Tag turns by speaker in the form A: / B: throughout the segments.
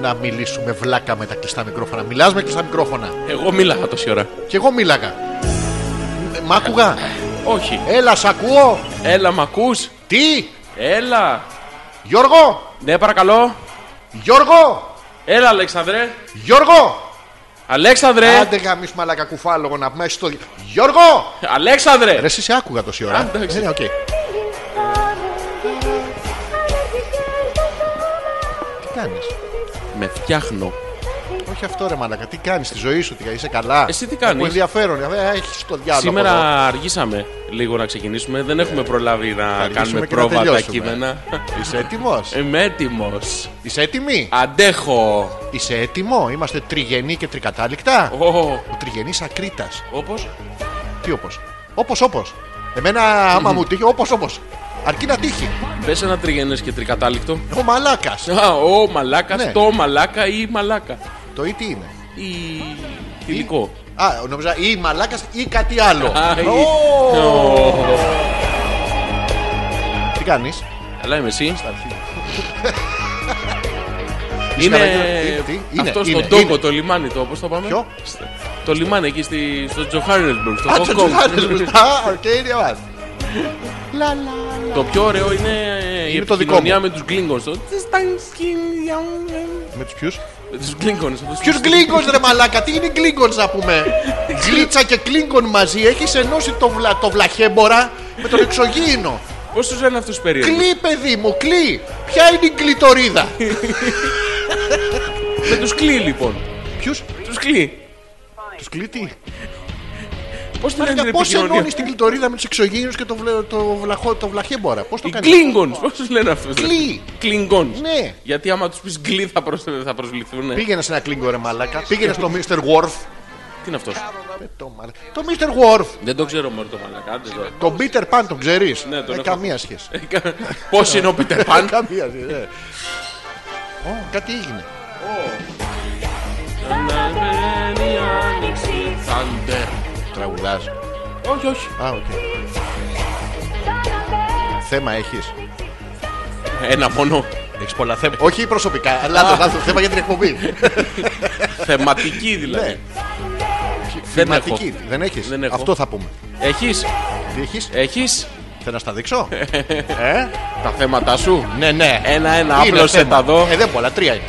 A: να μιλήσουμε βλάκα με τα κλειστά μικρόφωνα. Μιλάς με κλειστά μικρόφωνα.
B: Εγώ μίλαγα τόση ώρα.
A: Κι εγώ μίλαγα. Ε, Μ' άκουγα.
B: Όχι.
A: Έλα, σ' ακούω.
B: Έλα, μ' ακούς.
A: Τι,
B: Έλα.
A: Γιώργο,
B: Ναι, παρακαλώ.
A: Γιώργο,
B: Έλα, Αλέξανδρε.
A: Γιώργο.
B: Αλέξανδρε.
A: Άντε γαμίσου μαλακά κουφάλογο να πούμε στο... Γιώργο!
B: Αλέξανδρε.
A: Ρε, εσύ σε άκουγα τόση ώρα.
B: Α, εντάξει.
A: Ε, ναι, οκ. Τι κάνεις.
B: Με φτιάχνω.
A: Όχι αυτό ρε μαλακά. Τι κάνεις στη ζωή σου, τι κάνεις, είσαι καλά.
B: Εσύ τι κάνεις?
A: Έχω ενδιαφέρον. Ε, έχεις το διάλογο.
B: Σήμερα
A: εδώ.
B: αργήσαμε λίγο να ξεκινήσουμε. Δεν έχουμε προλάβει να
A: Ε, αργήσουμε
B: κάνουμε
A: και να
B: πρόβα τα
A: τελειώσουμε.
B: κείμενα.
A: Είσαι έτοιμος.
B: Είμαι έτοιμος.
A: Είσαι έτοιμη.
B: Αντέχω.
A: Είσαι έτοιμο. Είμαστε τριγενή και τρικατάληκτα.
B: Ω,
A: Ο τριγενής ακρίτας.
B: Όπως.
A: Τι όπως. Όπως όπως. Εμένα άμα μου τύχει όπως όπως. Αρκεί να τύχει.
B: Πες ένα τριγενές και τρικατάληκτο.
A: Ο μαλάκας.
B: Α, ο μαλάκας,
A: Ναι.
B: το μαλάκα ή μαλάκα.
A: Το ή τι είναι.
B: Ή θηλυκό.
A: Α, νόμιζα ή μαλάκας ή κάτι άλλο.
B: Α, ή-
A: Ω.
B: Ω.
A: Τι κάνεις.
B: Καλά είμαι εσύ.
A: Είσαι
B: Είναι
A: ε, τι, τι, είναι,
B: αυτό
A: είναι,
B: στον τόπο,
A: είναι.
B: το λιμάνι το, όπως το πάμε.
A: Ποιο?
B: Το λιμάνι εκεί στη, στο Johannesburg, στο
A: Α,
B: Hong
A: το
B: Kong.
A: τσουβάρες μπροστά. Αρκέιδια μας. Λα, λα, λα.
B: Το πιο ωραίο είναι, ε, η
A: Είναι το δικό
B: επικοινωνία
A: μου.
B: με τους Glingons. Το
A: Με τους ποιους.
B: ε». Με τους Glingons. αυτούς
A: Ποιους
B: τους-
A: γκλίγκον ρε μαλάκα, τι είναι γκλίγκον να πούμε. Γλίτσα και κλίγκον μαζί, έχεις ενώσει το, βλα, το βλαχέμπορα με τον εξωγήινο.
B: Πώς τους λένε αυτούς περίεργους.
A: κλεί, παιδί μου, κλεί. Ποια είναι η κλειτορίδα.
B: Με τους κλεί λοιπόν.
A: Ποιους
B: Τους κλεί.
A: τους κλεί τι.
B: Πώς τους λένε την
A: Πώς
B: επικοινωνία.
A: ενώνεις Ε, την κλειτορίδα με τους εξωγήινους και το, βλε, το, βλαχό, το βλαχέμπορα. Πώς το
B: Οι
A: κάνεις.
B: Glingons, πώς τους λένε αυτούς. ρε.
A: Κλεί.
B: Klingons.
A: Ναι.
B: Γιατί άμα τους πεις γκλί θα, προσ... θα προσβληθούν.
A: Πήγαινε σε ένα κλίνγκο ρε μαλάκα. Πήγαινε στο Mr. Worf.
B: Τι είναι αυτός.
A: Ε, Το, μαλα- το Mr. Worf.
B: Δεν το ξέρω μόνο το μαλακά. δεν το-
A: Το Peter Pan τον ξέρεις.
B: Ναι, τον έχω.
A: καμία σχέση. Ε,
B: Πώς είναι ο Peter Pan.
A: καμία σχέση. ναι. Ω, Κάτι έγινε.
B: Thunder.
A: Τραγουδάς.
B: Όχι, όχι.
A: Α, οκ. Θέμα έχεις.
B: Ένα μόνο.
A: Έχεις πολλά θέματα. Όχι προσωπικά. Λάθος, λάθος. Θέμα για την εκπομπή.
B: Θεματική δηλαδή.
A: Ναι.
B: Δεν
A: Θεματική.
B: έχω.
A: Δεν
B: Δεν
A: έχεις.
B: έχω.
A: Αυτό θα πούμε.
B: Έχεις,
A: Τι έχεις.
B: έχεις
A: Ε, Θέλω να στα δείξω. Ε,
B: τα θέματα σου.
A: Ναι, ναι.
B: Ένα-ένα,
A: Είναι
B: άπλωσε
A: θέμα.
B: τα δω.
A: Ε, δεν πολλά. Τρία είναι.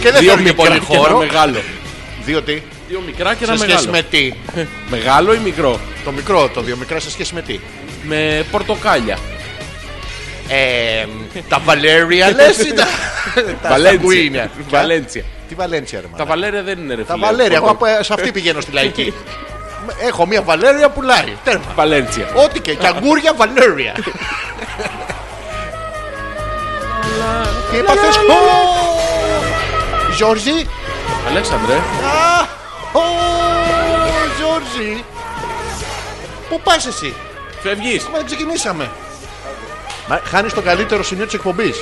A: Και δεν
B: Δύο
A: θέλει
B: μικρά
A: πολύ
B: και ένα
A: χώρο.
B: μεγάλο.
A: Διότι
B: Δύο μικρά και ένα
A: σε σχέση
B: μεγάλο.
A: με τι.
B: Μεγάλο ή μικρό.
A: Το μικρό, το δύο μικρά σε σχέση με τι.
B: Με πορτοκάλια.
A: Ε, τα Βαλέρια λες ή τα... τα σαγκουίνια.
B: Ε, Βαλέντσια.
A: Τι Βαλέντσια ρε
B: Τα
A: μάνα.
B: Βαλέρια δεν είναι ρε
A: Τα
B: φίλε.
A: Βαλέρια, εγώ
B: Πορτο-
A: από- σε αυτή πηγαίνω στη λαϊκή. Έχω μια Βαλέρια πουλάει. Τέρμα.
B: Βαλέντσια.
A: Ό,τι και, και αγκούρια Βαλέρια. Και έπαθες... «Ω, Γιώργη,
B: Αλέξανδρε,
A: Α, ω, Γιώργη. Πού πας εσύ,
B: φεύγεις.
A: Μα δεν ξεκινήσαμε. Μα χάνεις το καλύτερο σημείο της εκπομπής.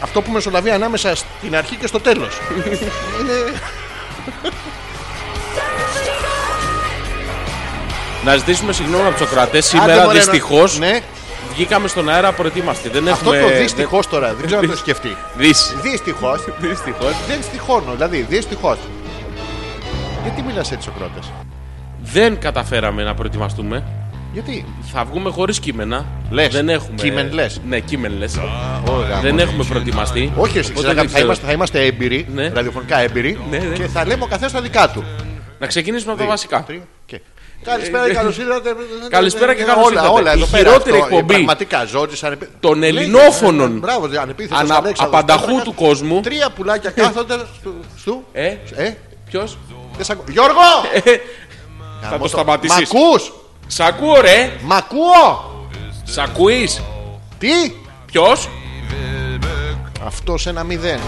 A: Αυτό που μεσολαβεί ανάμεσα στην αρχή και στο τέλος.
B: Να ζητήσουμε συγγνώμη από τους ακροατές. Σήμερα δυστυχώς
A: Ναι,
B: βγήκαμε στον αέρα προετοίμαστοι. Δεν
A: αυτό
B: έχουμε...
A: το δυστυχώς τώρα δεν ξέρω αν το έχει σκεφτεί.
B: Δυσ.
A: Δυστυχώς.
B: Δυστυχώς.
A: Δεν στοιχώνω, δηλαδή δυστυχώς. Γιατί μιλάς έτσι ο κρότε.
B: Δεν καταφέραμε να προετοιμαστούμε.
A: Γιατί.
B: Θα βγούμε χωρίς κείμενα.
A: Λες.
B: Δεν έχουμε.
A: Κείμεν λες.
B: Ναι, κείμεν λες.
A: Ωραία.
B: Δεν έχουμε προετοιμαστεί.
A: Όχι, εσύ
B: Οπότε
A: ξέρετε,
B: δεν
A: θα,
B: ξέρω.
A: είμαστε, θα είμαστε έμπειροι,
B: Ναι.
A: ραδιοφωνικά έμπειροι
B: Ναι, ναι.
A: και θα λέμε ο καθένας τα δικά του.
B: Να ξεκινήσουμε από τα βασικά. Ε,
A: Τρία. Και- Καλησπέρα και καλώ ήρθατε.
B: Καλησπέρα και καλώς
A: Όλα,
B: ήρθατε.
A: Όλα,
B: Η
A: εδώ πέρα
B: χειρότερη
A: αυτό,
B: εκπομπή
A: Πραγματικά, Ζόρτζη ανεπίθετο.
B: των ελληνόφωνων.
A: ε, Μπράβο, ανεπίθετο.
B: Ανα- απανταχού του κόσμου.
A: Τρία πουλάκια κάθονται στου- στου.
B: Ε,
A: Ε,
B: ποιος.
A: δεν σ' ακούω. Γιώργο!
B: Θα Ε, το
A: Μ'
B: σταματήσει.
A: ακούς!
B: Σ' ακούω, ρε.
A: Μ' ακούω!
B: Σ' ακούει.
A: Τι!
B: Ποιος.
A: Αυτός ένα μηδέν.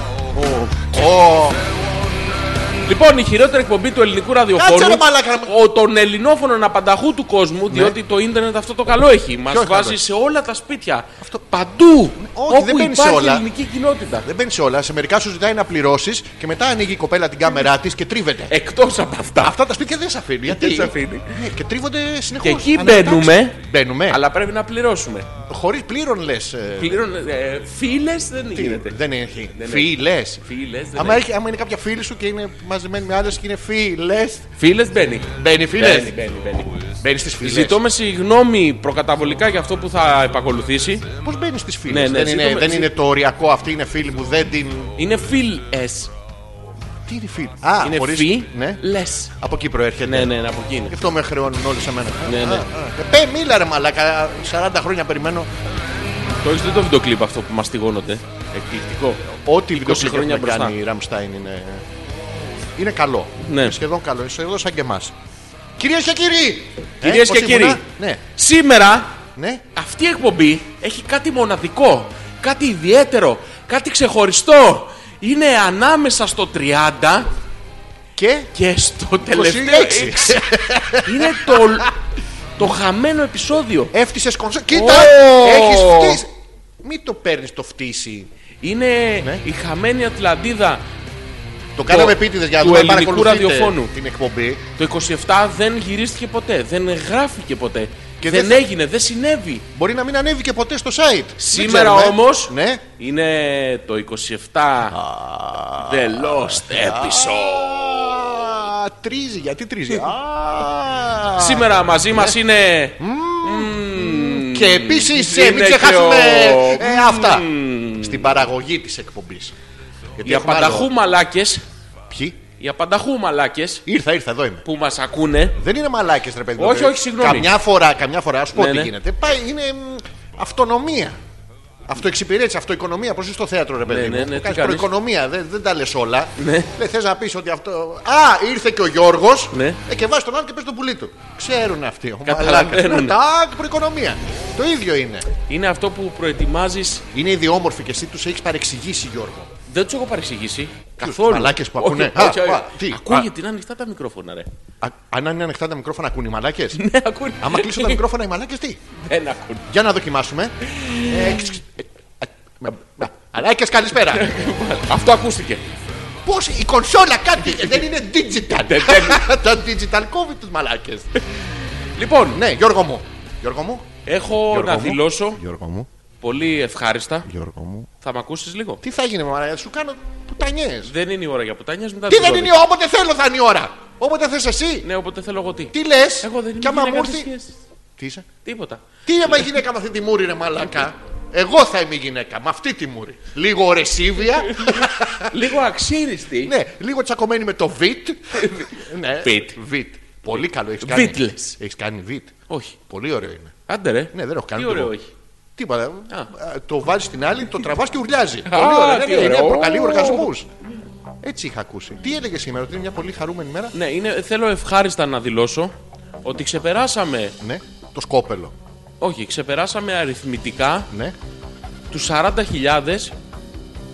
B: Λοιπόν, η χειρότερη εκπομπή του ελληνικού ραδιοφώνου.
A: Κάτσε, ρε μαλάκα, να Ναι.
B: ο, των ελληνόφωνων απανταχού του κόσμου, διότι το ίντερνετ αυτό το καλό έχει. Μας
A: Ποιο
B: βάζει
A: καλό?
B: σε όλα τα σπίτια. Παντού.
A: όχι, δεν
B: όπου
A: μπαίνει σε
B: υπάρχει
A: όλα.
B: ελληνική κοινότητα.
A: Δεν μπαίνει σε όλα. Σε μερικά σου ζητάει να πληρώσεις και μετά ανοίγει η κοπέλα την κάμερά της και τρίβεται.
B: Εκτός από αυτά.
A: Αυτά τα σπίτια δεν σε αφήνει. Γιατί
B: Δεν σε αφήνει.
A: Ναι, και τρίβονται συνεχώς.
B: Και εκεί μπαίνουμε.
A: Μπαίνουμε.
B: Αλλά πρέπει να πληρώσουμε.
A: χωρίς πλήρων λες.
B: Πλήρων. Ε, Φίλες δεν γίνεται.
A: Δεν έχει.
B: Δεν
A: Φίλες.
B: Φίλες δεν
A: Άμα,
B: έχει.
A: έχει- άμα είναι κάποια φίλη σου και είναι μαζεμένη με άλλε και είναι φίλες.
B: Φίλες μπαίνει.
A: Μπαίνει
B: Μπαίνει,
A: φίλες.
B: μπαίνει, μπαίνει.
A: Μπαίνει στις φίλες.
B: Ζητώ με συγγνώμη προκαταβολικά για αυτό που θα επακολουθήσει.
A: Πώς μπαίνει στις φίλες.
B: Ναι, ναι,
A: δεν, είναι,
B: ζητώ με-
A: δεν
B: ζη-
A: είναι το οριακό αυτή είναι φίλη μου. Δεν την.
B: Είναι φίλε.
A: Τι είναι φίλη. Α,
B: Είναι
A: χωρίς-
B: φι.
A: Ναι.
B: Λες.
A: Από εκεί προέρχεται.
B: Ναι, ναι, από εκεί είναι.
A: Γι' αυτό με χρεώνουν όλοι σε μένα.
B: Ναι, ναι.
A: Α, α. Πε, μίλα ρε μαλάκα. 40 χρόνια περιμένω.
B: Το έχεις δει το βίντεο κλιπ αυτό που μαστιγώνονται. Εκπληκτικό.
A: Ό,τι βιντεοκλίπ
B: χρόνια
A: έχουμε
B: μπροστά.
A: κάνει η Ραμστάιν είναι. Είναι καλό.
B: Ναι.
A: Είναι σχεδόν καλό. Είναι σχεδόν σαν και εμάς. Κυρίες και κύριοι!
B: Κυρίες
A: πώς
B: και
A: ήμουνα?
B: κύριοι.
A: Ναι,
B: Σήμερα
A: ναι.
B: αυτή η εκπομπή έχει κάτι μοναδικό, κάτι ιδιαίτερο, κάτι ξεχωριστό. Είναι ανάμεσα στο 30
A: Και.
B: και στο τελευταίο
A: 26.
B: 6. Είναι το, το χαμένο επεισόδιο.
A: Έφτιασε κονσόλ. Κοίτα!
B: Ω!
A: Έχεις φτύσει. Μην το παίρνεις το φτύσει.
B: Είναι
A: Ναι.
B: η χαμένη Ατλαντίδα.
A: Το κάναμε επίτηδες για να
B: του
A: δούμε αν
B: ελληνικού
A: παρακολουθείτε
B: ραδιοφώνου.
A: την εκπομπή.
B: Το 27 δεν γυρίστηκε ποτέ, δεν γράφηκε ποτέ.
A: Και
B: δεν
A: δεν-
B: έγινε, δεν συνέβη.
A: Μπορεί να μην ανέβηκε ποτέ στο site. Δεν
B: Σήμερα
A: ξέρουμε.
B: όμως
A: Ναι.
B: είναι το 27 The Lost Episode.
A: Α, τρίζει, γιατί τρίζει. Α,
B: Σήμερα μαζί
A: Ναι.
B: μας είναι.
A: Και επίσης,
B: είναι
A: μην ξεχάσουμε
B: και ο-
A: ε, αυτά.
B: Μμμ.
A: Στην παραγωγή της εκπομπής.
B: Οι απανταχού μαλάκες.
A: Ποιοι?
B: Οι απανταχού μαλάκες
A: Ήρθα, ήρθα, εδώ είμαι.
B: που μας ακούνε.
A: Δεν είναι μαλάκες, ρε παιδί. μου. δηλαδή
B: Όχι, όχι, συγγνώμη.
A: Καμιά φορά, καμιά φορά, ας πω
B: Ναι,
A: τι
B: ναι.
A: γίνεται. Πάει, είναι μ, αυτονομία. Αυτοεξυπηρέτηση, αυτοοικονομία. Πώς είσαι στο θέατρο, ρε παιδί.
B: Ναι,
A: μου.
B: ναι, ναι, τι
A: Κάνεις
B: κάνεις.
A: προοικονομία, δεν, δεν τα λες όλα.
B: Ναι.
A: Δεν θες να πεις ότι αυτό. Α, ήρθε και ο Γιώργος.
B: Ναι.
A: Ε, και βάζεις τον άλλο και πες τον πουλί του. Ξέρουν αυτοί. Ο
B: Καταλαβαίνουν.
A: μαλάκας. Τάκ, προοικονομία. Το ίδιο είναι.
B: Είναι αυτό που προετοιμάζεις
A: Είναι ήδη όμορφοι και εσύ τους έχεις παρεξηγήσει, Γιώργο.
B: Δεν τους έχω παρεξηγήσει. Καθόλου.
A: μαλάκες που
B: Όχι,
A: ακούνε.
B: όχι,
A: Α,
B: όχι.
A: α, τι,
B: Ακούγεται, είναι ανοιχτά τα μικρόφωνα, ρε.
A: Α, αν είναι ανοιχτά τα μικρόφωνα, ακούνε οι μαλάκες.
B: Ναι, ακούνε.
A: Άμα κλείσω τα μικρόφωνα, οι μαλάκες τι.
B: Δεν ακούνε.
A: Για να δοκιμάσουμε. Μαλάκες, καλησπέρα.
B: Αυτό ακούστηκε.
A: Πώς η κονσόλα κάτι δεν είναι digital.
B: Δεν παίρνει.
A: Τα digital κόβει τους μαλάκες.
B: Λοιπόν,
A: Ναι, Γιώργο μου. Γιώργο μου.
B: έχω
A: Γιώργο
B: να
A: μου.
B: δηλώσω
A: Γιώργο μου.
B: πολύ ευχάριστα.
A: Γιώργο μου.
B: Θα με ακούσεις λίγο.
A: Τι θα γίνει με μαλάκια, σου κάνω πουτανιές.
B: Δεν είναι η ώρα για πουτάνιες μετά.
A: Τι
B: τις
A: δεν
B: 12.
A: είναι η ώρα, όποτε θέλω θα είναι η ώρα. Όποτε θες εσύ.
B: Ναι, οπότε θέλω εγώ τι.
A: Τι λες.
B: Εγώ δεν είμαι
A: Και άμα μου
B: γυναίκα της
A: έρθει.
B: σχέσης.
A: Τι είσαι.
B: Τίποτα.
A: Τι άμα η γυναίκα με αυτή τη μούρη ρε μαλάκα. Εγώ θα είμαι η γυναίκα με αυτή τη μούρη. Λίγο ορεσίβια.
B: Λίγο αξίριστη.
A: ναι, λίγο τσακωμένη με το βιτ. ναι.
B: Βιτ.
A: Βιτ. Πολύ καλό έχεις κάνει.
B: Βιτλες.
A: Έχεις κάνει βιτ.
B: Όχι.
A: Πολύ ωραίο είναι.
B: Άντε ρε.
A: Ναι, δεν έχω κάνει
B: Τι ωραίο
A: τίποτα.
B: όχι.
A: Τίποτα.
B: Α.
A: Α, Το βάζει στην άλλη, το τραβάς και ουρλιάζει. Πολύ ωραίο.
B: τι
A: Ναι, ναι, ναι,
B: ωραίο.
A: προκαλεί οργασμούς. Έτσι είχα ακούσει. Τι έλεγε σήμερα, ότι είναι μια πολύ χαρούμενη μέρα.
B: Ναι, είναι, θέλω ευχάριστα να δηλώσω ότι ξεπεράσαμε.
A: Ναι, το σκόπελο.
B: Όχι, ξεπεράσαμε αριθμητικά
A: Ναι.
B: τους 40.000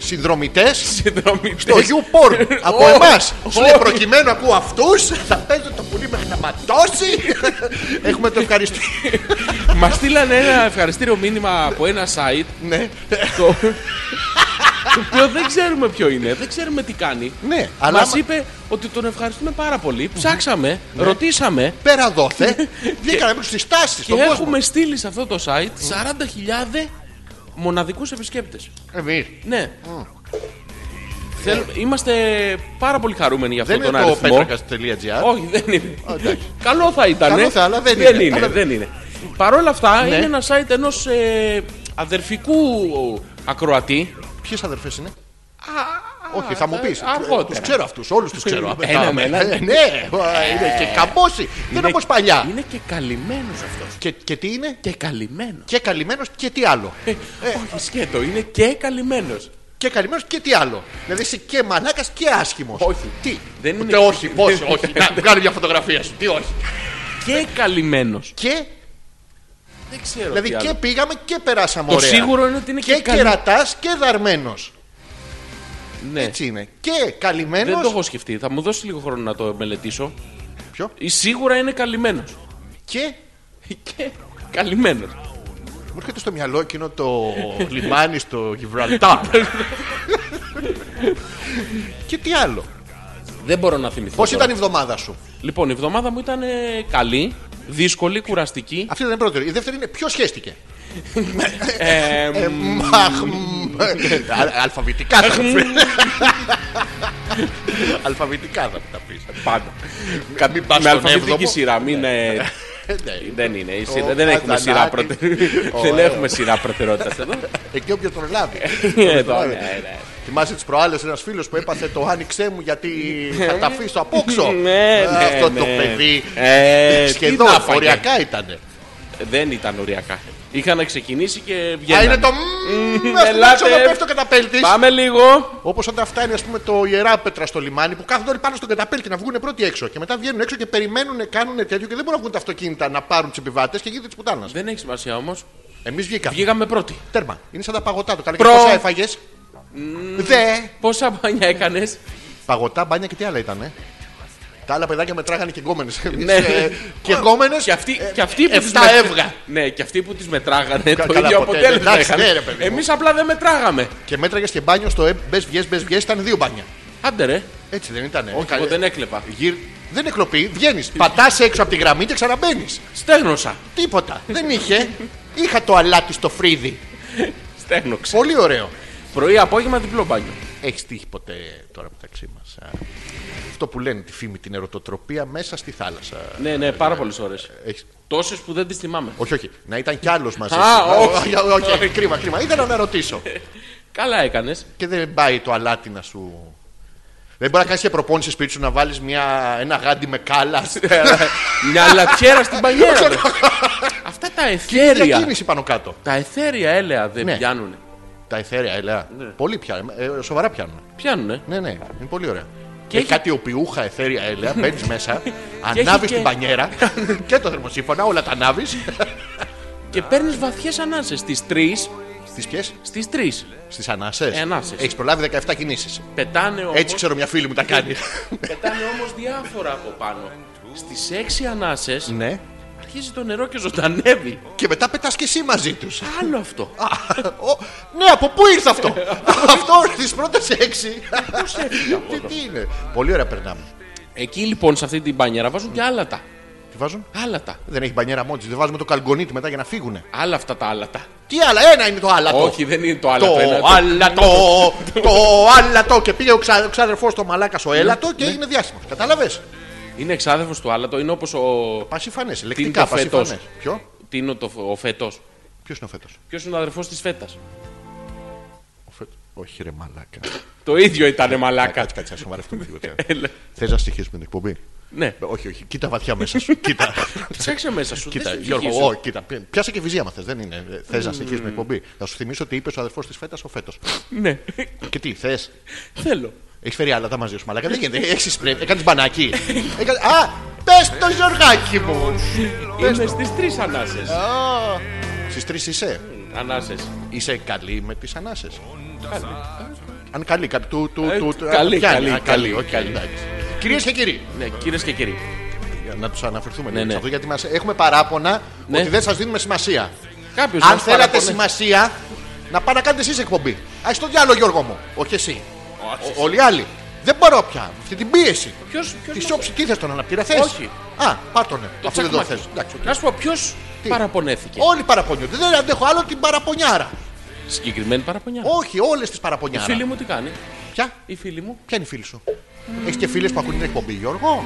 A: Συνδρομητές.
B: συνδρομητές.
A: Το YouPorn από
B: Όχι,
A: εμάς. Σου λέει
B: όχι.
A: προκειμένου ακούω αυτούς, θα παίζω το πουλί μέχρι να ματώσει. Έχουμε το ευχαριστή.
B: Μας στείλανε ένα ευχαριστήριο μήνυμα από ένα site
A: ναι,
B: το, το οποίο δεν ξέρουμε ποιο είναι, δεν ξέρουμε τι κάνει.
A: ναι,
B: Αλλά
A: αλλά Ναι.
B: Μα είπε ότι τον ευχαριστούμε πάρα πολύ. Ψάξαμε, ρωτήσαμε
A: πέρα δόθε. Βγήκαμε πίσω στι τάσεις.
B: και έχουμε στείλει σε αυτό το site 40.000 μοναδικούς επισκέπτες.
A: Εμείς.
B: Ναι. Θέλ- είμαστε πάρα πολύ χαρούμενοι για
A: Ε. Δεν
B: αυτόν
A: είναι
B: τον
A: το
B: αριθμό.
A: petrocast.gr.
B: Όχι, δεν είναι.
A: εντάξει.
B: Καλό θα ήταν.
A: Καλό
B: ε.
A: θα, αλλά δεν
B: δεν
A: είναι.
B: είναι.
A: Αλλά-
B: δεν είναι. Παρ' όλα αυτά,
A: Ναι.
B: είναι ένα site ενός αδερφικού ακροατή.
A: Ποιες αδερφές είναι. Όχι, θα μου πει.
B: αργότερα.
A: Του ξέρω αυτούς, όλους τους ξέρω.
B: Ένα
A: Μετά,
B: με ένα.
A: ε, Ναι, ε, είναι και καμπόση. Δεν είναι όπως παλιά.
B: Είναι και καλυμμένος αυτός.
A: Και- Και τι είναι,
B: Και καλυμμένος.
A: και καλυμμένος και τι άλλο.
B: Ε, Όχι, σκέτο, είναι και καλυμμένος.
A: Και καλυμμένος και τι άλλο. Δηλαδή είσαι και μαλάκας και άσχημος.
B: Όχι.
A: Τι.
B: Δεν
A: Ούτε
B: είναι-
A: όχι, πώς όχι. Να του κάνω μια φωτογραφία σου. Τι όχι.
B: Και καλυμμένος.
A: Και.
B: Δεν ξέρω.
A: Δηλαδή
B: τι
A: και
B: άλλο.
A: πήγαμε και περάσαμε
B: Το
A: ωραία.
B: σίγουρο είναι ότι είναι και
A: και
B: καλυ-
A: κερατάς και δαρμένος.
B: Ναι.
A: Έτσι είναι. Και
B: Δεν
A: καλυμμένο.
B: το έχω σκεφτεί. Θα μου δώσει λίγο χρόνο να το μελετήσω.
A: Ποιο.
B: Ε, Σίγουρα είναι καλυμμένος.
A: Και.
B: Και καλυμμένος.
A: Μου έρχεται στο μυαλό εκείνο το λιμάνι στο Γιβραλτάρ. και τι άλλο.
B: Δεν μπορώ να θυμηθώ.
A: Πώς
B: τώρα.
A: ήταν η εβδομάδα σου.
B: Λοιπόν, η εβδομάδα μου ήταν ε, καλή, δύσκολη, κουραστική.
A: Αυτή ήταν η πρώτη. Η δεύτερη είναι ποιος σχέστηκε.
B: Ε,
A: Ε, μ, αχ, μ, ε, α- Αλφαβητικά θα τα πεις. Αλφαβητικά θα τα πεις.
B: Πάντα.
A: Κα- μην ε, πας
B: Με
A: στον
B: αλφαβητική
A: έβδομο.
B: σειρά. Μην ε,
A: Ε, ναι.
B: Δεν είναι. η
A: Ο ε,
B: σειρά- Δεν έχουμε
A: Πατανάκης.
B: σειρά προτεραιότητα. Δεν
A: Ωραίο.
B: έχουμε σειρά προτεραιότητας εδώ.
A: Εκεί όποιος τον λάβει.
B: Εδώ, ναι, ναι.
A: Θυμάσαι τις προάλλες ένας φίλος που έπαθε το άνοιξέ μου γιατί θα τα αφήσω απόξω.
B: Ναι, ναι,
A: Αυτό
B: ναι.
A: το παιδί
B: Ε, τι
A: σχεδόν
B: να φάγε.
A: οριακά ήταν.
B: Δεν ήταν οριακά. Είχαν ξεκινήσει και
A: Α, είναι
B: βγαίνανε.
A: το.
B: ελάτε.
A: Ελάτε. πέφτω καταπέλτη.
B: Πάμε λίγο.
A: Όπως όταν φτάνει ας πούμε, το ιερά πέτρα στο λιμάνι που κάθονται όλοι πάνω στον καταπέλτη να βγουν πρώτοι έξω. Και μετά βγαίνουν έξω και περιμένουν, κάνουν τέτοιο και δεν μπορούν να βγουν τα αυτοκίνητα να πάρουν τους επιβάτες και γίνεται της πουτάνας.
B: Δεν έχει σημασία όμως.
A: Εμείς βγήκαμε.
B: Βγήκαμε πρώτοι.
A: Τέρμα. Είναι σαν τα παγωτά το καλοκαίρι.
B: Προ.
A: Πόσα έφαγες. Δε.
B: Πόσα μπάνια έκανες.
A: Παγωτά, μπάνια και τι άλλα ήταν. Τα άλλα παιδάκια μετράγανε και γκόμενες.
B: Ναι.
A: και γκόμενες.
B: Και αυτοί, και αυτοί που τις
A: εφτά
B: μετρά-
A: έβγα.
B: Ναι, και αυτοί που τι μετράγανε
A: Κα-
B: το
A: καλά,
B: ίδιο
A: ποτέ,
B: αποτέλεσμα.
A: εντάξει, ναι, ρε, παιδί μου.
B: Εμείς απλά δεν μετράγαμε.
A: Και μέτραγες και μπάνιο στο μπες βγες, μπες βγες, ήταν δύο μπάνια.
B: Άντε ρε.
A: Έτσι δεν ήταν.
B: Όχι, εγώ δεν έκλεπα.
A: Δεν εκλοπεί, βγαίνεις. Πατάς έξω από τη γραμμή και ξαναμπαίνεις.
B: Στέγνωσα.
A: Τίποτα. δεν είχε. Είχα το αλάτι στο φρύδι.
B: Στέγνωξα.
A: Πολύ ωραίο.
B: Πρωί, απόγευμα, διπλό μπάνιο.
A: Έχεις τύχει ποτέ τώρα μεταξύ μας. Αυτό που λένε τη φήμη την ερωτοτροπία μέσα στη θάλασσα.
B: Ναι, ναι, πάρα πολλές ώρες.
A: Έχεις...
B: Τόσες που δεν τις θυμάμαι.
A: Όχι, όχι. Να ήταν κι άλλος μαζί.
B: Α,
A: σου.
B: όχι.
A: όχι. Κρίμα, κρίμα. Ήθελα να ρωτήσω.
B: Καλά έκανες.
A: και δεν πάει το αλάτι να σου. Δεν μπορεί να κάνεις και προπόνηση σπίτι σου να βάλεις μια... ένα γάντι με κάλας.
B: Μια λατιέρα στην πανιέρα. ρε. Αυτά τα εθέρια.
A: Διακίνηση πάνω κάτω.
B: Τα εθέρια έλεα δεν
A: Ναι.
B: πιάνουνε.
A: Τα εθέρια, ελέα.
B: Ναι.
A: Πολύ πιάνουν. Ε, σοβαρά πιάνουν.
B: Πιάνουνε.
A: Ναι, ναι, είναι πολύ ωραία.
B: Και
A: Και
B: έχει- Ναι.
A: κάτι οπιούχα εθέρια, ελέα. Μπαίνεις μέσα, ανάβεις
B: και-
A: την πανιέρα και το θερμοσύμφωνα, όλα τα ανάβεις.
B: Και παίρνεις βαθιές ανάσες στις 3.
A: Στις ποιες?
B: Στις 3.
A: Στις ανάσες.
B: Ε, ανάσες.
A: Έχεις προλάβει 17 κινήσεις.
B: Πετάνε όμως.
A: Έτσι ξέρω μια φίλη μου τα κάνει.
B: Πετάνε όμως διάφορα από πάνω. Στις έξι ανάσες
A: ναι.
B: αρχίζει το νερό και ζωντανεύει.
A: Και μετά πετάς και εσύ μαζί τους.
B: Άλλο αυτό.
A: Α, ο- ναι, από πού ήρθε αυτό. αυτό στις πρώτες έξι.
B: Πώς έφυγε από
A: τι,
B: εδώ.
A: τι είναι. Πολύ ωραία περνάμε.
B: Εκεί λοιπόν σε αυτή την μπανιέρα βάζουν και άλατα.
A: Τι βάζουν.
B: Άλατα.
A: Δεν έχει μπανιέρα μόνη της. Δεν βάζουμε το καλγκονίτι μετά για να φύγουνε.
B: Άλλα αυτά τα άλατα.
A: Τι άλλα, ένα είναι το άλατο.
B: Όχι, δεν είναι το άλατο.
A: Το
B: είναι
A: άλατο, το άλατο. Και πήγε ο ξα- ξάδερφός το μαλάκα ο έλατο και έγινε διάσημος. Κατάλαβες.
B: Είναι εξάδελφος του άλατο, είναι όπως ο.
A: Πασιφανές,
B: Τι είναι
A: λεκτικά
B: το φέτος.
A: πασιφανές. Ποιο,
B: Τι είναι το... ο φέτος.
A: ποιος είναι ο φέτος.
B: Ποιος είναι ο αδερφός της φέτας.
A: Ο φέτος. Όχι ρε μαλάκα.
B: Το ίδιο ήτανε μαλάκα.
A: Ε, Κάτσε, κάτσε, να σοβαρευτούμε λίγο. τώρα.
B: Έλα.
A: Θες να στοιχίσουμε την εκπομπή.
B: ναι,
A: Όχι, όχι, κοίτα βαθιά μέσα σου. Κοίτα.
B: ψάξε μέσα σου.
A: Κοίτα,
B: δεν
A: Γιώργο,
B: στοιχίζω.
A: ο, κοίτα. πι- Πιάσε και βυζία μα θες. Δεν είναι. Θες να συνεχίσει την εκπομπή. Θα σου θυμίσω ότι είπες ο αδερφός της φέτας ο φέτος.
B: Ναι,
A: και τι, θες.
B: θέλω.
A: Έχεις φέρει άλλα τα μαζί σου, μαλάκα. Δεν γίνεται. Έχεις πρέπει. Έκανες μπανάκι. Έκανες- Α, πες το Γιωργάκι μου.
B: Είναι στις τρεις ανάσες.
A: Στις τρεις είσαι.
B: Ανάσες.
A: Είσαι καλή με τις ανάσες. Αν καλή, κα- του. του,
B: Ε,
A: του του-
B: καλή,
A: πιάνει.
B: καλή,
A: Α,
B: καλή,
A: όχι,
B: καλή.
A: εντάξει. Κυρίες και κύριοι,
B: Ναι, κυρίες και κύριοι.
A: για να τους αναφερθούμε λίγο
B: ναι.
A: σε αυτό, γιατί μας έχουμε παράπονα
B: Ναι.
A: ότι δεν σας δίνουμε σημασία.
B: Κάποιος
A: Αν θέλατε σημασία, να πάτε να κάνετε εσείς εκπομπή. Α το διάλογο, Γιώργο μου. Όχι εσύ. Ο- όλοι οι άλλοι. Δεν μπορώ πια. Αυτή την πίεση.
B: Ποιος.
A: Τη όψη, τι θες τον αναπτήρα, θες?
B: Όχι.
A: Α, πάτωνε.
B: Το
A: Αυτό δεν το
B: τσακμάκι.
A: θες. Εντάξει, οκ.
B: Να σου πω, ποιος
A: Τι?
B: παραπονέθηκε.
A: Όλοι παραπονιούνται. Δεν αντέχω άλλο την παραπονιάρα.
B: Συγκεκριμένη παραπονιά.
A: Όχι, όλες τις
B: Η
A: παραπονιάρα.
B: φίλη μου τι κάνει.
A: Ποια,
B: Η φίλη μου.
A: ποια είναι η φίλη σου. Έχεις και φίλες που ακούν την εκπομπή, Γιώργο.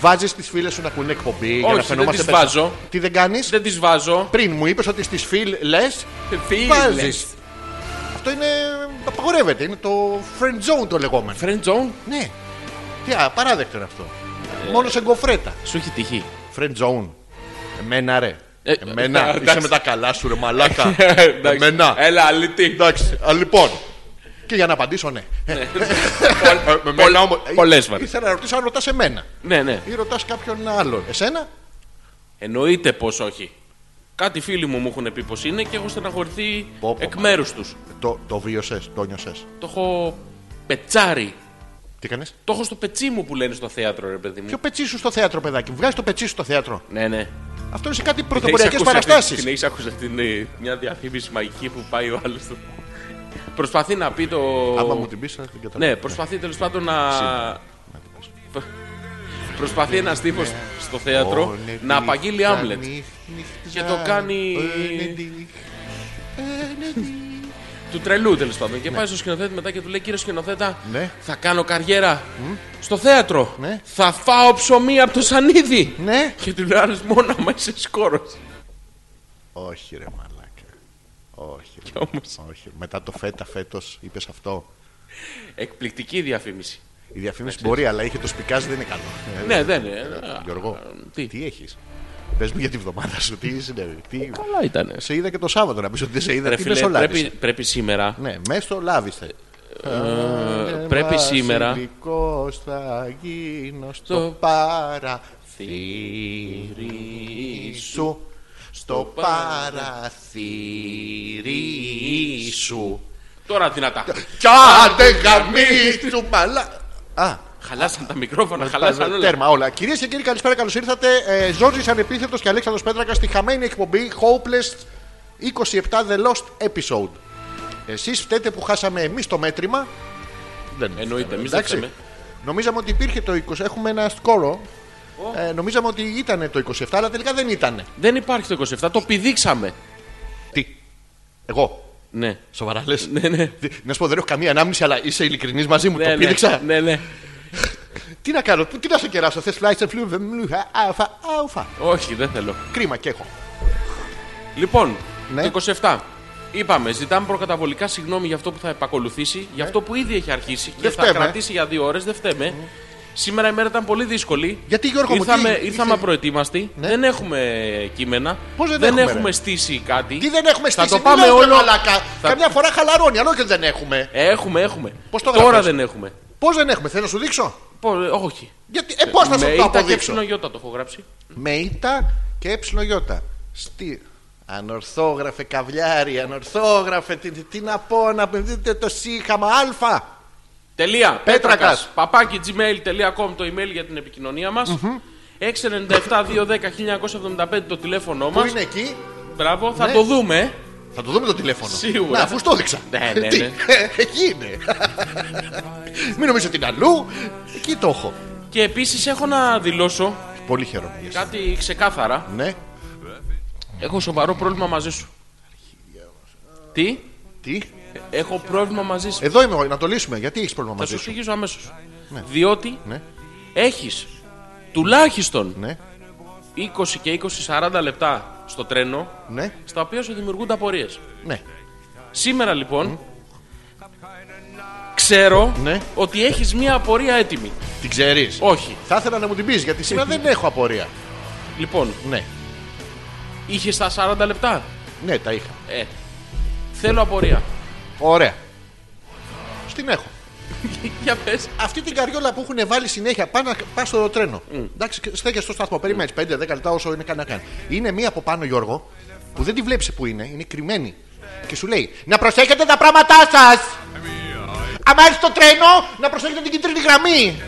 A: Βάζεις τις φίλες σου να ακούν την εκπομπή για
B: Ναι. Όχι,
A: να
B: δεν
A: φαινόμαστε
B: τις
A: περισσότερο.
B: βάζω.
A: Τι δεν κάνεις.
B: Δεν τη βάζω.
A: Πριν μου είπες ότι στις φίλες
B: Φίλες.
A: Βάζεις. Αυτό είναι. απαγορεύεται. Είναι το friend zone το λεγόμενο.
B: Friend zone.
A: Ναι. Τι απαράδεκτο είναι αυτό.
B: Ε.
A: Μόνο σε γκοφρέτα.
B: Σου έχει τύχει.
A: Friend zone. Εμένα ρε.
B: Ε,
A: Εμένα.
B: ε,
A: Είσαι
B: εντάξει.
A: με τα καλά σου ρε μαλάκα.
B: Εντάξει.
A: Εμένα.
B: Έλα, αλήτη.
A: Εντάξει. Α, Λοιπόν. Και για να απαντήσω, ναι. Ε,
B: Πολλές φορές.
A: Ήθελα να ρωτήσω αν ρωτάς εμένα
B: Ναι, ναι.
A: ή ρωτάς κάποιον άλλον. Εσένα.
B: Εννοείται πως όχι. Κάτι φίλοι μου μου έχουν πει πως είναι και έχω στεναχωρηθεί
A: Πω, πω,
B: εκ
A: μα.
B: μέρους τους.
A: Το, το βίωσες, το νιώσες.
B: Το έχω πετσάρι.
A: Τι έκανε.
B: Το έχω στο πετσί μου που λένε στο θέατρο, ρε παιδί μου.
A: Ποιο πετσί σου στο θέατρο, παιδάκι μου. Βγάζει το πετσί σου στο θέατρο.
B: Ναι, ναι.
A: Αυτό είναι σε κάτι
B: Την έχεις
A: πρωτοποριακέ
B: ακούσει
A: παραστάσεις.
B: αυτή- Την έχεις ακούσει αυτή την ε, μια διαφήμιση μαγική που πάει ο άλλος. Προσπαθεί να πει το.
A: Άμα μου την πεις, θα την καταλάβω.
B: Ναι, προσπαθεί τέλος πάντων να.
A: Να την πεις.
B: Προσπαθεί ένας τύπος στο στο θέατρο να απαγγείλει Άμλετ. Και το κάνει-
A: Ε,
B: Του τρελού τέλος πάντων. Και πάει στο σκηνοθέτη μετά και του λέει: Κύριε σκηνοθέτα,
A: Ναι.
B: θα κάνω καριέρα στο θέατρο.
A: Ναι.
B: Θα φάω ψωμί από το σανίδι.
A: Ναι.
B: Και του λέει: «Άρες, μόνο άμα είσαι σκόρος.
A: Όχι, ρε μαλάκα. Όχι. ρε.
B: όμως.
A: Όχι. Μετά το φέτα φέτος είπες αυτό.
B: Εκπληκτική διαφήμιση.
A: Η διαφήμιση μπορεί, αλλά είχε το σπικάζ δεν είναι καλό. Ε,
B: Ναι, δεν
A: ε,
B: είναι.
A: Γιώργο,
B: τι.
A: τι έχεις. Πες μου για τη βδομάδα σου, τι συνέβη. Τι...
B: Καλά ήταν.
A: Σε είδα και το Σάββατο να πεις ότι δεν σε είδα.
B: Ρε
A: τι
B: φίλε,
A: μεσολάβησε.
B: πρέπει, πρέπει σήμερα.
A: Ναι, μεσολάβησε. Ε,
B: πρέπει σήμερα.
A: βασιλικός θα γίνω στο
B: Στο
A: παραθύρι σου. Στο παραθύρι σου.
B: Τώρα δυνατά.
A: Κι άντε γαμί του μαλά. Α,
B: Χαλάσαν τα μικρόφωνα, χαλάσαν όλα.
A: Τέρμα όλα. Κυρίες και κύριοι, καλησπέρα, καλώς ήρθατε. Ε, Ζόρζης Ανεπίθετος και Αλέξανδρος Πέτρακας στη χαμένη εκπομπή Hopeless 27 The Lost Episode. Εσείς φταίτε που χάσαμε εμείς το μέτρημα. Δεν
B: Εννοείται, εμεί δεν
A: εντάξει.
B: ξέρουμε.
A: Νομίζαμε ότι υπήρχε το 20. Έχουμε ένα σκόρο. Ε, νομίζαμε ότι ήταν το 27, αλλά τελικά δεν ήταν.
B: Δεν υπάρχει το 27, το πηδήξαμε.
A: Τι. Εγώ.
B: Ναι.
A: Σοβαρά λες.
B: Ναι, ναι.
A: Να σου πω, δεν έχω καμία ανάμνηση, αλλά είσαι ειλικρινής μαζί μου.
B: Ναι,
A: το
B: ναι.
A: πήδηξα.
B: Ναι, ναι.
A: Τι να κάνω, τι να σε κεράσω. Θε φλάιστε φλου, δεν μου λου, α, αουφα, αουφα.
B: Όχι, δεν θέλω.
A: Κρίμα και έχω.
B: Λοιπόν,
A: Ναι.
B: το 27. Είπαμε, ζητάμε προκαταβολικά συγγνώμη για αυτό που θα επακολουθήσει, για αυτό που ήδη έχει αρχίσει και
A: Δεν
B: θα
A: φταίμε.
B: κρατήσει για δύο ώρες. Δεν φταίμε. Σήμερα η μέρα ήταν πολύ δύσκολη.
A: Γιατί, Γιώργο μου,
B: ήρθαμε,
A: τι-
B: ήρθαμε
A: τι-
B: απροετοίμαστοι. Δεν έχουμε κείμενα.
A: Πώς δεν έχουμε,
B: έχουμε,
A: ρε?
B: στήσει κάτι.
A: Τι δεν έχουμε
B: Θα
A: στήσει,
B: το
A: μην
B: πάμε
A: λες, ρε
B: όλο.
A: μαλάκα.
B: Θα-
A: Καμιά φορά χαλαρώνει, αλλά όχι ότι δεν έχουμε.
B: Έχουμε, έχουμε.
A: Πώς το
B: Τώρα
A: γράφες?
B: δεν έχουμε.
A: Πώς δεν έχουμε, θέλω να σου δείξω.
B: Πώς, όχι.
A: Γιατί, ε, πώς θα
B: Με
A: σου το
B: ήττα και
A: αποδείξω.
B: ψιλογιώτα το έχω γράψει.
A: Με ήττα και εψιλογιώτα. Στη... Ανορθόγραφε καβλιάρι, ανορθόγραφε. Τι, τι να πω, να δείτε το σύγχαμα Α.
B: Τελεία.
A: Πέτρακας.
B: Παπάκι gmail.com το email για την επικοινωνία μας. 697-210-1975 το τηλέφωνό
A: Που
B: μας.
A: είναι εκεί,
B: Μπράβο, θα
A: Ναι.
B: το δούμε.
A: θα το δούμε το τηλέφωνο.
B: Σίγουρα.
A: Να, αφού στο δείξα.
B: Ναι, ναι,
A: Τι, ε,
B: ναι.
A: εκεί είναι. Μην νομίζω ότι είναι αλλού. Εκεί το έχω.
B: Και επίσης έχω να δηλώσω
A: Πολύ χαίρομαι. γι' αυτό.
B: κάτι ξεκάθαρα.
A: Ναι.
B: Έχω σοβαρό πρόβλημα μαζί σου. Τι?
A: Τι.
B: Έχω πρόβλημα μαζί σου.
A: Εδώ είμαι εγώ, να το λύσουμε. Γιατί έχεις πρόβλημα
B: θα
A: Ε, μαζί
B: σου
A: σου.
B: εξηγήσω αμέσως. Διότι
A: Ναι,
B: έχεις τουλάχιστον
A: ναι,
B: 20 και 20-40 λεπτά στο τρένο
A: ναι,
B: στα οποία σου δημιουργούνται απορίες.
A: ναι.
B: Σήμερα λοιπόν ξέρω
A: Ναι.
B: ότι έχεις μία απορία έτοιμη.
A: Την ξέρεις.
B: Όχι.
A: Θα ήθελα να μου την πεις γιατί σήμερα δεν έχω απορία.
B: Λοιπόν,
A: Ναι,
B: είχες τα 40 λεπτά.
A: ναι, τα είχα.
B: Ε, θέλω απορία.
A: Ωραία. Στην έχω.
B: Για πες.
A: Αυτή την καριόλα που έχουν βάλει συνέχεια, πά, να- πά στο τρένο. Εντάξει, και στέκεσαι στο σταθμό, περιμένει 5-10 λεπτά όσο είναι καν να κάνει. Είναι μία από πάνω, Γιώργο, που δεν τη βλέπεις που είναι, είναι κρυμμένη. Και σου λέει: Να προσέχετε τα πράγματά σας! Αν έρθεις το τρένο, να προσέχετε την κίτρινη γραμμή.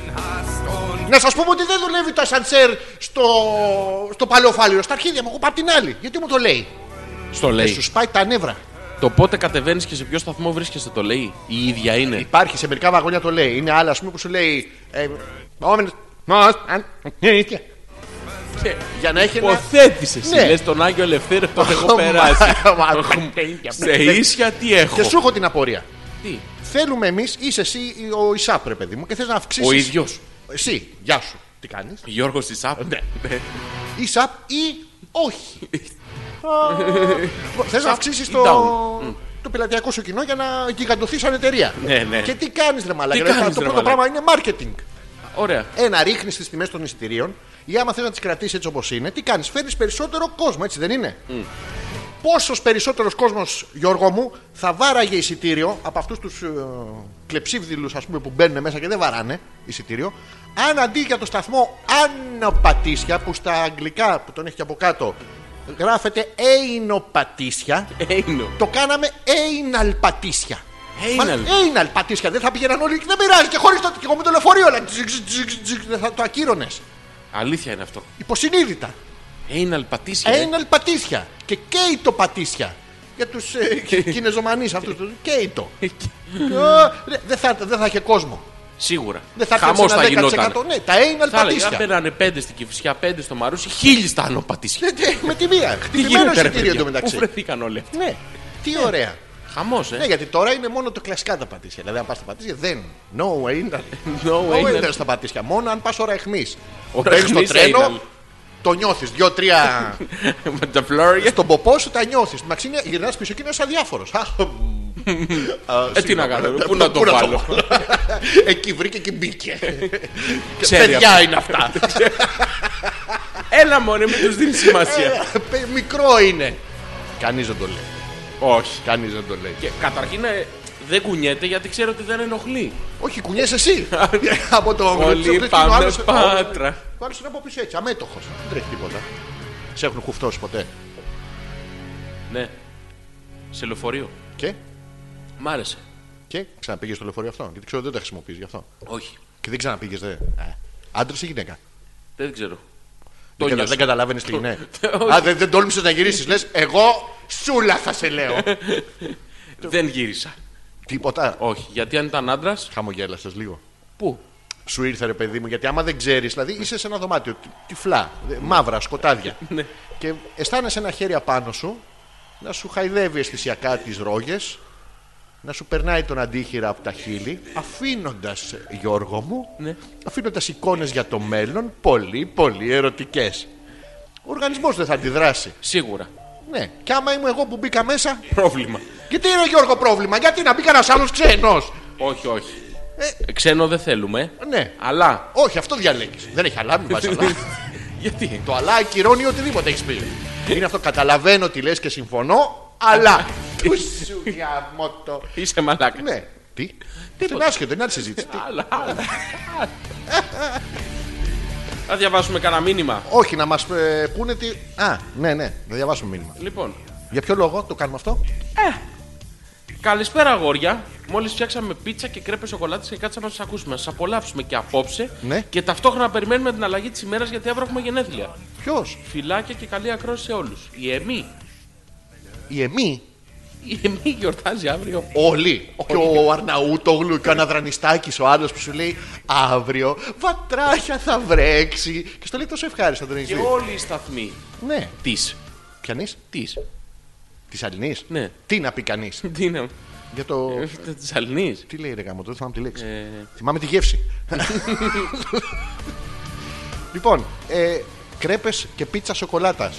A: Να σα πούμε ότι δεν δουλεύει το ασανσέρ στο, στο παλαιοφάλιρο. Στα αρχίδια μου, εγώ πάω απ' την άλλη. Γιατί μου το λέει.
B: Στο
A: Ε,
B: λέει.
A: σου σπάει τα νεύρα.
B: Το πότε κατεβαίνεις και σε ποιο σταθμό βρίσκεσαι το λέει. Η ίδια είναι.
A: Υπάρχει σε μερικά βαγόνια το λέει. Είναι άλλα, ας πούμε, που σου λέει. Ε, «Επόμενος».
B: Και
A: για να έχει ένα.
B: Υποθέτησες.
A: Ναι.
B: Λες τον Άγιο Ελευθέρω το έχω
A: Μα-
B: περάσει.
A: μα-
B: σε ίσια τι
A: Και
B: έχω.
A: σου έχω την απορία.
B: Τι.
A: Θέλουμε εμείς, είσαι εσύ ή ο Ισάπ, ρε παιδί μου, και θες να αυξήσεις.
B: Ο ίδιος.
A: Εσύ, γεια σου. Τι κάνεις.
B: Γιώργος Ισάπ. Ναι.
A: Ισάπ ή όχι. Θες να αυξήσεις
B: ή
A: το. Mm.
B: down.
A: Το πελατειακό σου κοινό για να γιγαντωθείς σαν εταιρεία.
B: Ναι, ναι.
A: Και τι κάνεις, ρε Μαλάκα.
B: Τι
A: ρε,
B: κάνεις,
A: το
B: ρε
A: πρώτο
B: μαλάκα.
A: πράγμα είναι marketing.
B: Ωραία.
A: Ένα, ρίχνεις τις τιμές των εισιτηρίων ή άμα θες να τις κρατήσεις έτσι όπως είναι, τι κάνεις. Φέρνεις περισσότερο κόσμο, έτσι δεν είναι. Πόσος περισσότερος κόσμος, Γιώργο μου, θα βάραγε εισιτήριο από αυτούς τους ε, κλεψίβδηλους ας πούμε, που μπαίνουν μέσα και δεν βαράνε εισιτήριο, αν αντί για το σταθμό Άνοπατήσια, που στα αγγλικά που τον έχει και από κάτω γράφεται Έινοπατήσια,
B: Έινο.
A: το κάναμε Έιναλπατήσια.
B: Έιναλ.
A: Μα- Έιναλπατήσια. Δεν θα πήγαιναν όλοι. Δεν πειράζει και χωρίς το. Και εγώ με το λεωφορείο, αλλά τζικ, τζικ, τζικ, δεν θα το ακύρωνες.
B: Αλήθεια είναι αυτό.
A: Υποσυνείδητα.
B: Έιναλ πατήσια. ε.
A: Έιναλπατήσια. Και κέιτο πατήσια. Για τους ε, Κινεζομανείς αυτούς τους. Κέιτο. Ε, ρε, Δεν θα, δεν θα είχε κόσμο.
B: Σίγουρα.
A: Δεν θα
B: Χαμός θα
A: έπαιρνε ένα
B: γινόταν.
A: 10%. Ναι, τα anal
B: Θα έλεγα,
A: πατήσια.
B: πέρανε πέντε στην Κυφσιά, πέντε στο Μαρούσι, χίλιοι στα άνω πατήσια.
A: Ναι, ναι, Με τη μία.
B: Τι
A: Χτυπημένο
B: γίνεται, ρε
A: εισιτήριο
B: παιδιά, πού
A: εντωμεταξύ.
B: βρεθήκαν όλοι αυτοί.
A: Ναι, τι ωραία.
B: Χαμός,
A: Ναι,
B: ε.
A: γιατί τώρα είναι μόνο το κλασικά τα πατήσια. Δηλαδή, αν πας στα πατήσια, δεν. No way. δηλαδή. No
B: No
A: way.
B: way,
A: Δεν στα πατήσια. Μόνο αν πας ώρα αιχμής.
B: Ώρα
A: Μπαίνει στο
B: αιχμής
A: τρένο,
B: anal.
A: το νιώθεις. Δύο-τρία
B: Με τα φλόρια.
A: στον ποπό σου τα νιώθεις. Μαξίνια, γυρνάς πίσω και είναι αδιάφορο.
B: Ε, τι να κάνω, πού να το βάλω.
A: Εκεί βρήκε και μπήκε.
B: Ξέρει
A: Παιδιά
B: αυτό.
A: είναι αυτά.
B: Έλα μωρέ, μην τους δίνεις σημασία.
A: Παι- Ε, Μικρό είναι. Κανείς δεν το λέει.
B: Όχι.
A: Κανείς δεν το λέει.
B: Και καταρχήν ε, δεν κουνιέται γιατί ξέρω ότι δεν ενοχλεί.
A: Όχι, κουνιέσαι εσύ. Από το
B: Όλοι
A: από το- ο
B: πάμε
A: άλλος-
B: πάτρα.
A: Ο άλλος είναι από πίσω έτσι, αμέτωχος. Δεν τρέχει τίποτα. Σε έχουν κουφτώσει ποτέ.
B: Ναι. Σε λεωφορείο.
A: Και,
B: Μ' άρεσε.
A: και ξαναπήγες στο λεωφορείο αυτό. Γιατί ξέρω ότι δεν τα χρησιμοποιείς γι' αυτό.
B: Όχι.
A: Και δεν ξαναπήγες, δε. Άντρα ή γυναίκα.
B: Δεν ξέρω. Το
A: Δεν, κατα...
B: νιώσα.
A: δεν καταλάβαινες τι είναι.
B: όχι.
A: Α, δεν, δεν τόλμησες να γυρίσεις. Λες, εγώ σούλα θα σε λέω.
B: Δεν γύρισα.
A: Τίποτα.
B: Όχι. Γιατί αν ήταν άντρας.
A: Χαμογέλασες λίγο.
B: Πού.
A: Σου ήρθε ρε παιδί μου, γιατί άμα δεν ξέρεις, δηλαδή είσαι σε ένα δωμάτιο τι- τυφλά, δε- μαύρα, σκοτάδια.
B: Ναι.
A: και αισθάνεσαι ένα χέρι απάνω σου να σου χαϊδεύει αισθησιακά τις ρόγες, να σου περνάει τον αντίχειρα από τα χείλη, αφήνοντας, Γιώργο μου,
B: Ναι.
A: αφήνοντας εικόνες για το μέλλον πολύ, πολύ ερωτικές. Ο οργανισμός δεν θα αντιδράσει.
B: Σίγουρα.
A: Ναι. Και άμα είμαι εγώ που μπήκα μέσα,
B: Πρόβλημα.
A: γιατί είναι Γιώργο πρόβλημα, γιατί να μπει κανένα άλλος ξένος.
B: Όχι, όχι. Ε, Ξένο δεν θέλουμε. ε.
A: Ναι.
B: Αλλά.
A: Όχι, αυτό διαλέγεις. Δεν έχει αλάμι, βάζει αλάμι.
B: Γιατί.
A: Το αλλά ακυρώνει οτιδήποτε έχεις πει. Είναι αυτό, καταλαβαίνω τι λες και συμφωνώ, αλλά. Του σου γαμώ το.
B: Είσαι μαλάκας.
A: Ναι. Τι. Είναι άσχετο, είναι άλλη συζήτηση. Τι.
B: Αλλά. αλλά. Θα διαβάσουμε κανένα μήνυμα.
A: Όχι, να μας πούνε τι. Α, ναι, ναι, να διαβάσουμε μήνυμα.
B: Λοιπόν.
A: Για ποιο λόγο το κάνουμε αυτό.
B: Καλησπέρα, αγόρια. Μόλις φτιάξαμε πίτσα και κρέπες σοκολάτες και κάτσαμε να σας ακούσουμε. Να σας απολαύσουμε και απόψε.
A: Ναι.
B: Και ταυτόχρονα περιμένουμε την αλλαγή της ημέρας γιατί αύριο έχουμε γενέθλια.
A: Ποιος,
B: Φιλάκια και καλή ακρόαση σε όλους. Η Εμή.
A: η Εμή,
B: Η Εμή γιορτάζει αύριο.
A: όλοι. Και ο Αρναούτογλου και ο Αναδρανιστάκη, ο άλλος που σου λέει αύριο βατράχια θα βρέξει. Και στο λέει τόσο ευχάριστα τον έχεις
B: Και
A: δει.
B: όλοι οι σταθμοί
A: Ναι,
B: της.
A: πιανή,
B: Της.
A: της Αλληνής.
B: Ναι.
A: Τι να πει κανείς.
B: Τι είναι.
A: Για το.
B: Τη Αλνή.
A: Τι λέει ρε γάμο, δεν θυμάμαι τη λέξη.
B: Ε.
A: Θυμάμαι τη γεύση. λοιπόν, ε, κρέπες και πίτσα σοκολάτας.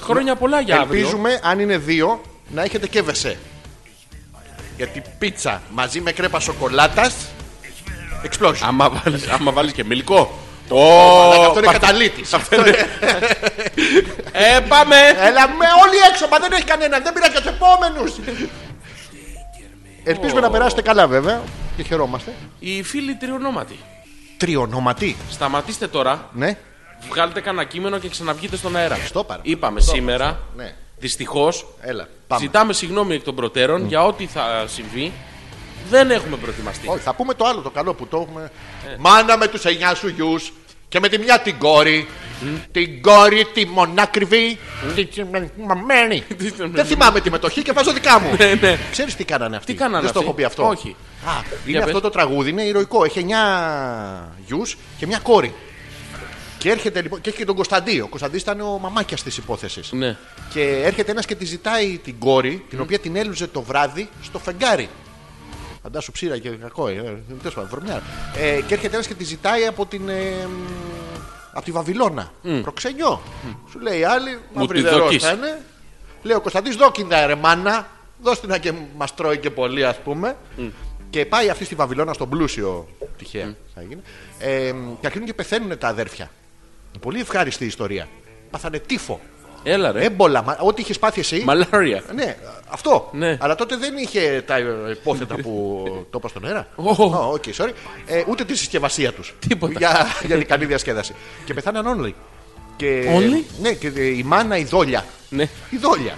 B: Χρόνια πολλά για αύριο.
A: Ελπίζουμε, αν είναι δύο, να έχετε και βεσέ. Γιατί πίτσα μαζί με κρέπα σοκολάτας. Explosion.
B: Άμα βάλεις, άμα βάλεις και μιλικό.
A: Αλλά
B: Ω,
A: αυτό είναι καταλήτη.
B: ε, πάμε!
A: Έλα με όλοι έξω, μα δεν έχει κανέναν, δεν πειράζει για τους επόμενους. Ελπίζουμε να περάσετε καλά, βέβαια. Και χαιρόμαστε.
B: Οι φίλοι τριονόματοι.
A: Τριονοματή.
B: Σταματήστε τώρα,
A: Ναι.
B: βγάλετε κανένα κείμενο και ξαναβγείτε στον αέρα.
A: Στο παρα.
B: Είπαμε
A: Στο
B: σήμερα,
A: παρα. Ναι.
B: δυστυχώς,
A: Έλα. Πάμε.
B: ζητάμε συγγνώμη εκ των προτέρων για ό,τι θα συμβεί. Δεν έχουμε προετοιμαστεί.
A: Όχι, θα πούμε το άλλο το καλό που το έχουμε.
B: Ε.
A: Μάνα με τους 9 σου γιους και με τη μια την κόρη. Την κόρη, τη μονάκριβη.
B: Ε.
A: Την τσιμενμένη. Δεν θυμάμαι τη μετοχή και βάζω δικά μου.
B: Ναι, ναι.
A: Ξέρεις τι κάνανε αυτοί.
B: Τι κάνανε
A: Δεν στο
B: αυτοί?
A: έχω πει αυτό.
B: Όχι.
A: Α, είναι
B: πες.
A: αυτό το τραγούδι, είναι ηρωικό. Έχει 9 γιους και μια κόρη. Και έρχεται λοιπόν, και έχει και τον Κωνσταντί. Ο Κωνσταντί ήταν ο μαμάκιας της υπόθεσης.
B: Ναι.
A: Και έρχεται ένας και τη ζητάει την κόρη, την οποία την έλουζε το βράδυ στο φεγγάρι. Φαντάσου ψήρα και κακό, ε, ε, τέλος πάντων, βρωμιά. Ε, και έρχεται ένας και τη ζητάει από την. ε, μ, από τη Βαβυλώνα. Προξενιό. Σου λέει η άλλη,
B: τη
A: μαυριδερός
B: δοκείς.
A: θα είναι. Λέει ο Κωνσταντής δόκιντα ρε μάνα, δώσ' την να και μας τρώει και πολύ ας πούμε. Και πάει αυτή στη Βαβυλώνα στον πλούσιο τυχαία. Θα γίνει. Ε, μ, και αρχίζουν και πεθαίνουν τα αδέρφια. Πολύ ευχάριστη η ιστορία. Πάθανε τύφο.
B: Έλα ρε.
A: Έμπολα, μα- ό,τι είχες πάθει εσύ.
B: Μαλάρια.
A: Ναι, αυτό.
B: Ναι.
A: Αλλά τότε δεν είχε τα υπόθετα που το είπα στον αέρα.
B: Ω.
A: Α, Οκ, sorry. Ε, ούτε τη συσκευασία τους.
B: Τίποτα.
A: Για, για την καλή διασκέδαση. Και πεθάναν όλοι. Και,
B: Όλοι?
A: Ναι, και η μάνα η δόλια.
B: Ναι.
A: Η δόλια.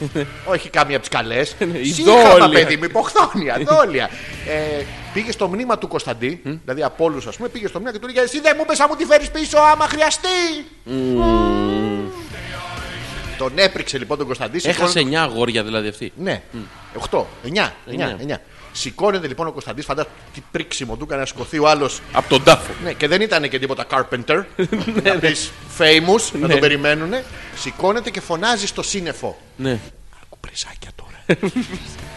A: Όχι κάμια από τις καλές.
B: η
A: Σύγχαμα,
B: δόλια.
A: παιδί μου, υποχθόνια, δόλια. Ε, πήγε στο μνήμα του Κωνσταντί, δηλαδή από όλους, ας πούμε, πήγε στο μνήμα και του λέει: Εσύ δεν μου πες να μου τη φέρεις πίσω άμα χρειαστεί. Τον έπριξε λοιπόν τον Κωνσταντί. σηκώνει-
B: Έχασε 9 αγόρια δηλαδή αυτή.
A: ναι. 8. 9. 9.
B: Εννιά.
A: 9. Σηκώνεται λοιπόν ο Κωνσταντής, φαντάζομαι τι πρίξιμο του έκανε να σηκωθεί ο άλλος.
B: Από τον τάφο.
A: Ναι, και δεν ήταν και τίποτα carpenter. να πεις famous, να
B: Ναι.
A: τον περιμένουν. Σηκώνεται και φωνάζει στο σύννεφο.
B: Ναι.
A: Άκου πρεζάκια τώρα.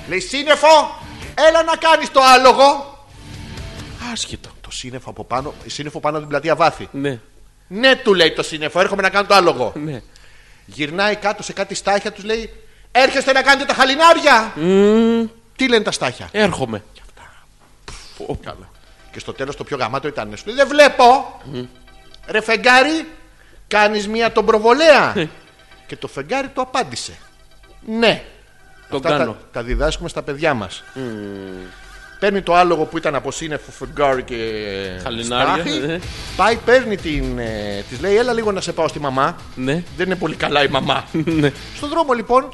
A: Λέει σύννεφο, έλα να κάνεις το άλογο.
B: Άσχετο.
A: Το σύννεφο από πάνω, σύννεφο πάνω από την πλατεία βάθη.
B: Ναι.
A: Ναι, του λέει το σύννεφο, έρχομαι να κάνω το άλογο.
B: Ναι.
A: Γυρνάει κάτω σε κάτι στάχια, τους λέει Έρχεστε να κάνετε τα χαλινάρια.
B: Mm.
A: Τι λένε τα στάχια.
B: Έρχομαι. Ω,
A: Και στο τέλος το πιο γαμάτο ήταν. Σου λέει, Δεν βλέπω. Ρε φεγγάρι, κάνεις μία τον
B: Ε.
A: προβολέα. και το φεγγάρι του απάντησε. Ναι.
B: Τον
A: Αυτά
B: κάνω.
A: τα, τα διδάσκουμε στα παιδιά μας. Παίρνει το άλογο που ήταν από σύννεφο φεγγάρι και
B: Χαλινάρια,
A: στάχι.
B: ναι.
A: Πάει, παίρνει την. Ε, της λέει, έλα λίγο να σε πάω στη μαμά.
B: Ναι.
A: Δεν είναι πολύ καλά η μαμά.
B: Ναι.
A: Στον δρόμο λοιπόν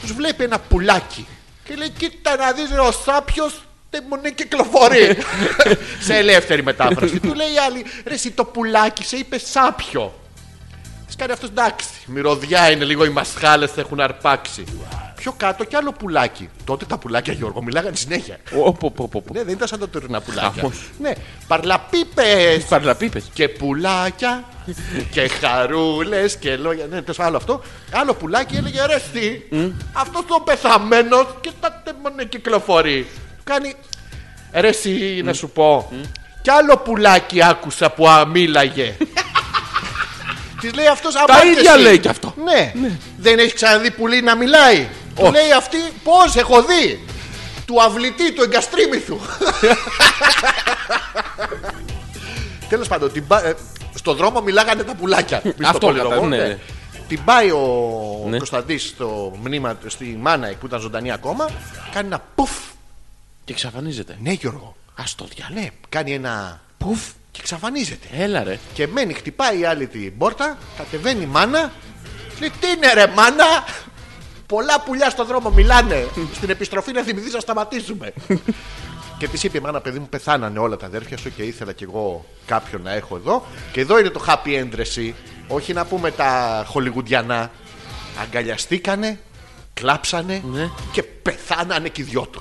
A: τους βλέπει ένα πουλάκι και λέει κοίτα να δεις ρε, ο σάπιος τεμονή κυκλοφορεί σε ελεύθερη μετάφραση. Του λέει η άλλη ρε εσύ το πουλάκι σε είπε σάπιο. Της κάνει αυτός εντάξει μυρωδιά είναι λίγο οι μασχάλες έχουν αρπάξει. Πιο κάτω κι άλλο πουλάκι. Τότε τα πουλάκια Γιώργο μιλάγανε συνέχεια.
B: Ω, πω, πω, πω, πω.
A: Ναι, δεν ήταν σαν τα τωρινά πουλάκια.
B: Χαμός.
A: Ναι, παρλαπίπες
B: Παρλαπίπες.
A: και πουλάκια και χαρούλες και λόγια. Ναι, τέλος άλλο αυτό. Άλλο πουλάκι έλεγε ρε, εσύ, αυτός το πεθαμένος και τα τεμόνε κυκλοφορεί. Του Κάνει ρε, εσύ, να σου πω. Κι άλλο πουλάκι άκουσα που αμίλαγε. Της λέει αυτός
B: Τα ίδια λέει κι αυτό.
A: Ναι. Δεν έχει ξαναδεί πουλί να μιλάει. Του
B: Όχι.
A: λέει αυτή πώς έχω δει. Του αυλητή, του εγκαστρίμηθου. Τέλος πάντων, την πα- ε, στον δρόμο μιλάγανε τα πουλάκια. Πίσω στο
B: Αυτό
A: πολυλογό,
B: κατά- ναι,
A: ναι.
B: ναι.
A: Την πάει ο
B: Ναι.
A: Κωνσταντής στο μνήμα, στη μάνα που ήταν ζωντανή ακόμα. Κάνει ένα πουφ.
B: Και εξαφανίζεται.
A: Ναι, Γιώργο.
B: Ας το διάλε.
A: Ναι, κάνει ένα πουφ και εξαφανίζεται.
B: Έλα ρε.
A: Και μένει, χτυπάει η άλλη την πόρτα, κατεβαίνει η μάνα. Λέει τι είναι ρε μάνα. Πολλά πουλιά στον δρόμο μιλάνε. Στην επιστροφή να θυμηθεί να σταματήσουμε. και της είπε η μάνα, παιδί μου, πεθάνανε όλα τα αδέρφια σου και ήθελα κι εγώ κάποιον να έχω εδώ. Και εδώ είναι το happy end ρε εσύ. Όχι να πούμε τα χολιγουντιανά. Αγκαλιαστήκανε, κλάψανε
B: Ναι.
A: και πεθάνανε κι οι δυο τους.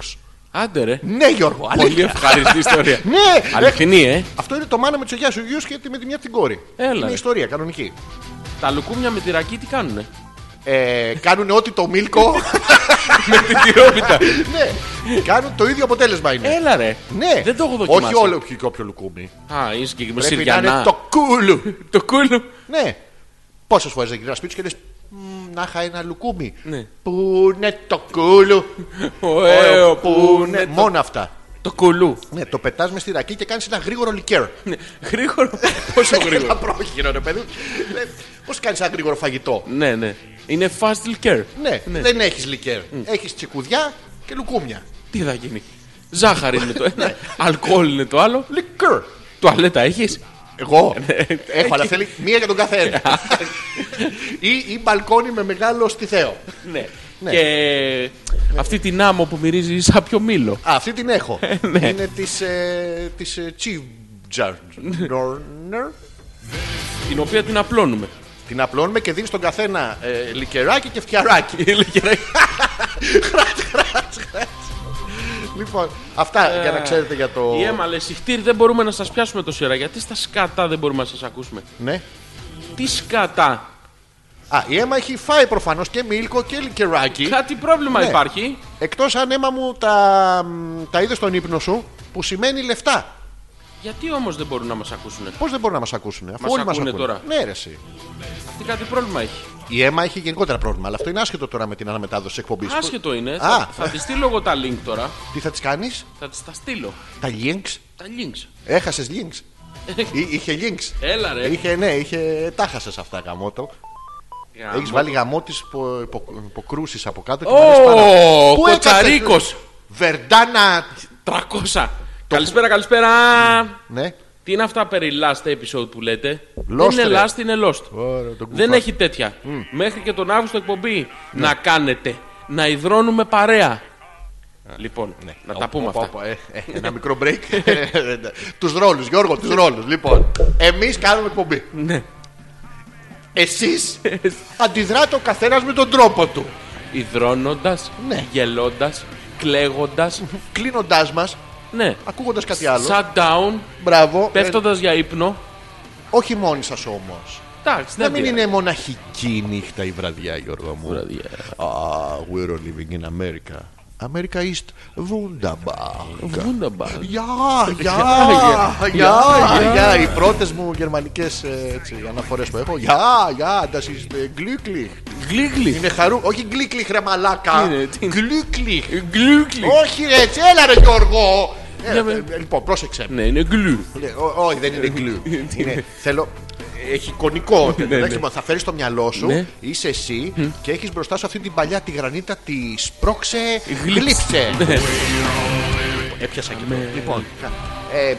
B: Άντε ρε.
A: Ναι, Γιώργο,
B: Πολύ
A: αλήθεια.
B: ευχαριστή ιστορία.
A: Ναι,
B: Αληθινή, ε.
A: Αυτό είναι το μάνα με τους γιαγιά σου γιου και τη- με τη μια την κόρη.
B: Έλα,
A: Είναι
B: ρε.
A: ιστορία κανονική.
B: Τα λουκούμια με τη ρακή τι κάνουνε.
A: Ε, κάνουν ό,τι το μίλκο.
B: με την τυρόπιτα.
A: ναι, κάνουν το ίδιο αποτέλεσμα είναι.
B: Έλα ρε.
A: ναι,
B: Ε, Δεν το έχω δοκιμάσει.
A: Όχι όλο και όποιο λουκούμι.
B: Α, είναι συγκεκριμένο.
A: Πρέπει να είναι
B: Συριανά.
A: το κούλου.
B: Το κούλου.
A: ναι. Πόσες φορές δεν γυρνάς σπίτι σου και λες να είχα ένα λουκούμι.
B: Ναι. Ε,
A: Πού είναι το κούλου. ε,
B: Ωραίο που
A: είναι.
B: είναι.
A: Μόνο αυτά.
B: Το κουλού.
A: Ναι, το πετάς μες στη ρακή και κάνεις ένα γρήγορο λικέρ.
B: Ναι. Γρήγορο. Πόσο γρήγορο.
A: Ένα πρόχειρο, ρε παιδί. Πώς κάνεις ένα γρήγορο φαγητό.
B: Ναι, ναι. Είναι fast care.
A: Ναι, δεν έχεις λικέρ. Έχεις τσικουδιά και λουκούμια.
B: Τι θα γίνει. Ζάχαρη είναι το
A: Ναι.
B: ένα, αλκοόλ είναι το άλλο.
A: Λικέρ.
B: Τουαλέτα έχεις.
A: Εγώ
B: Ε, ναι.
A: έχω,
B: Έχει.
A: αλλά θέλει μία για τον καθένα. ή, ή μπαλκόνι με μεγάλο στιθέο.
B: Ναι.
A: Ναι.
B: Και αυτή την άμμο που μυρίζει σαν πιο μήλο.
A: Α, αυτή την έχω.
B: ναι.
A: Είναι της ε, της, ε, Chibjarner.
B: Την οποία την απλώνουμε.
A: Την απλώνουμε και δίνεις στον καθένα ε, λικεράκι και φτιαράκι. λοιπόν, αυτά για να ξέρετε για το.
B: Ε, Η αίμα λέει συχτήρι δεν μπορούμε να σας πιάσουμε τόση ώρα. Γιατί στα σκατά δεν μπορούμε να σας ακούσουμε.
A: Ναι.
B: Τι σκατά.
A: Α, η αίμα έχει φάει προφανώς και μίλκο και λικεράκι.
B: Κάτι πρόβλημα
A: Ναι.
B: υπάρχει.
A: Εκτός αν αίμα μου τα, τα είδες στον ύπνο σου που σημαίνει λεφτά.
B: Γιατί όμως δεν μπορούν να μας ακούσουν.
A: Πώς δεν μπορούν να μας ακούσουν, αφού
B: Μας
A: όλοι μας
B: ακούνε
A: ακούνε.
B: τώρα.
A: Ναι, ρε, εσύ.
B: Αυτή κάτι πρόβλημα έχει.
A: Η αίμα έχει γενικότερα πρόβλημα, αλλά αυτό είναι άσχετο τώρα με την αναμετάδοση εκπομπής.
B: Άσχετο είναι.
A: Α.
B: Θα, θα τη στείλω εγώ τα link τώρα.
A: Τι θα τις κάνεις,
B: Θα τη τα στείλω.
A: τα links.
B: Τα links.
A: Έχασες links. Εί- είχε links.
B: Έλα ρε.
A: Είχε, ναι, είχε. Τα χάσες αυτά γαμότο.
B: Γαμώ.
A: Έχεις βάλει γαμό της υποκρούσεις από κάτω και
B: Ω,
A: μ' αρέσει πάρα- Πού έκατσε-
B: Κοτσαρίκος.
A: Βερντάνα.
B: 300. Καλησπέρα, καλησπέρα.
A: Ναι.
B: Τι είναι αυτά περί last episode που λέτε.
A: Lost,
B: δεν
A: ρε.
B: είναι last, είναι lost.
A: Ωραία, τον
B: δεν
A: κουφά.
B: έχει τέτοια. Μέχρι και τον Αύγουστο
A: Ναι.
B: εκπομπή να κάνετε. Να υδρώνουμε παρέα. Λοιπόν, να τα
A: Οπ,
B: πούμε
A: οπ,
B: αυτά.
A: οπ, ε, ε, Ένα μικρό break. Τους ρόλους, Γιώργο, τους ρόλους. Λοιπόν, εμείς κάνουμε εκπομπή.
B: Ναι.
A: Εσείς αντιδράτε ο καθένας με τον τρόπο του.
B: Υδρώνοντας,
A: Ναι.
B: γελώντας, κλαίγοντας.
A: Κλείνοντάς μας,
B: ναι.
A: ακούγοντας κάτι άλλο.
B: Shut down,
A: Μπράβο. Ε,
B: πέφτοντα για ύπνο.
A: όχι μόνοι σας όμως.
B: Εντάξει,
A: Να
B: δεν
A: μην
B: πειράζει.
A: είναι μοναχική η νύχτα η βραδιά, Γιώργο μου.
B: Βραδιά.
A: Ah, we're all living in America. America is wunderbar.
B: Wunderbar.
A: Γεια,
B: Γεια,
A: γεια, γεια, γεια. Οι πρώτες μου γερμανικές αναφορές που έχω. Γεια, γεια, das ist ε, glücklich.
B: Γκλίγκλι.
A: Είναι χαρού. Όχι γκλίκλιχ, ρε μαλάκα.
B: Τι είναι, τι είναι.
A: Glücklich.
B: Γκλίγκλι.
A: Όχι, ρε, έτσι, έλα, ρε Γιώργο. Έλα,
B: Για με.
A: ε, Λοιπόν, πρόσεξε.
B: Ναι, είναι γκλου.
A: Λέει, «Ω, Όχι, δεν είναι γκλου.
B: Τι
A: Είναι- Θέλω. Έχει εικονικό.
B: ναι.
A: Εντάξει, μα Θα φέρεις στο μυαλό σου,
B: Ναι.
A: είσαι εσύ και έχεις μπροστά σου αυτή την παλιά τη γρανίτα της σπρώξε.
B: Γλύψε.
A: Γλύψε.
B: Ναι.
A: Έπιασα και το. Λοιπόν. ε,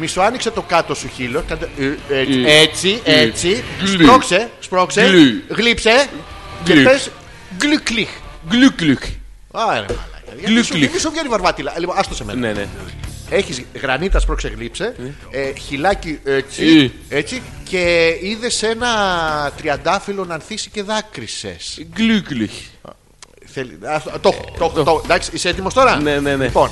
A: Μισοάνοιξε το κάτω σου χείλο. κάντε, ε, έτσι,
B: Γλυ.
A: Έτσι, έτσι.
B: Γλυ.
A: Σπρώξε, σπρώξε.
B: Γλυ.
A: Γλύψε. Και
B: Γλυ.
A: πε γκλουκλιχ.
B: Γκλουκλουκ.
A: Άρα,
B: Γλυκλιχ.
A: Μη σου βγαίνει βαρβάτιλα. Λοιπόν, άστο σε μένα.
B: Ναι, ναι.
A: Έχεις γρανίτα σπρώξεγλύψε, ε, χυλάκι
B: Ε.
A: έτσι, έτσι και είδες ένα τριαντάφυλλο να ανθίσει και δάκρυσες.
B: Γκλουκλουκ.
A: Το έχω, το έχω. το- Εντάξει, είσαι έτοιμος τώρα.
B: Ε, Ναι, ναι, ναι.
A: Λοιπόν,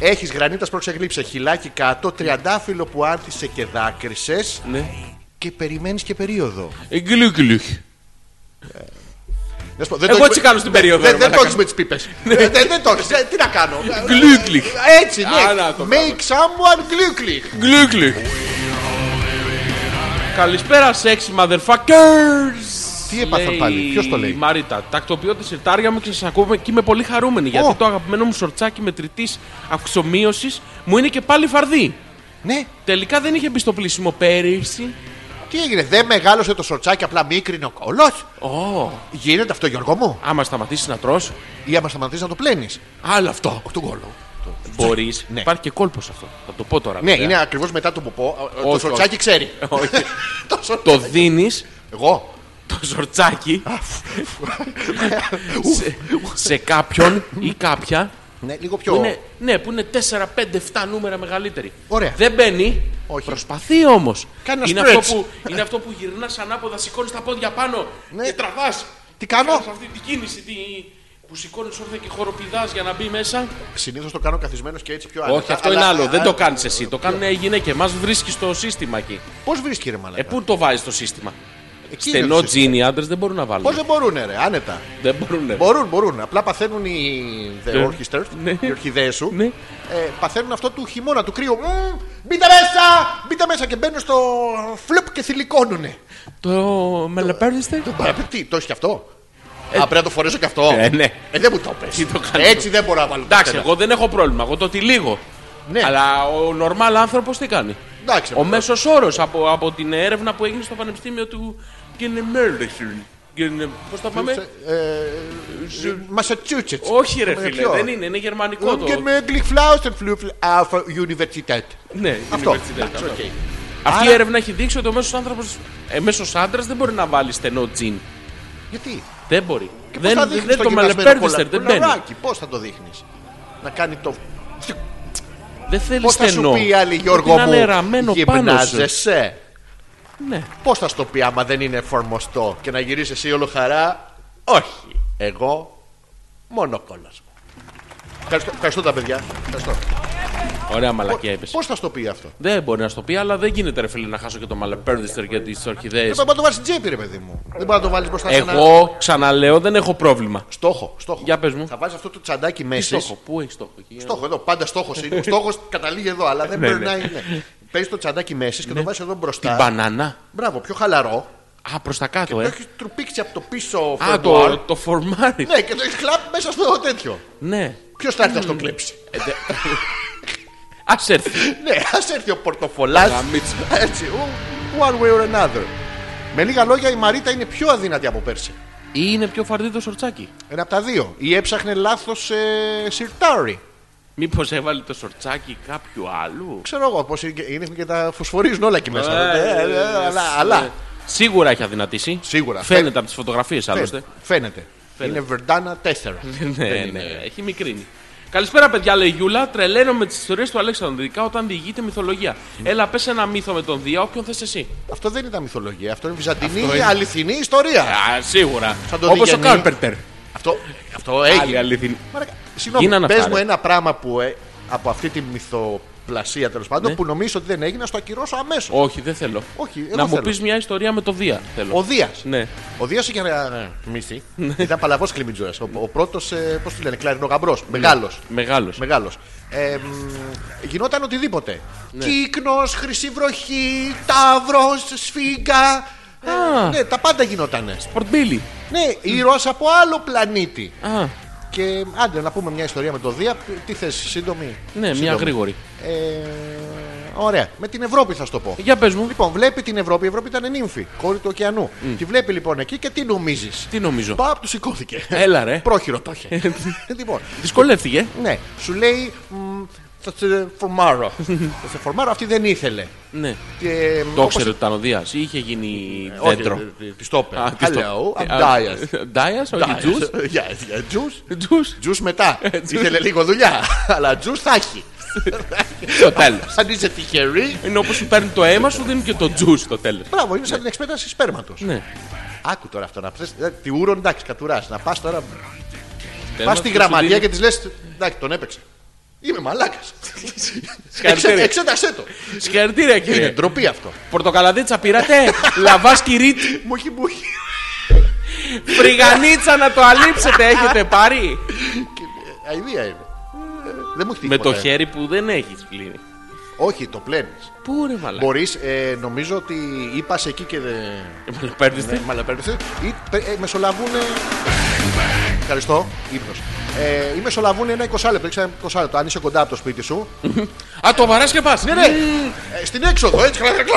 A: έχεις γρανίτα σπρώξεγλύψε, χυλάκι κάτω, τριαντάφυλλο που άνθησε και δάκρυσες
B: Ναι. Ε,
A: και περιμένεις και περίοδο.
B: Γκλουκλουκ.
A: Να σου πω, δεν
B: Εγώ
A: το-
B: έτσι κάνω στην περίοδο,
A: Δεν,
B: ρε
A: δεν
B: μαλάκα. Ναι.
A: τόξεις με τις πίπες. δεν δεν τόξεις, ε, Τι να κάνω.
B: Γκλουκλιχ.
A: Έτσι, ναι.
B: Α, να το
A: Make someone glücklich.
B: Γκλουκλουκ. Καλησπέρα, sexy motherfuckers!
A: Τι έπαθα πάλι, ποιος το λέει?
B: Η Μαρίτα, τακτοποιώ τη σιρτάρια μου και σας ακούω και είμαι πολύ χαρούμενη
A: Ω.
B: γιατί το αγαπημένο μου σορτσάκι μετρητής αυξομοίωσης μου είναι και πάλι φαρδί.
A: Ναι,
B: Τελικά δεν είχε μπει στο πλήσιμο πέρυσι.
A: Τι έγινε, δεν μεγάλωσε το σορτσάκι, απλά μίκρινε ο κόλος.
B: Ω,
A: Γίνεται αυτό, Γιώργο μου.
B: άμα σταματήσεις να τρως,
A: Ή άμα σταματήσεις να το πλένεις.
B: άλλο αυτό.
A: Τον κόλο.
B: Μπορείς.
A: Ναι.
B: Υπάρχει και κόλπος αυτό. Θα το πω τώρα.
A: Ναι,
B: βέβαια.
A: είναι ακριβώς μετά το που πω. ε, Το
B: Όχι,
A: σορτσάκι ξέρει.
B: Όχι.
A: Το σορ-
B: το δίνεις
A: Εγώ.
B: το ζορτσάκι σε, σε κάποιον ή κάποια
A: Ναι, λίγο πιο.
B: που είναι, ναι, που είναι 4, 5, 7 νούμερα μεγαλύτερη.
A: Ωραία.
B: Δεν μπαίνει.
A: Όχι.
B: Προσπαθεί όμως.
A: Κάνει ένα
B: Είναι,
A: stretch.
B: αυτό που, είναι αυτό που γυρνάς ανάποδα, σηκώνεις τα πόδια πάνω
A: Ναι.
B: και τραβάς.
A: Τι κάνω?
B: αυτή την κίνηση τη, που σηκώνεις όρθια και χοροπηδάς για να μπει μέσα.
A: Συνήθως το κάνω καθισμένος και έτσι πιο άνετα.
B: Όχι, αυτό είναι άλλο. Δεν το κάνεις εσύ. Το κάνουν οι γυναίκες. Μα βρίσκει το σύστημα εκεί.
A: Πώς βρίσκει ρε
B: Ε,
A: μαλακά.
B: πού το βάζεις το σύστημα.
A: Εκεί είναι το
B: Στενό
A: σύστημα.
B: τζιν οι άντρες δεν μπορούν να βάλουν.
A: Πώς δεν μπορούνε, ρε, άνετα.
B: Δεν μπορούν.
A: Μπορούν, μπορούν. Απλά παθαίνουν οι the
B: Ναι.
A: orchestras,
B: Ναι.
A: οι orchidέε σου.
B: Ναι.
A: Ε, παθαίνουν αυτό του χειμώνα, του κρύου. Μμμ, μπείτε μέσα! Μπείτε μέσα και μπαίνουν στο φλουπ και θηλυκώνουνε.
B: Το μελεπέρδιστε.
A: Παραπέ- Ε, Τι, το έχει και αυτό. Α, πρέπει να το φορέσω και αυτό.
B: Ε, ναι.
A: Ε, δεν μου το πες.
B: Τι το κάνω.
A: Έτσι δεν μπορώ να βάλω.
B: Εντάξει,
A: το
B: εγώ δεν έχω πρόβλημα. Εγώ το τυλίγω.
A: Ναι.
B: Αλλά ο νορμάλ άνθρωπος τι κάνει.
A: Εντάξει,
B: ο
A: εγώ-
B: μέσος όρος από, από την έρευνα που έγινε στο Πανεπιστήμιο του Γενεμέρδεσιλ. Πώ το πάμε.
A: ε, Μασατσούτσετ.
B: Όχι, ρε φίλε, δεν είναι, είναι γερμανικό Ε, το.
A: Και με Γκλιχφλάουστερφλουφλ Alpha Universität.
B: Ναι,
A: Αυτό.
B: university,
A: Εντάξει,
B: αυτό.
A: οκ.
B: Αυτή η
A: Άρα-
B: έρευνα έχει δείξει ότι ο μέσο άνθρωπο. Ε, μέσος άντρα δεν μπορεί να βάλει στενό τζιν.
A: Γιατί.
B: Δεν μπορεί.
A: Και πώς θα
B: δεν
A: δείχνεις
B: δεν
A: το
B: το
A: γυμνασμένο
B: μελεπέρδιστε,
A: κολα-
B: δεν μπαίνει.
A: κολαράκι, Πώς θα το δείχνεις. Να κάνει το.
B: Δεν θέλει
A: Πώς θα σου
B: στενό.
A: πει η άλλη Γιώργο
B: Πρέπει να είναι
A: μου.
B: ραμμένο πάνω σου.
A: Γυμνάζεσαι.
B: Ναι.
A: Πώ θα στο πει άμα δεν είναι εφαρμοστό και να γυρίσει εσύ όλο χαρά. Όχι. Εγώ μόνο κόλλα. Ευχαριστώ, ευχαριστώ τα παιδιά. Ευχαριστώ.
B: Ωραία μαλακία έπεσε.
A: Πώς θα στο πει αυτό.
B: Δεν μπορεί να στο πει, αλλά δεν γίνεται ρε φίλε να χάσω και το μαλεπέρδιστερ και τις ορχιδέε.
A: Δεν μπορεί να το βάλεις στην τσέπη, ρε παιδί μου. Δεν μπορεί να το βάλεις μπροστά σε ένα.
B: Εγώ ξαναλέω δεν έχω πρόβλημα.
A: Στόχο, στόχο.
B: Για πες μου.
A: Θα βάλεις αυτό το τσαντάκι
B: Τι
A: μέσα.
B: στόχο, πού έχει στόχο εκεί. ε?
A: Στόχο, εδώ πάντα στόχος είναι. Ο στόχος καταλήγει εδώ, αλλά δεν
B: Ναι, ναι.
A: περνάει. Ναι. Παίζεις το τσαντάκι μέσα και το βάζεις εδώ
B: Την
A: μπροστά.
B: μπανανά.
A: Μπράβο, πιο χαλαρό.
B: Α, προς τα κάτω,
A: Το
B: ε.
A: έχεις τρουπίξει από το πίσω
B: Α,
A: φερμουάρ.
B: το, το φορμάρι.
A: Ναι, και το έχεις κλαπ μέσα στο τέτοιο.
B: Ναι.
A: Ποιος θα έρθει να στο κλέψει.
B: Ας έρθει.
A: Ναι, ας έρθει ο πορτοφολάς.
B: Γαμίτσι.
A: Έτσι. ο- One way or another. Με λίγα λόγια, η Μαρίτα είναι πιο αδύνατη από πέρσι.
B: Ή είναι πιο φαρδί το σορτσάκι.
A: Ένα από τα δύο. Ή έψαχνε λάθος ε, σιρτάρι.
B: Μήπως έβαλε το σορτσάκι κάποιου άλλου.
A: Ξέρω εγώ πώς είναι και τα φωσφορίζουν όλα εκεί μέσα.
B: Ε,
A: Ε, ε, ε, Αλλά. αλλά.
B: Ε, Σίγουρα έχει αδυνατήσει.
A: Σίγουρα.
B: Φαίνεται από τις φωτογραφίες άλλωστε.
A: Φαίνεται. Είναι Βερντάνα 4.
B: ναι, ναι, έχει μικρύνει. Καλησπέρα, παιδιά, λέει η Γιούλα. Τρελαίνω με τις ιστορίες του Αλέξανδρου, ειδικά όταν διηγείται μυθολογία. Έλα, πες ένα μύθο με τον Δία, όποιον θες εσύ.
A: Αυτό δεν ήταν μυθολογία. Αυτό είναι βυζαντινή αληθινή ιστορία.
B: Α, σίγουρα.
A: Σαν ναι. το
B: Όπως ο
A: Διγενή.
B: Κάρπερτερ.
A: Αυτό Αυτό, αυτό έχει.
B: Άλλη αληθινή.
A: Μαρακα- Συγγνώμη,
B: Γίνανε
A: πε
B: αυτά,
A: μου
B: ρε.
A: ένα πράγμα που ε, από αυτή τη μυθοπλασία τέλος πάντων
B: Ναι.
A: που νομίζω ότι δεν έγινε, να στο ακυρώσω αμέσως.
B: Όχι, δεν θέλω.
A: Όχι, εγώ
B: να μου
A: θέλω.
B: πεις μια ιστορία με το Δία. Θέλω.
A: Ο Δίας.
B: Ναι.
A: Ο Δίας είχε ένα ναι, μύθι. Ήταν παλαβός κλιμιτζόρα. Ο, ο πρώτος, πώς τη λένε, κλαρινογαμπρός.
B: Ναι.
A: Μεγάλος.
B: Μεγάλος.
A: Μεγάλος. Ε, μ, γινόταν οτιδήποτε.
B: Ναι.
A: Κύκνος, χρυσή βροχή, ταύρος, σφίγγα. Ε,
B: Α.
A: ναι, τα πάντα γινότανε.
B: Πορτμπίλι.
A: Ναι, ήρωας από άλλο πλανήτη.
B: Α, ναι,
A: Και άντε να πούμε μια ιστορία με το Δία. Τι θες, σύντομη.
B: ναι, μια
A: Σύντομη.
B: γρήγορη.
A: Ε, ωραία. Με την Ευρώπη θα σου το πω.
B: Για πες μου,
A: Λοιπόν, βλέπει την Ευρώπη. Η Ευρώπη ήταν νύμφη, κόρη του ωκεανού. Τη βλέπει λοιπόν εκεί και τι νομίζεις.
B: τι νομίζω.
A: Παπ, του σηκώθηκε.
B: Έλα, ε. ρε.
A: Πρόχειρο το είχε. λοιπόν,
B: Δυσκολεύτηκε.
A: ναι, σου λέει. μ, Θα σε φορμάρω. θα σε φορμάρω, αυτή δεν ήθελε.
B: Ναι.
A: Και,
B: Το
A: όπως-
B: ήξερε ότι ήταν ο Δίας ή είχε γίνει
A: Όχι,
B: δέντρο.
A: ε, ε, Της το είπε.
B: Α, τι στο-
A: Hello, I'm
B: Α,
A: Dias.
B: Dias, όχι Τζους.
A: Yeah, yeah, Jews.
B: Τζους.
A: Τζους μετά.
B: Τζους.
A: Ήθελε λίγο δουλειά. Αλλά τζους θα έχει.
B: Στο τέλος.
A: Αν είσαι τυχερή.
B: Είναι όπως σου παίρνει το αίμα, σου δίνει και το τζους στο τέλος.
A: Μπράβο, είναι σαν την εξπέταση σπέρματος.
B: Ναι.
A: Άκου τώρα αυτό να πεις. Τη ούρο εντάξει, κατουράς. Να πας τώρα. Πα
B: Τέλος,
A: στη
B: σου
A: γραμματεία
B: δίνει-
A: και της λες. Εντάξει, τον έπαιξε. Είμαι μαλάκας.
B: Συγχαρητήρια. Ε.
A: Εξέτασέ το.
B: Συγχαρητήρια
A: Είναι
B: κύριε.
A: ντροπή αυτό.
B: Πορτοκαλαδίτσα πήρατε. Λαβά κηρίτ.
A: Μου έχει μπουχεί.
B: Φρυγανίτσα να το αλείψετε έχετε πάρει.
A: Και- Αηδία είναι. Ε, Δεν μου έχει τύχει
B: Με το
A: ποτέ.
B: χέρι που δεν έχεις πλύνει.
A: Όχι, το πλένεις.
B: Πού ρε μαλάκα.
A: Μπορείς, νομίζω ότι είπας σε εκεί και δεν.
B: Ναι. Παίρνει
A: Μαλαπέμπτη. Ή ε, μεσολαβούν. Ευχαριστώ. Ύπνος. Ε, ή μεσολαβούν ένα 20 λεπτό. Ήξερα 20 λεπτό. Αν είσαι κοντά από το σπίτι σου.
B: Α, το βαράς και πας.
A: Ναι, ναι. Ε, στην έξοδο, έτσι. κλα, κλα, κλα.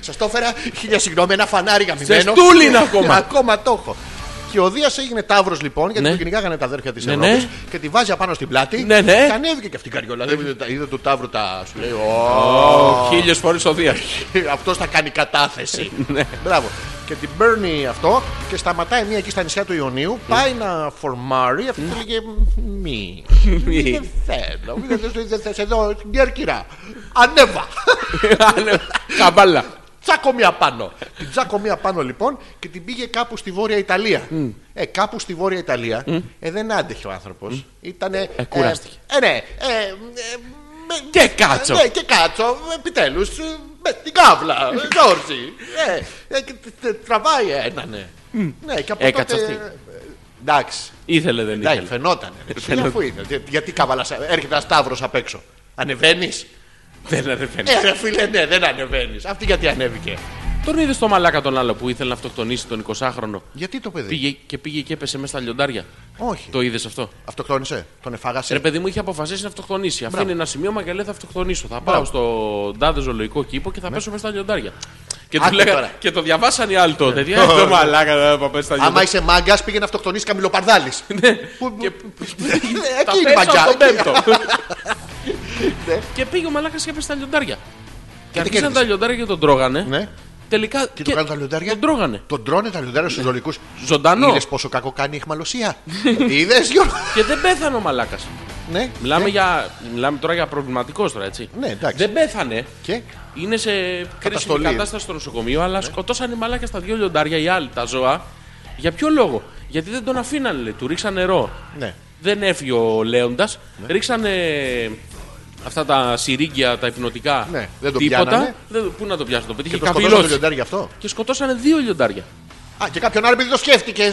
A: Σας το έφερα χίλια συγγνώμη, ένα φανάρι γαμημένο.
B: στούλι είναι ακόμα.
A: ακόμα το έχω. Και ο Δίας έγινε τάβρος λοιπόν, γιατί
B: Ναι.
A: τον κυνηγάγανε τα αδέρφια της
B: Ναι,
A: Ευρώπης
B: ναι.
A: και τη βάζει απάνω στην πλάτη.
B: Ναι, ναι.
A: Και ανέβηκε και αυτή η καριόλα. Δεν είδε, τα- είδε του τάβρου τα. Σου λέει,
B: Χίλιες φορές ο Δίας.
A: αυτός θα κάνει κατάθεση. Μπράβο. Και την παίρνει αυτό και σταματάει μία εκεί στα νησιά του Ιωνίου. Πάει να φορμάρει. Αυτή του λέγε μη.
B: Μη.
A: Δεν θέλω. Μη, δεν θες, Δεν θες εδώ. στην Κέρκυρα. Ανέβα.
B: Καμπάλα.
A: Τσάκο μία πάνω. Την τσάκο μία πάνω λοιπόν και την πήγε κάπου στη Βόρεια Ιταλία. Ε, κάπου στη Βόρεια Ιταλία ε, δεν άντεχε ο άνθρωπος. Ήτανε. Ε,
B: κουράστηκε.
A: Ε, ναι. ε, ε, με-
B: Και κάτσο.
A: ναι, και κάτσο, επιτέλους. Με την κάβλα, Γιώργη. Ε, ε, και τ- τ- τραβάει έναν. Ναι, ναι και από
B: Έκατσε
A: τότε.
B: αυτή.
A: ε, Εντάξει,
B: Ήθελε δεν
A: εντάξει,
B: ήθελε.
A: φαινόταν.
B: Φαινόταν.
A: Γιατί καβαλά, έρχεται ένα Σταύρος απ' έξω. Ανεβαίνεις.
B: Δεν ανεβαίνεις.
A: Ε, ρε φίλε, ναι, δεν ανεβαίνεις. Αυτή γιατί ανέβηκε.
B: Τον είδες στο μαλάκα τον άλλο που ήθελε να αυτοκτονήσει τον 20χρονο.
A: Γιατί το παιδί.
B: Πήγε και πήγε και έπεσε μέσα στα λιοντάρια.
A: Όχι.
B: Το είδες αυτό.
A: Αυτοκτόνησε, τον εφάγασε.
B: Ρε παιδί μου είχε αποφασίσει να αυτοκτονήσει. Αυτό
A: Μπράβο.
B: είναι ένα σημείωμα και λέει θα αυτοκτονήσω. Θα πάω
A: Μπράβο. Ναι.
B: στο τάδε ζωολογικό κήπο και θα πέσω μέσα στα λιοντάρια. Και, του
A: Άκου
B: λέγα-
A: τώρα.
B: και το διαβάσαν οι άλλοι τότε. Τι αυτό μαλάκα δεν θα πέσει στα
A: ε, Άμα
B: λιοντάρια.
A: είσαι μάγκας, πήγε να αυτοκτονήσεις καμιλοπαρδάλης.
B: Ναι. Και-
A: Εκεί είναι η
B: πέσω
A: μαγκιά.
B: στον πέμπτο.
A: Ναι.
B: Και πήγε ο μαλάκας και έπεσε στα λιοντάρια. Και
A: τι
B: αρχίσαν
A: κέρδισε.
B: τα λιοντάρια και τον τρώγανε.
A: Ναι.
B: Τελικά.
A: Τι του κάνουν τα λιοντάρια.
B: Τον τρώγανε.
A: Τον τρώνε τα λιοντάρια
B: Ναι.
A: στου ζωλικού.
B: Ζωντανό.
A: Είδες πόσο κακό κάνει η εχμαλωσία.
B: Ναι.
A: Είδες, Γιώργο.
B: Και δεν πέθανε ο μαλάκας.
A: Ναι.
B: Μιλάμε,
A: ναι.
B: για... Μιλάμε τώρα για προβληματικός τώρα, έτσι.
A: Ναι, εντάξει.
B: Δεν πέθανε.
A: Και.
B: Είναι σε κρίσιμη
A: Καταστολή. Ναι.
B: κατάσταση στο νοσοκομείο, αλλά σκοτώσαν οι μαλάκα στα δύο λιοντάρια οι άλλοι, τα ζώα. Για ποιο λόγο. Γιατί δεν τον αφήνανε, λέει, του ρίξαν νερό.
A: Ναι.
B: Δεν έφυγε ο Λέοντας. Ρίξανε αυτά τα σιρίγγια, τα υπνοτικά.
A: Ναι, δεν το
B: τίποτα.
A: πιάνανε.
B: Δεν- πού να το πιάσουν το παιδί,
A: Και
B: είχε
A: το σκοτώσαν το
B: καβιλώσει.
A: λιοντάρι γι' αυτό.
B: Και σκοτώσανε δύο λιοντάρια.
A: Α, και κάποιον άλλο επειδή το σκέφτηκε.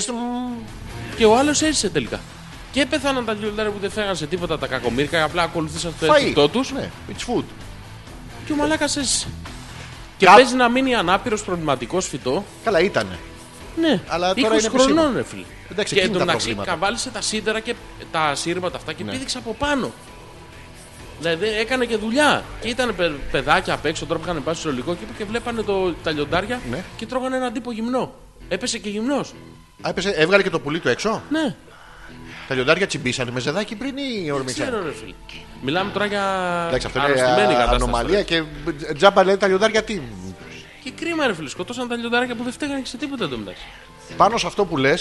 B: Και ο άλλος έζησε τελικά. Και πέθαναν τα λιοντάρια που δεν φέγαν σε τίποτα τα κακομίρκα, απλά ακολουθήσαν το
A: Φαΐ.
B: ένστικτό τους.
A: Ναι, it's food.
B: Και ο μαλάκας έζησε. Και
A: Κα-
B: παίζει να μείνει ανάπηρος προβληματικός φυτό.
A: Καλά ήτανε.
B: Ναι,
A: Αλλά
B: 20
A: τώρα είναι επισήμο.
B: χρονών, ρε φίλε.
A: Εντάξει,
B: και
A: εκείνη τα
B: μεταξύ
A: προβλήματα. Ναι.
B: καβάλισε τα σίδερα και τα σύρματα αυτά και πήδηξε από πάνω. Δηλαδή έκανε και δουλειά. Και ήταν παι- παιδάκια απ' έξω, τώρα που είχαν πάει στο ζωολογικό κήπο και βλέπανε το, τα λιοντάρια
A: Ναι.
B: και τρώγανε έναν τύπο γυμνό. Έπεσε και γυμνός.
A: Α, έπεσε, έβγαλε και το πουλί του έξω.
B: Ναι,
A: Τα λιοντάρια τσιμπήσανε με ζεδάκι πριν ή ορμήξανε.
B: ξέρω ρε φίλε. Μιλάμε τώρα για
A: Εντάξει, αυτό είναι
B: αρρωστημένη
A: α,
B: κατάσταση.
A: ανομαλία και τζάμπα λέει τα λιοντάρια τι.
B: Και κρίμα ρε φίλε, σκοτώσαν τα λιοντάρια που δεν φταίγανε και σε τίποτα εντωμεταξύ.
A: Πάνω σε αυτό που λες,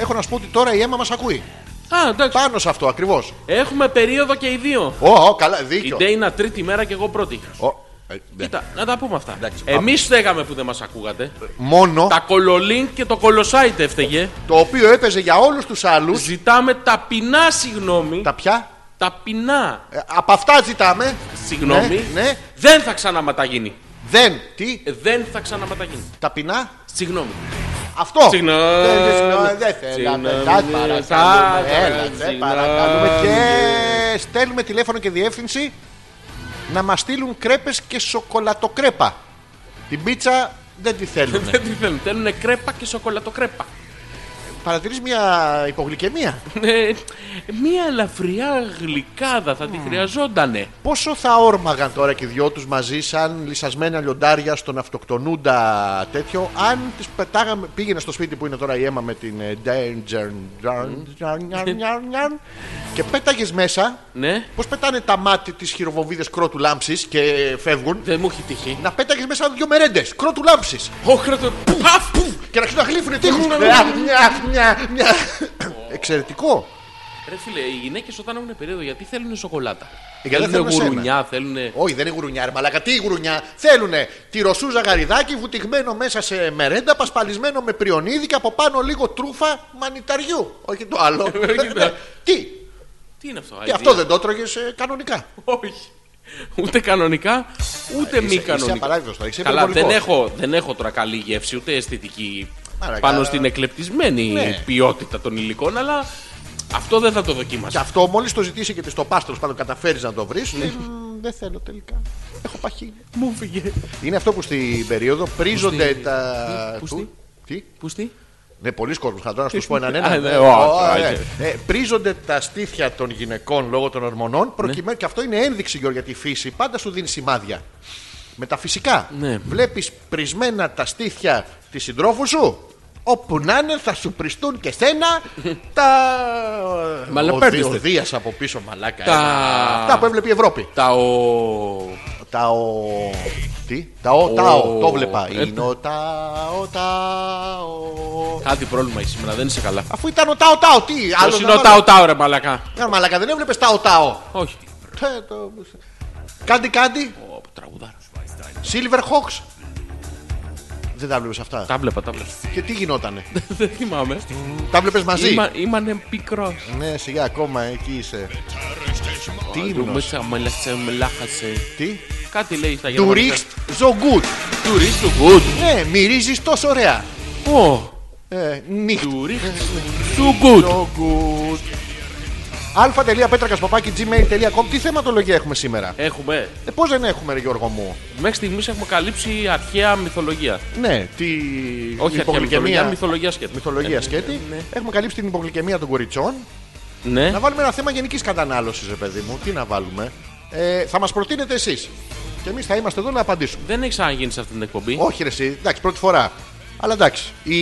A: έχω να σου πω ότι τώρα η αίμα μας ακούει.
B: Α, εντάξει.
A: Πάνω σε αυτό ακριβώς.
B: Έχουμε περίοδο και οι δύο.
A: Ω, ω, καλά,
B: Η
A: δίκιο.
B: Ντέινα τρίτη μέρα και εγώ πρώτη.
A: Ω, Ε, ναι.
B: Κοίτα, να τα πούμε αυτά.
A: Εντάξει, πάμε.
B: Εμείς φταίγαμε που δεν μας ακούγατε.
A: Μόνο
B: Τα κολολίνκ και το κολοσάιτ έφταιγε.
A: το οποίο έπαιζε για όλους τους άλλους.
B: Ζητάμε ταπεινά συγγνώμη.
A: Τα πια.
B: Ταπεινά
A: Ε, από αυτά ζητάμε.
B: συγγνώμη.
A: Ναι, ναι.
B: Δεν θα ξαναματαγίνει.
A: Δεν. Τι.
B: Ε, Δεν θα ξαναματαγίνει.
A: Ταπεινά.
B: Συγγνώμη.
A: Ναι. Αυτό.
B: Συγγνώμη.
A: Δεν- δεν- συγγνώμη, Δεν θέλαμε.
B: Συγγνώμη.
A: Τα παρακαλούμε.
B: Τα-
A: Έλα, σε
B: συγγνώμη.
A: παρακαλούμε. Και στέλνουμε τηλέφωνο και διεύθυνση να μας στείλουν κρέπες και σοκολατοκρέπα. Την πίτσα δεν τη θέλουν.
B: Δεν τη θέλουν. Θέλουν κρέπα και σοκολατοκρέπα.
A: Παρατηρείς μια υπογλυκαιμία.
B: Ε, Μία ελαφριά γλυκάδα θα τη χρειαζόντανε.
A: Πόσο θα όρμαγαν τώρα και οι δυο τους μαζί, σαν λυσασμένα λιοντάρια στον αυτοκτονούντα τέτοιο, αν τις πετάγαμε. Πήγαινε στο σπίτι που είναι τώρα η αίμα με την ε, Danger. Darn, darn, darn, darn, darn, και πέταγες μέσα.
B: Ναι,
A: Πώς πετάνε τα μάτια της χειροβοβίδε κρότου λάμψης και φεύγουν.
B: δεν μου έχει τυχεί.
A: Να πέταγες μέσα δύο μερέντες κρότου λάμψης.
B: Όχρα το. Παφ!
A: Και να ξαναγλύφουνε τείχου.
B: Ναι, ναι,
A: Εξαιρετικό.
B: Ρε φίλε, οι γυναίκες όταν έχουν περίοδο γιατί θέλουν σοκολάτα.
A: Γιατί δεν
B: θέλουν
A: θέλουν
B: γουρουνιά, θέλουν.
A: Όχι, δεν είναι γουρουνιά, ρε μαλάκα. Τι γουρουνιά. Θέλουνε τη ροσούζα γαριδάκι βουτυγμένο μέσα σε μερέντα, πασπαλισμένο με πριονίδι και από πάνω λίγο τρούφα μανιταριού. Όχι το άλλο.
B: Ε,
A: Τι,
B: Τι είναι αυτό,
A: και
B: αηδία?
A: αυτό δεν το έτρωγες κανονικά.
B: Όχι. Ούτε κανονικά, ούτε
A: Ε,
B: μη
A: Είσαι- Είσαι
B: κανονικά.
A: απαράδεκτος τώρα. Είσαι
B: Καλά, δεν
A: υπερβολικός.
B: έχω, δεν έχω τώρα καλή γεύση, ούτε αισθητική
A: Άρα,
B: πάνω
A: καλά.
B: στην εκλεπτισμένη
A: Ναι.
B: ποιότητα των υλικών, αλλά αυτό δεν θα το
A: Και
B: δοκίμασα.
A: αυτό μόλις το ζητήσει και της στο πάστρο πάνω καταφέρεις να το βρεις. Δεν θέλω τελικά. Έχω παχύνει.
B: Μου φύγε.
A: Είναι αυτό που στην περίοδο πρίζονται
B: στη-
A: τα.
B: πού
A: του-
B: στη-
A: Τι.
B: Πούστη.
A: Ναι, πολλοί κόσμοι. Θα τώρα να σου πω έναν
B: Α, ναι,
A: ένα.
B: ο,
A: Ω,
B: α,
A: ε,
B: ε.
A: ε, Πρίζονται τα στήθια των γυναικών λόγω των
B: Ναι.
A: ορμονών. Προκειμένου, και αυτό είναι ένδειξη, Γιώργο, γιατί η φύση πάντα σου δίνει σημάδια. Με τα φυσικά.
B: Ναι.
A: Βλέπεις πρισμένα τα στήθια της συντρόφου σου. Όπου να είναι, θα σου πριστούν και σένα τα.
B: Μαλαπέρδιστες.
A: Ο Δίας από πίσω, μαλάκα.
B: Τα-
A: ένα. Αυτά που έβλεπε η Ευρώπη.
B: Τα ο.
A: Τα ο. Τι? Τα ο, τα ο.
B: Ο.
A: Το βλέπα.
B: Ε.
A: Είναι ο τα ο, τα ο.
B: Κάτι πρόβλημα έχει σήμερα, δεν είσαι καλά.
A: Αφού ήταν ο Τάο Τάο, τι άλλο.
B: Ποιο είναι ο Τάο Τάο, ρε μαλακά.
A: Τάο. Μαλακά, δεν έβλεπες Τάο Τάο.
B: Όχι.
A: Τε, το- Κάντι Κάντι,
B: Ω, Τραγουδάρα.
A: Silver Hawks. Δεν τα βλέπεις αυτά.
B: Τα βλέπα, τα βλέπα.
A: Και τι γινότανε.
B: Δεν θυμάμαι.
A: τα βλέπεις μαζί.
B: Είμα- Ήμανε πικρός.
A: Ναι, σιγά ακόμα εκεί είσαι. Τι
B: Του
A: ύμνος,
B: μέσα με λάχασε, με λάχασε.
A: τι.
B: Κάτι λέει στα
A: Του
B: γερμανικά.
A: ρίξτ so good.
B: Του ρίξ, του γκουτ.
A: Ναι, μυρίζεις τόσο ωραία.
B: Ω,
A: Ε, Νύχτα.
B: του ρίξ, του γκουτ.
A: So good. α.πέτρακας.gmail.com Τι θεματολογία έχουμε σήμερα.
B: Έχουμε.
A: Ε, πώς δεν έχουμε, ρε Γιώργο μου.
B: Μέχρι στιγμής έχουμε καλύψει αρχαία μυθολογία.
A: Ναι, τη
B: Όχι αρχαία
A: υπογλυκαιμία-
B: μυθολογία, μυθολογία σκέτο.
A: μυθολογία σκέτη. Έχουμε καλύψει την υπογλυκαιμία των κοριτσών.
B: Ναι.
A: Να βάλουμε ένα θέμα γενικής κατανάλωσης, ρε παιδί μου. Τι να βάλουμε. Ε, θα μας προτείνετε εσείς. Και εμείς θα είμαστε εδώ να απαντήσουμε.
B: Δεν έχει ξαναγίνει σε αυτή την εκπομπή.
A: Όχι, ρε, εσύ. Εντάξει, πρώτη φορά. Αλλά εντάξει. Η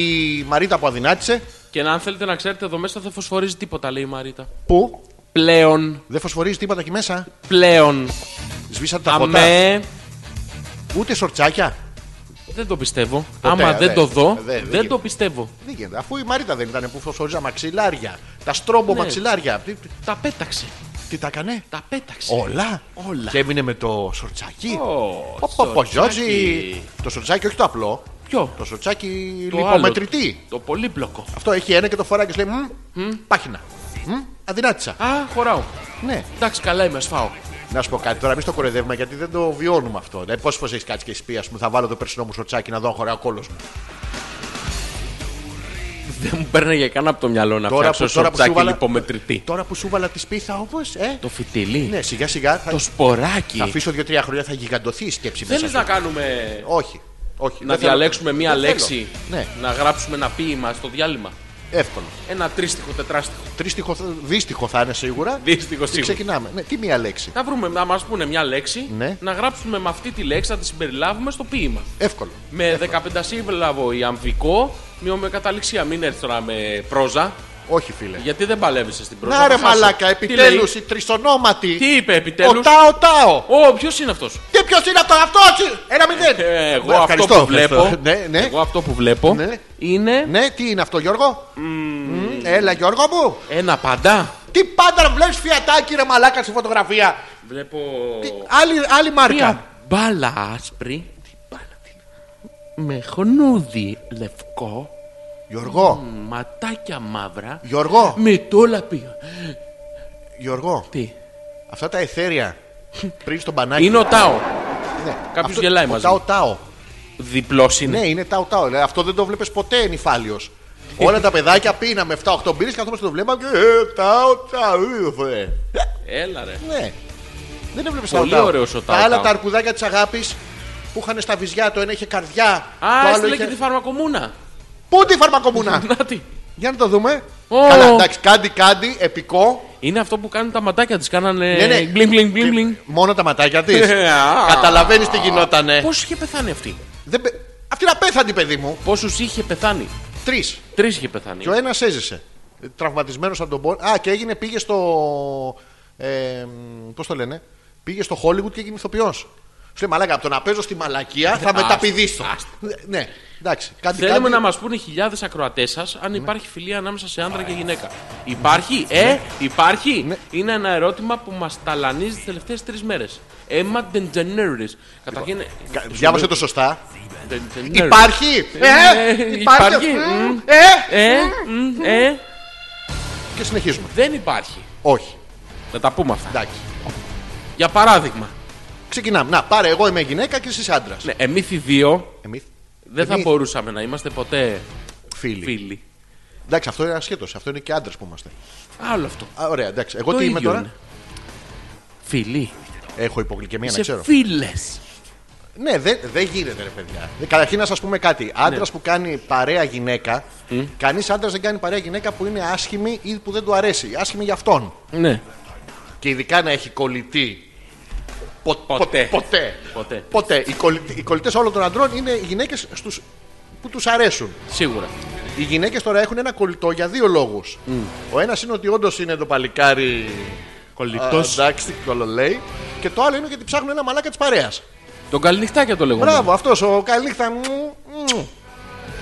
A: Μαρίτα που αδυνάτησε.
B: Και να, αν θέλετε να ξέρετε, εδώ μέσα δεν φωσφορίζει τίποτα, λέει η Μαρίτα.
A: Που
B: Πλέον,
A: δεν φωσφορίζει τίποτα εκεί μέσα.
B: πλέον.
A: Σβήσατε τα φωτά.
B: Αμέ.
A: Ούτε σορτσάκια.
B: Δεν το πιστεύω.
A: Ποτέ,
B: Άμα
A: ε,
B: δεν
A: δε.
B: το δω,
A: Ε, δε, δεν
B: δεν
A: γίνεται.
B: το πιστεύω.
A: Δεν γίνεται. Αφού η Μαρίτα δεν ήταν που φωσφορίζα μαξιλάρια. Τα στρόμπο
B: Ναι.
A: μαξιλάρια. Τι, τι-
B: Τα πέταξε.
A: τι τα έκανε.
B: Τα πέταξε.
A: Όλα.
B: Όλα.
A: Και έμεινε με το σορτσάκι.
B: Ω,
A: Πω, πω, πω,
B: σορτσάκι.
A: Γιώργη. Το σορτσάκι, όχι το απλό.
B: Ποιο?
A: Το σορτσάκι
B: Το
A: λιπομετρητή.
B: άλλο, Το πολύπλοκο.
A: Αυτό έχει ένα και το φοράει και σου λέει «Μμ, Πάχινα. Μμ, Αδυνάτησα.
B: Α, χωράω.
A: Ναι.
B: Εντάξει, καλά είμαι, σφάω.
A: Να σου πω κάτι τώρα, μην στο κοροϊδεύουμε γιατί δεν το βιώνουμε αυτό. Δηλαδή, πόσες φορές έχεις κάτσει και εσύ πει, ας πούμε, θα βάλω το περσινό μου σοτσάκι να δω αν χωράει ο κόλο μου.
B: Δεν μου παίρναγε καν από το μυαλό να
A: Τώρα
B: φτιάξω
A: που- τώρα που σου
B: σορτσάκι
A: βάλα-
B: λιπομετρητή.
A: Τώρα που σου βάλα τη σπίθα όμως, ε.
B: Το φιτιλί.
A: Ναι, σιγά σιγά θα,
B: Το
A: θα
B: σποράκι.
A: αφήσω δύο-τρία χρόνια, θα γιγαντωθεί η σκέψη μέσα.
B: Θέλει
A: σου.
B: να κάνουμε.
A: Όχι. Όχι.
B: Να
A: δεν θέλω.
B: διαλέξουμε μία
A: Δεν θέλω.
B: λέξη.
A: Ναι,
B: Να γράψουμε ένα ποίημα στο διάλειμμα.
A: εύκολο.
B: Ένα τρίστιχο, τετράστιχο.
A: Τρίστιχο, θα- δύστιχο θα είναι σίγουρα.
B: Δύστιχο
A: Και
B: σίγουρα.
A: ξεκινάμε. Ναι, τι μία λέξη.
B: Να βρούμε, να μας πούνε μια λέξη,
A: Ναι.
B: να γράψουμε με αυτή τη λέξη, να τη συμπεριλάβουμε στο ποίημα.
A: Εύκολο.
B: Με 15 σύμβολο ή αμφικό, με ομοιοκαταληξία. Μην έρθει τώρα με πρόζα,
A: Όχι, φίλε.
B: γιατί δεν παλεύεσαι στην πρόζα.
A: Να ρε
B: θα χάσω.
A: μαλάκα,
B: Τι
A: επιτέλους
B: λέει?
A: η τρισονόματη.
B: Τι είπε
A: Ο
B: επιτέλου.
A: Τάο Τάο.
B: Ω, ποιος είναι αυτός.
A: Τι ποιος είναι αυτός, αυτός έτσι. Ένα μηδέν.
B: Ε, Εγώ αυτό
A: Ναι, Ευχαριστώ,
B: που βλέπω.
A: ευχαριστώ. Ναι, ναι.
B: Εγώ αυτό που βλέπω
A: Ναι.
B: είναι
A: Ναι, τι είναι αυτό, Γιώργο. Μμμ, Έλα, Γιώργο μου.
B: ένα παντά.
A: Τι πάντα βλέπεις φιατάκι, ρε μαλάκα στη φωτογραφία.
B: Βλέπω.
A: Τι- Άλλη, άλλη μάρκα.
B: Μία μπάλα άσπρη. Τι μπάλα, τι- Με χονούδι λευκό.
A: Γιώργο,
B: Ματάκια μαύρα.
A: Γιώργο,
B: Με τόλα πήγα.
A: Γιώργο,
B: Τι.
A: αυτά τα εθέρια πριν στον μπανάκι.
B: Είναι ο Τάο.
A: Ναι.
B: κάποιος γελάει μαζί
A: Τάο
B: μου.
A: τάο.
B: Διπλός είναι.
A: Ναι, είναι τάο τάο. Δηλαδή, Αυτό δεν το βλέπεις ποτέ νυφάλιος. Όλα τα παιδάκια πίναμε 7-8 μπύρε, καθόμαστε το βλέπαμε και. Ε, τάο τάο. ε, ε.
B: Έλα ρε.
A: Ναι. Δεν έβλεπε
B: Πολύ
A: τα
B: ωραίος ο
A: Τα
B: Τάο
A: άλλα
B: Τάο.
A: τα αρκουδάκια της αγάπης που είχαν στα βυζιά, το ένα είχε καρδιά.
B: Α,
A: το άλλο
B: έστειλε
A: είχε.
B: και τη φαρμακομούνα.
A: Πού τη φαρμακομούνα!
B: Να τη.
A: Για να το δούμε.
B: Ω.
A: Καλά, εντάξει, κάντι, κάντι, επικό.
B: Είναι αυτό που κάνουν τα ματάκια της. Κάνανε.
A: Ναι, ναι.
B: Γκλιμ, γκλιμ, γκλιμ, γκλιμ.
A: Μόνο τα ματάκια της.
B: Ε, α.
A: Καταλαβαίνεις τι γινότανε.
B: Πώς είχε πεθάνει αυτή.
A: Δεν... πε- Αυτή να πέθανε, παιδί μου.
B: Πόσους είχε πεθάνει.
A: Τρεις.
B: Τρεις είχε πεθάνει.
A: Και ο ένας έζησε. Τραυματισμένος από τον πόνο. Α, και έγινε, πήγε στο. Ε, Πώς το λένε. Πήγε στο Hollywood και έγινε ηθοποιός. Σου λέει μαλάκα, από το να παίζω στη μαλακία θα μεταπηδήσω. ναι, εντάξει. Κάτι,
B: Θέλουμε
A: κάτι... Ναι.
B: να μας πούνε χιλιάδες ακροατές σας αν υπάρχει φιλία ανάμεσα σε άντρα και γυναίκα. Υπάρχει, ε,
A: Ναι.
B: υπάρχει. Είναι ένα ερώτημα που μας ταλανίζει τις τελευταίες τρεις μέρες. Έμα Ντεντζενέρη. Καταρχήν.
A: Λοιπόν, Κα- Διάβασε το σωστά.
B: Ντεντζενέρης.
A: Υπάρχει! Ε,
B: Ναι, Ε,
A: υπάρχει!
B: υπάρχει.
A: Μμ,
B: Μμ.
A: Ε!
B: Ε, μ, ε,
A: Και συνεχίζουμε.
B: δεν υπάρχει.
A: Όχι.
B: Να τα πούμε αυτά.
A: Εντάξει.
B: Για παράδειγμα,
A: Ξεκινάμε. Να, πάρε, εγώ είμαι γυναίκα και εσύ άντρας.
B: ναι, εμείς οι δύο
A: Εμείς
B: δεν θα
A: Εμείς-
B: μπορούσαμε να είμαστε ποτέ
A: φίλοι.
B: φίλοι.
A: Εντάξει, αυτό είναι ασχέτως. Αυτό είναι και άντρε που είμαστε.
B: Άλλο αυτό.
A: Α, ωραία, εντάξει. Εγώ
B: Το
A: τι
B: ίδιο
A: είμαι τώρα.
B: είναι. Φίλοι.
A: Έχω υπογλυκαιμία, να
B: Είσαι
A: ξέρω.
B: φίλες.
A: Ναι, δεν δεν γίνεται, ρε παιδιά. Ε, Καταρχήν να σας πούμε
B: Ναι.
A: κάτι. Άντρας που κάνει παρέα γυναίκα, κανείς άντρας δεν κάνει παρέα γυναίκα που είναι άσχημη ή που δεν του αρέσει. Άσχημη για αυτόν.
B: Ναι.
A: Και ειδικά να έχει κολλητή. Πο- πο-
B: Ποτέ.
A: ποτέ.
B: Ποτέ.
A: Ποτέ. Οι, κολλητ- οι κολλητές όλων των αντρών είναι οι γυναίκες που τους αρέσουν.
B: Σίγουρα.
A: Οι γυναίκες τώρα έχουν ένα κολλητό για δύο λόγους. Ο ένας είναι ότι όντως είναι το παλικάρι.
B: Κολλητός.
A: Α, Εντάξει, κολολέει. Και το άλλο είναι γιατί ψάχνουν ένα μαλάκα της παρέας.
B: Τον καληνυχτάκια το λέγω.
A: Μπράβο, αυτός ο καληνύχτα μου. μου.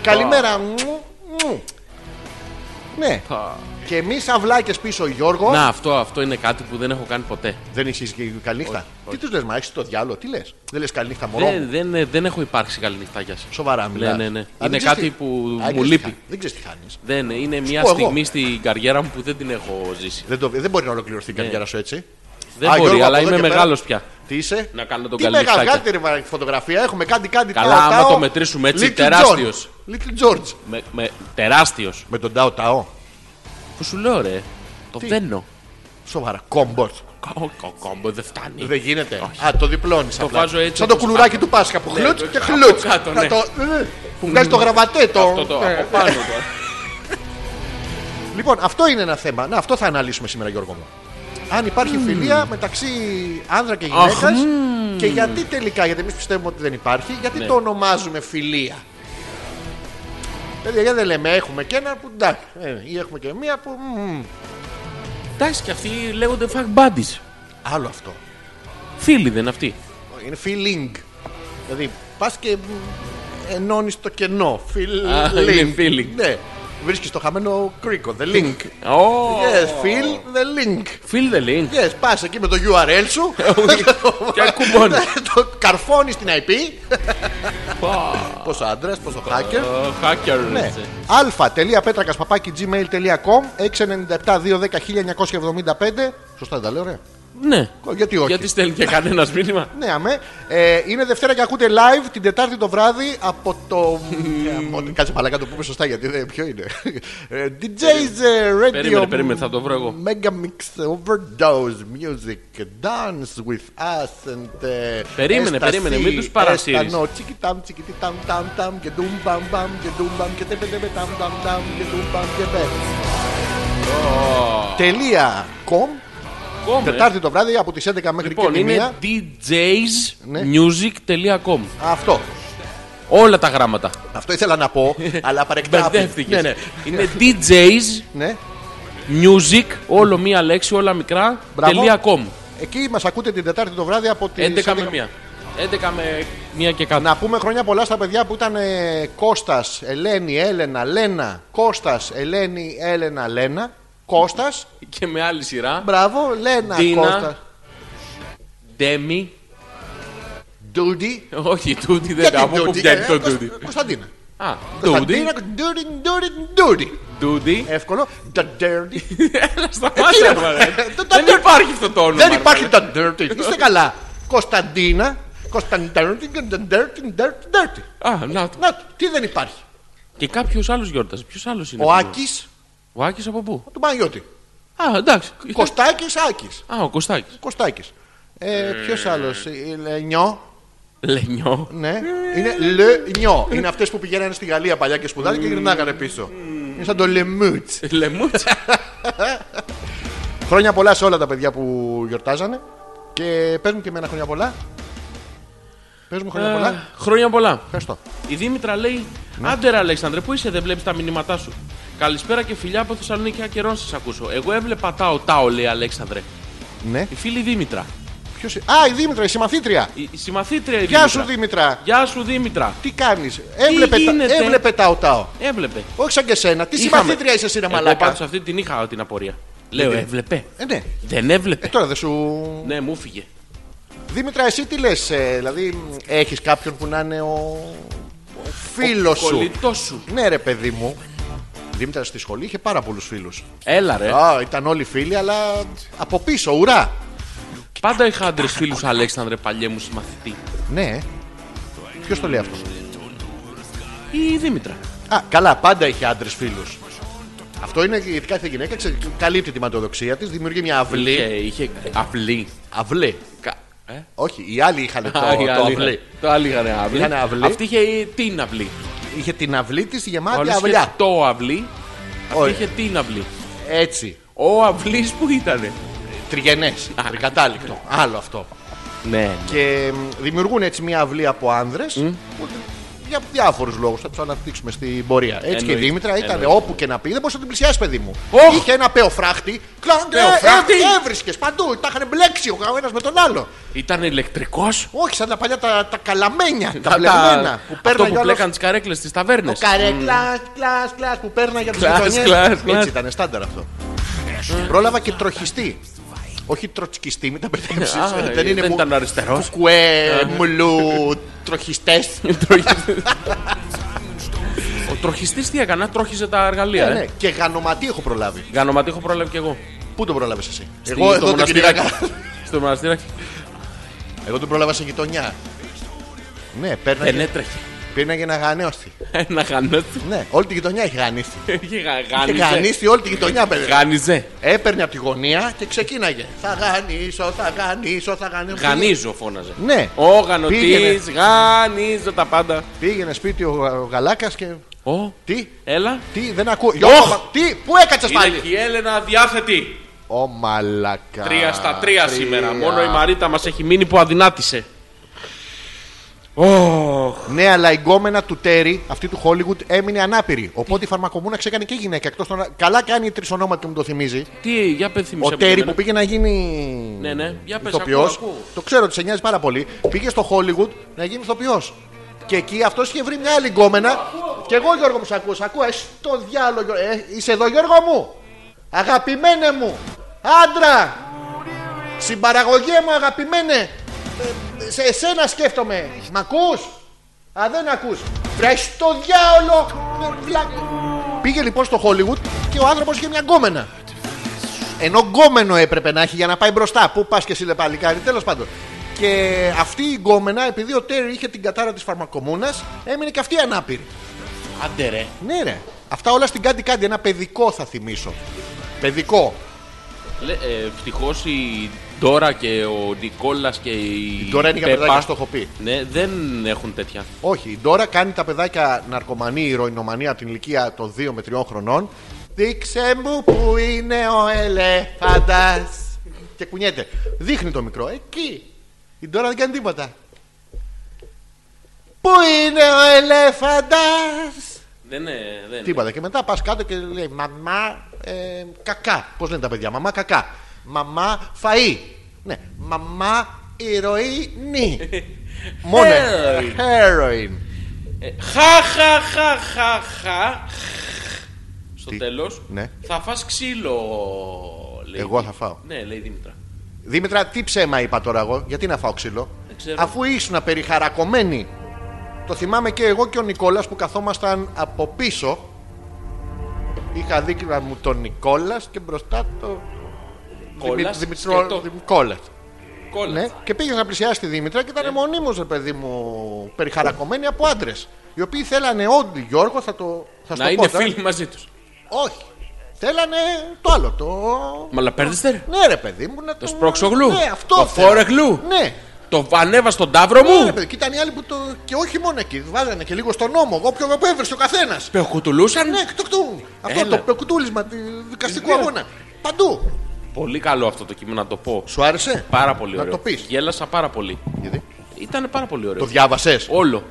A: Καλημέρα μου. μου. Ναι. Και εμείς αυλάκε πίσω, Γιώργο.
B: Να, αυτό, αυτό είναι κάτι που δεν έχω κάνει ποτέ.
A: Δεν είσαι και καληνύχτα. Τι τους λες, μα έχεις το διάλογο, τι λες. Δεν λες καληνύχτα, μωρό. μου.
B: Δεν, δεν, δεν έχω υπάρξει καληνυχτάκια.
A: Σοβαρά μιλάς.
B: ναι, ναι.
A: Α,
B: Είναι
A: δεν ξέρεις
B: κάτι
A: τι-
B: που
A: Α,
B: μου
A: δεν ξέρεις
B: λείπει.
A: τι κα- Δεν ξέρεις τι χάνεις.
B: Δεν, είναι μια
A: πω εγώ.
B: στιγμή στην καριέρα μου που δεν την έχω ζήσει.
A: Δεν, το- δεν μπορεί να ολοκληρωθεί η καριέρα σου έτσι.
B: Ναι. Δεν
A: Α,
B: μπορεί,
A: Γιώργο,
B: αλλά
A: από εδώ
B: είμαι
A: και πέρα-
B: μεγάλος πια.
A: Τι είσαι.
B: Να κάνω τον
A: Τι
B: καληνυχτάκια.
A: μεγάλη βγάλτε, ρε, μα, φωτογραφία. Έχουμε κάτι, κάτι.
B: Καλά,
A: τάο,
B: άμα
A: τάο.
B: το μετρήσουμε έτσι,
A: Little
B: τεράστιος.
A: George. Little George.
B: Με, με τεράστιος.
A: Με τον Τάο Τάο.
B: Που σου λέω, ρε. Το
A: Τι?
B: δένω.
A: Σοβαρά. Κόμπορτ.
B: Κο- κο- Κόμπος, δεν φτάνει.
A: Δεν γίνεται. Α, το διπλώνεις. Το
B: βάζω έτσι
A: Σαν το
B: όπως-
A: κουλουράκι του Πάσχα που
B: Ναι,
A: χλουτ
B: το-
A: και
B: από
A: χλουτ.
B: κάτω, ναι.
A: Να το- ε, Που βγάζει το γραβατέ το.
B: Αυτό το
A: Ε,
B: από πάνω τώρα.
A: Λοιπόν, αυτό είναι ένα θέμα. Να, αυτό θα αναλύσουμε σήμερα, Γιώργο μου. Αν υπάρχει φιλία μεταξύ άνδρα και γυναίκα. Και γιατί τελικά, γιατί εμείς πιστεύουμε ότι δεν υπάρχει, γιατί
B: Ναι.
A: το ονομάζουμε φιλία. Παιδιά, γιατί δεν λέμε έχουμε και ένα που εντάξει, ε, ή έχουμε και μία που. μμμ.
B: Εντάξει, και αυτοί λέγονται fuck buddies.
A: Άλλο αυτό.
B: Φίλοι δεν είναι αυτοί.
A: Είναι feeling. Δηλαδή, πας και ενώνεις το κενό.
B: Α,
A: Feeling.
B: είναι feeling.
A: Ναι. Βρίσκεις το χαμένο κρίκο. The link.
B: Ω,
A: Yes, feel the link.
B: Feel the link.
A: Yes, πας εκεί με το URL σου. Ναι,
B: Και κουμπώνει.
A: το καρφώνεις την IP. πόσο άντρας, πόσο hacker.
B: Ω, Ε, Hacker.
A: Ναι.
B: έτσι.
A: αλφα.πέτρακα παπάκι gmail.com 697-210-1975. Σωστά δεν τα λέω, ωραία.
B: Ναι.
A: Γιατί όχι.
B: Γιατί στέλνει και κανένας μήνυμα.
A: Ναι, αμέ. Ε, είναι Δευτέρα και ακούτε live την Τετάρτη το βράδυ από το. από- Κάτσε παλάκα το πούμε σωστά γιατί δεν. Ποιο είναι. Ε, DJ's Radio.
B: Περίμενε, περίμενε, θα το βρω εγώ.
A: Mega Mix Overdose Music Dance with Us and. ε,
B: Περίμενε,
A: Ecstasy,
B: περίμενε, μην τους παρασύρεις.
A: Αισθανό, τσικι τάμ, τσικι τι τάμ, τάμ, τάμ και ντουμ μπαμ μπαμ και ντουμ μπαμ και τέμπε τέμπε τάμ, τάμ, τάμ και ντουμ μπαμ και μπε. Τελεία com.
B: Κόμες.
A: Τετάρτη το βράδυ από τις 11 μέχρι και
B: Ναι. Λοιπόν,
A: τη μία.
B: είναι
A: Ναι.
B: djsmusic.com.
A: Αυτό.
B: Όλα τα γράμματα.
A: Αυτό ήθελα να πω, αλλά παρεκτάφη.
B: Μπερδεύτηκε.
A: Ναι, ναι.
B: Είναι DJs
A: ναι.
B: music, όλο μία λέξη, όλα μικρά.
A: Μπράβο.
B: τελεία .com.
A: Εκεί μας ακούτε την Τετάρτη το βράδυ από τις
B: 11 με 1. 11 με 1 και κάτω.
A: Να πούμε χρόνια πολλά στα παιδιά που ήταν ε, Κώστας, Ελένη, Έλενα, Λένα. Κώστας, Ελένη, Έλενα, Λένα. Κώστας,
B: Και με άλλη σειρά.
A: μπράβο, Λένα,
B: Ντίνα.
A: Κώστας.
B: Demi,
A: Ντούντι.
B: Όχι, τούτη δεν
A: Γιατί
B: τα Από πού
A: ντούντι,
B: βγαίνει
A: ε,
B: το
A: Κωστα-
B: τούτη.
A: Κωνσταντίνα.
B: Α, τούτη,
A: Κωνσταντίνα, ντούντι, ντούντι, ντούντι.
B: τούτη.
A: Εύκολο. Τα dirty.
B: Έλα, σταμάτα,
A: είναι,
B: μωρέ.
A: ε, το-
B: Δεν
A: το-
B: υπάρχει αυτό το όνομα.
A: Δεν
B: ρε,
A: υπάρχει
B: μωρέ.
A: τα dirty. Είστε καλά. Κωνσταντίνα. Κωνσταντίνα, dirty, dirty, dirty.
B: Α, να το.
A: Να, τι δεν υπάρχει.
B: Και κάποιος άλλος γιόρτασε. Ποιος άλλος είναι.
A: Ο
B: που-
A: Άκης
B: Ο Άκης από πού.
A: του Παναγιώτη.
B: Α, εντάξει.
A: Κωστάκης Άκης.
B: Α, ο Κωστάκης.
A: Κωστάκης. Ε, Ποιος άλλος. Λενιό.
B: Λενιό.
A: Ναι. Είναι Λενιό. Είναι αυτές που πηγαίνανε στη Γαλλία παλιά και σπουδάζανε και γυρνάγανε πίσω. Είναι σαν το Λεμούτ.
B: Λεμούτσα.
A: Χρόνια πολλά σε όλα τα παιδιά που γιορτάζανε. Και παίζουν και εμένα χρόνια πολλά. Παίζουμε χρόνια πολλά.
B: Χρόνια πολλά.
A: Ευχαριστώ.
B: Η Δήμητρα λέει:
A: Ναι.
B: Άντε, ρε Αλέξανδρε, πού είσαι, δεν βλέπεις τα μηνύματά σου. Καλησπέρα και φιλιά από Θεσσαλονίκη, καιρό να σας ακούσω. Εγώ έβλεπα τάο τάο, λέει Αλέξανδρε.
A: Ναι.
B: Η φίλη Δήμητρα.
A: Ποιος... είναι? Α, η Δήμητρα, η συμμαθήτρια.
B: Η, η συμμαθήτρια η
A: Γεια σου, Δήμητρα.
B: Γεια σου, Δήμητρα.
A: Τι κάνεις. Έβλεπε, τα...
B: γίνεται?
A: έβλεπε τα οτάω.
B: Έβλεπε.
A: Όχι σαν και σένα. Τι
B: Είχαμε.
A: συμμαθήτρια είσαι, Σύρε
B: Εγώ
A: Μαλάκα.
B: πάντως αυτή την είχα την απορία. Λέω,
A: Γιατί?
B: έβλεπε.
A: Ε, ναι.
B: Δεν
A: Ε,
B: έβλεπε.
A: τώρα δεν σου.
B: Ναι, μου φύγε.
A: Δήμητρα, εσύ τι λες, δηλαδή έχεις κάποιον που να είναι ο, ο φίλος σου.
B: Κολλητός σου.
A: Ναι, ρε παιδί μου. Δήμητρα στη σχολή είχε πάρα πολλούς φίλους.
B: Έλα, ρε.
A: Α, ήταν όλοι φίλοι, αλλά από πίσω, ουρά.
B: Πάντα είχα άντρες φίλους Αλέξανδρε, παλιέ μου συμμαθητή.
A: Ναι. Ποιος το λέει αυτός.
B: Η Δήμητρα.
A: Α, καλά, πάντα έχει άντρες φίλους. Αυτό είναι γιατί κάθε γυναίκα ξε- καλύπτει τη ματοδοξία της, δημιουργεί μια αυλή.
B: Είχε, είχε αυλή.
A: Αυλή.
B: Κα... Ε?
A: Όχι, οι άλλοι είχαν το,
B: Α, η
A: το
B: άλλη
A: αυλή.
B: είχα- Το άλλο είχαν αυλή.
A: Είχαν αυλή.
B: Αυτή είχε η- την αυλή.
A: Είχε την αυλή της
B: Ο
A: γεμάτη
B: άλλος
A: αυλιά.
B: είχε το αυλή. Αυτή
A: Ωραία.
B: είχε την αυλή.
A: Έτσι.
B: Ο αυλής που ήταν.
A: Τριγενέ. Τρικατάληκτο. Άλλο αυτό.
B: Ναι.
A: Και μ, δημιουργούν έτσι μια αυλή από άνδρες. Για διάφορους λόγους θα τους αναπτύξουμε στην πορεία. Έτσι και η
B: Εννοείται.
A: Δήμητρα ήταν
B: Εννοείται.
A: όπου και να πει, δεν μπορούσε να την πλησιάσεις, παιδί μου.
B: Οχ!
A: Είχε ένα πεοφράχτη. Κλάντε,
B: Πεοφράχτη!
A: έβρισκες παντού. Τα είχαν μπλέξει ο ένα με τον άλλο.
B: Ήταν ηλεκτρικός.
A: Όχι, σαν τα παλιά τα, τα καλαμένια, τα βλεμμένα που
B: Αυτό
A: παίρναγε
B: που
A: όλος.
B: πλέκαν τις καρέκλες στις ταβέρνες.
A: Το καρέ, κλάς, κλάς, κλάς που παίρναγε από τις
B: Mm. Κλάς,
A: γειτονιές.
B: κλάς, κλάς.
A: Έτσι ήταν, στάνταρ αυτό. Πρόλαβα και τροχιστή. Όχι τροτσκιστή, μην τα μπερδέψεις.
B: Α,
A: Δεν είναι
B: δεν
A: μου...
B: ήταν ναι. αριστερός.
A: Κουκουέ, μουλού, τροχιστές.
B: Ο τροχιστής τι έκανε, τρώχιζε τα εργαλεία.
A: Ναι,
B: ε.
A: ναι. Και γανοματί έχω προλάβει.
B: Γανοματί έχω πρόλαβει κι εγώ.
A: Πού τον πρόλαβες εσύ.
B: Στη-
A: Εγώ
B: στο
A: εδώ τον
B: μοναστηράκι.
A: κυνηγάγα.
B: Στο μοναστήρι
A: Εγώ τον πρόλαβα σε γειτονιά. Ναι,
B: δεν
A: παίρναγε,
B: έτρεχε.
A: πήρναγε να γανέωθη.
B: Ε, Ένα γανότι.
A: Ναι, όλη τη γειτονιά έχει γανίσει.
B: Είχε γα-
A: Έχει
B: γάνιζε.
A: γανίσει όλη τη γειτονιά, παιδί.
B: Γάνιζε.
A: Έπαιρνε από τη γωνία και ξεκίναγε. Θα γανίσω, θα γανίσω, θα γανίσω.
B: Γανίζω φώναζε.
A: Ναι.
B: Ο γανωτής,
A: Πήγαινε.
B: γανίζω τα πάντα.
A: Πήγαινε σπίτι ο, ο Γαλάκας και.
B: Ω,
A: Τι,
B: έλα.
A: τι, δεν ακούω. Γιώργο, μα- τι, πού έκατσες
B: Είναι
A: πάλι.
B: και η Έλενα διάθετη.
A: Ω μαλακά.
B: Τρία στα τρία σήμερα. Μόνο η Μαρίτα μας έχει μείνει που αδυνάτησε. Ωχ.
A: Ναι, αλλά η γκόμενα του Τέρι, αυτή του Χόλιγουτ, έμεινε ανάπηρη. Οπότε η φαρμακομούνα ξέκανε και γυναίκα. Εκτός των... Καλά κάνει η τρισονόματη μου το θυμίζει.
B: Τι, για πενθύμισε.
A: Ο Τέρι που πήγε να γίνει.
B: Ναι, ναι. Για πες,
A: ηθοποιός.
B: ακούω, ακούω.
A: Το ξέρω ότι σε νοιάζει πάρα πολύ. Πήγε στο Χόλιγουτ να γίνει ηθοποιός. Και εκεί αυτός είχε βρει μια άλλη γκόμενα. Και εγώ Γιώργο μου σε ακούω. Σε ακούω. Ε, στο διάλογο. Γιώργο. Ε, είσαι εδώ Γιώργο μου. Αγαπημένε μου. Άντρα. Συμπαραγωγέ μου αγαπημένε. Ε, σε εσένα σκέφτομαι. Μ' ακούς. Α, δεν ακούς. Βρε στο διάολο. Ε, βλάκα. Πήγε λοιπόν στο Χόλιγουτ και ο άνθρωπος είχε μια γκόμενα. Ενώ γκόμενο έπρεπε να έχει για να πάει μπροστά. Πού πας και εσύ, λε παλικάρι, τέλος πάντων. Και αυτή η γκόμενα, επειδή ο Τέρι είχε την κατάρα της φαρμακομούνας, έμεινε και αυτή ανάπηρη.
B: Άντε ρε.
A: Ναι, ρε. Αυτά όλα στην κάτι κάτι. Ένα παιδικό θα θυμίσω. Παιδικό.
B: Ευτυχώ ε, η Ντόρα και ο Νικόλας και η.
A: Τώρα είναι για
B: Πέπα,
A: παιδάκια, το έχω πει.
B: Ναι, δεν έχουν τέτοια.
A: Όχι, η Ντόρα κάνει τα παιδάκια ναρκωμανή, ηρωινομανία από την ηλικία των 2 με 3 χρονών. Δείξε μου που είναι ο ελέφαντα. Και κουνιέται. Δείχνει το μικρό. Εκεί. Η Ντόρα δεν κάνει τίποτα. Πού είναι ο ελέφαντας
B: Δεν είναι. Δεν είναι.
A: Τίποτα. Και μετά πας κάτω και λέει Μαμά ε, κακά. Πώς λένε τα παιδιά, Μαμά κακά. Μαμά φαΐ. Ναι, Μαμά ηρωίνη. Μόνο.
B: Heroin.
A: Heroin.
B: Ε, Χα, χα, χα, χα, χα. Στο
A: Τι?
B: τέλος
A: Ναι.
B: θα φας ξύλο. λέει.
A: Εγώ θα φάω.
B: Ναι, λέει η Δήμητρα.
A: Δήμητρα, τι ψέμα είπα τώρα εγώ, γιατί να φάω ξύλο.
B: ξέρω.
A: Αφού ήσουν περιχαρακωμένοι. Το θυμάμαι και εγώ και ο Νικόλας που καθόμασταν από πίσω. Είχα δίπλα μου τον Νικόλας και μπροστά το...
B: Κόλλας
A: Δημη-
B: και
A: Δημητρο-
B: το-
A: Δημη- Κόλλας.
B: Κόλλας.
A: Ναι, και πήγε να πλησιάσει τη Δήμητρα και
B: Ε.
A: ήταν μονίμως ρε παιδί μου περιχαρακωμένοι από άντρες. Οι οποίοι θέλανε όντι Γιώργο, θα το. Θα
B: Να
A: στο
B: είναι
A: πω, τώρα.
B: φίλοι μαζί τους.
A: Όχι. Θέλανε το άλλο. Το.
B: Μα λαπέρδιστε, ρε.
A: Ναι, ρε παιδί μου, να το.
B: Το σπρώξογλου.
A: Ναι, αυτό.
B: Το
A: θέλανε.
B: φόρεγλου.
A: Ναι.
B: Το ανέβα στον τάβρο
A: Ναι, ρε
B: μου.
A: παιδί. Και ήταν οι άλλοι που το. Και όχι μόνο εκεί. Βάζανε και λίγο στον νόμο. Όποιο που έβρεσε ο καθένας.
B: Πεοκουτουλούσαν.
A: Ναι, κτοκ, κτοκ. Αυτό
B: Έλα.
A: το πεκουτούλισμα του δικαστικού
B: Ναι.
A: αγώνα. Παντού.
B: Πολύ καλό αυτό το κείμενο να το πω.
A: Σου άρεσε.
B: Πάρα πολύ
A: Να
B: ωραίο.
A: το πεις.
B: Γέλασα πάρα πολύ.
A: Γιατί?
B: Ήταν πάρα πολύ
A: Το
B: ωραίο.
A: διάβασες.
B: Όλο.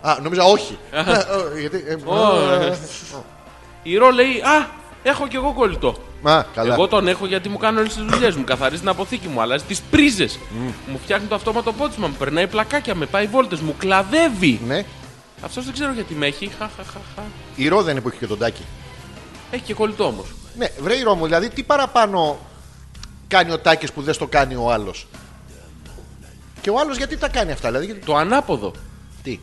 A: Α, νόμιζα όχι. Ναι, ε, Γιατί. ε,
B: Ω, Η Ρο λέει Α, έχω κι εγώ κολλητό.
A: Μα, καλά.
B: Εγώ τον έχω γιατί μου κάνει όλες τις δουλειές μου. Καθαρίζει την αποθήκη μου, αλλάζει τις πρίζες. Μου φτιάχνει το αυτόματο πότσμα, μου περνάει πλακάκια, με πάει βόλτες, μου κλαδεύει.
A: Ναι.
B: Αυτός δεν ξέρω γιατί με έχει. Χα, χα, χα, χα.
A: Η Ρο δεν είναι που έχει και τον Τάκη.
B: Έχει και κολλητό όμως.
A: Ναι, βρε η Ρο μου, δηλαδή τι παραπάνω κάνει ο Τάκης που δεν στο κάνει ο άλλος. Και ο άλλος γιατί τα κάνει αυτά, δηλαδή. Γιατί...
B: Το ανάποδο.
A: Τι.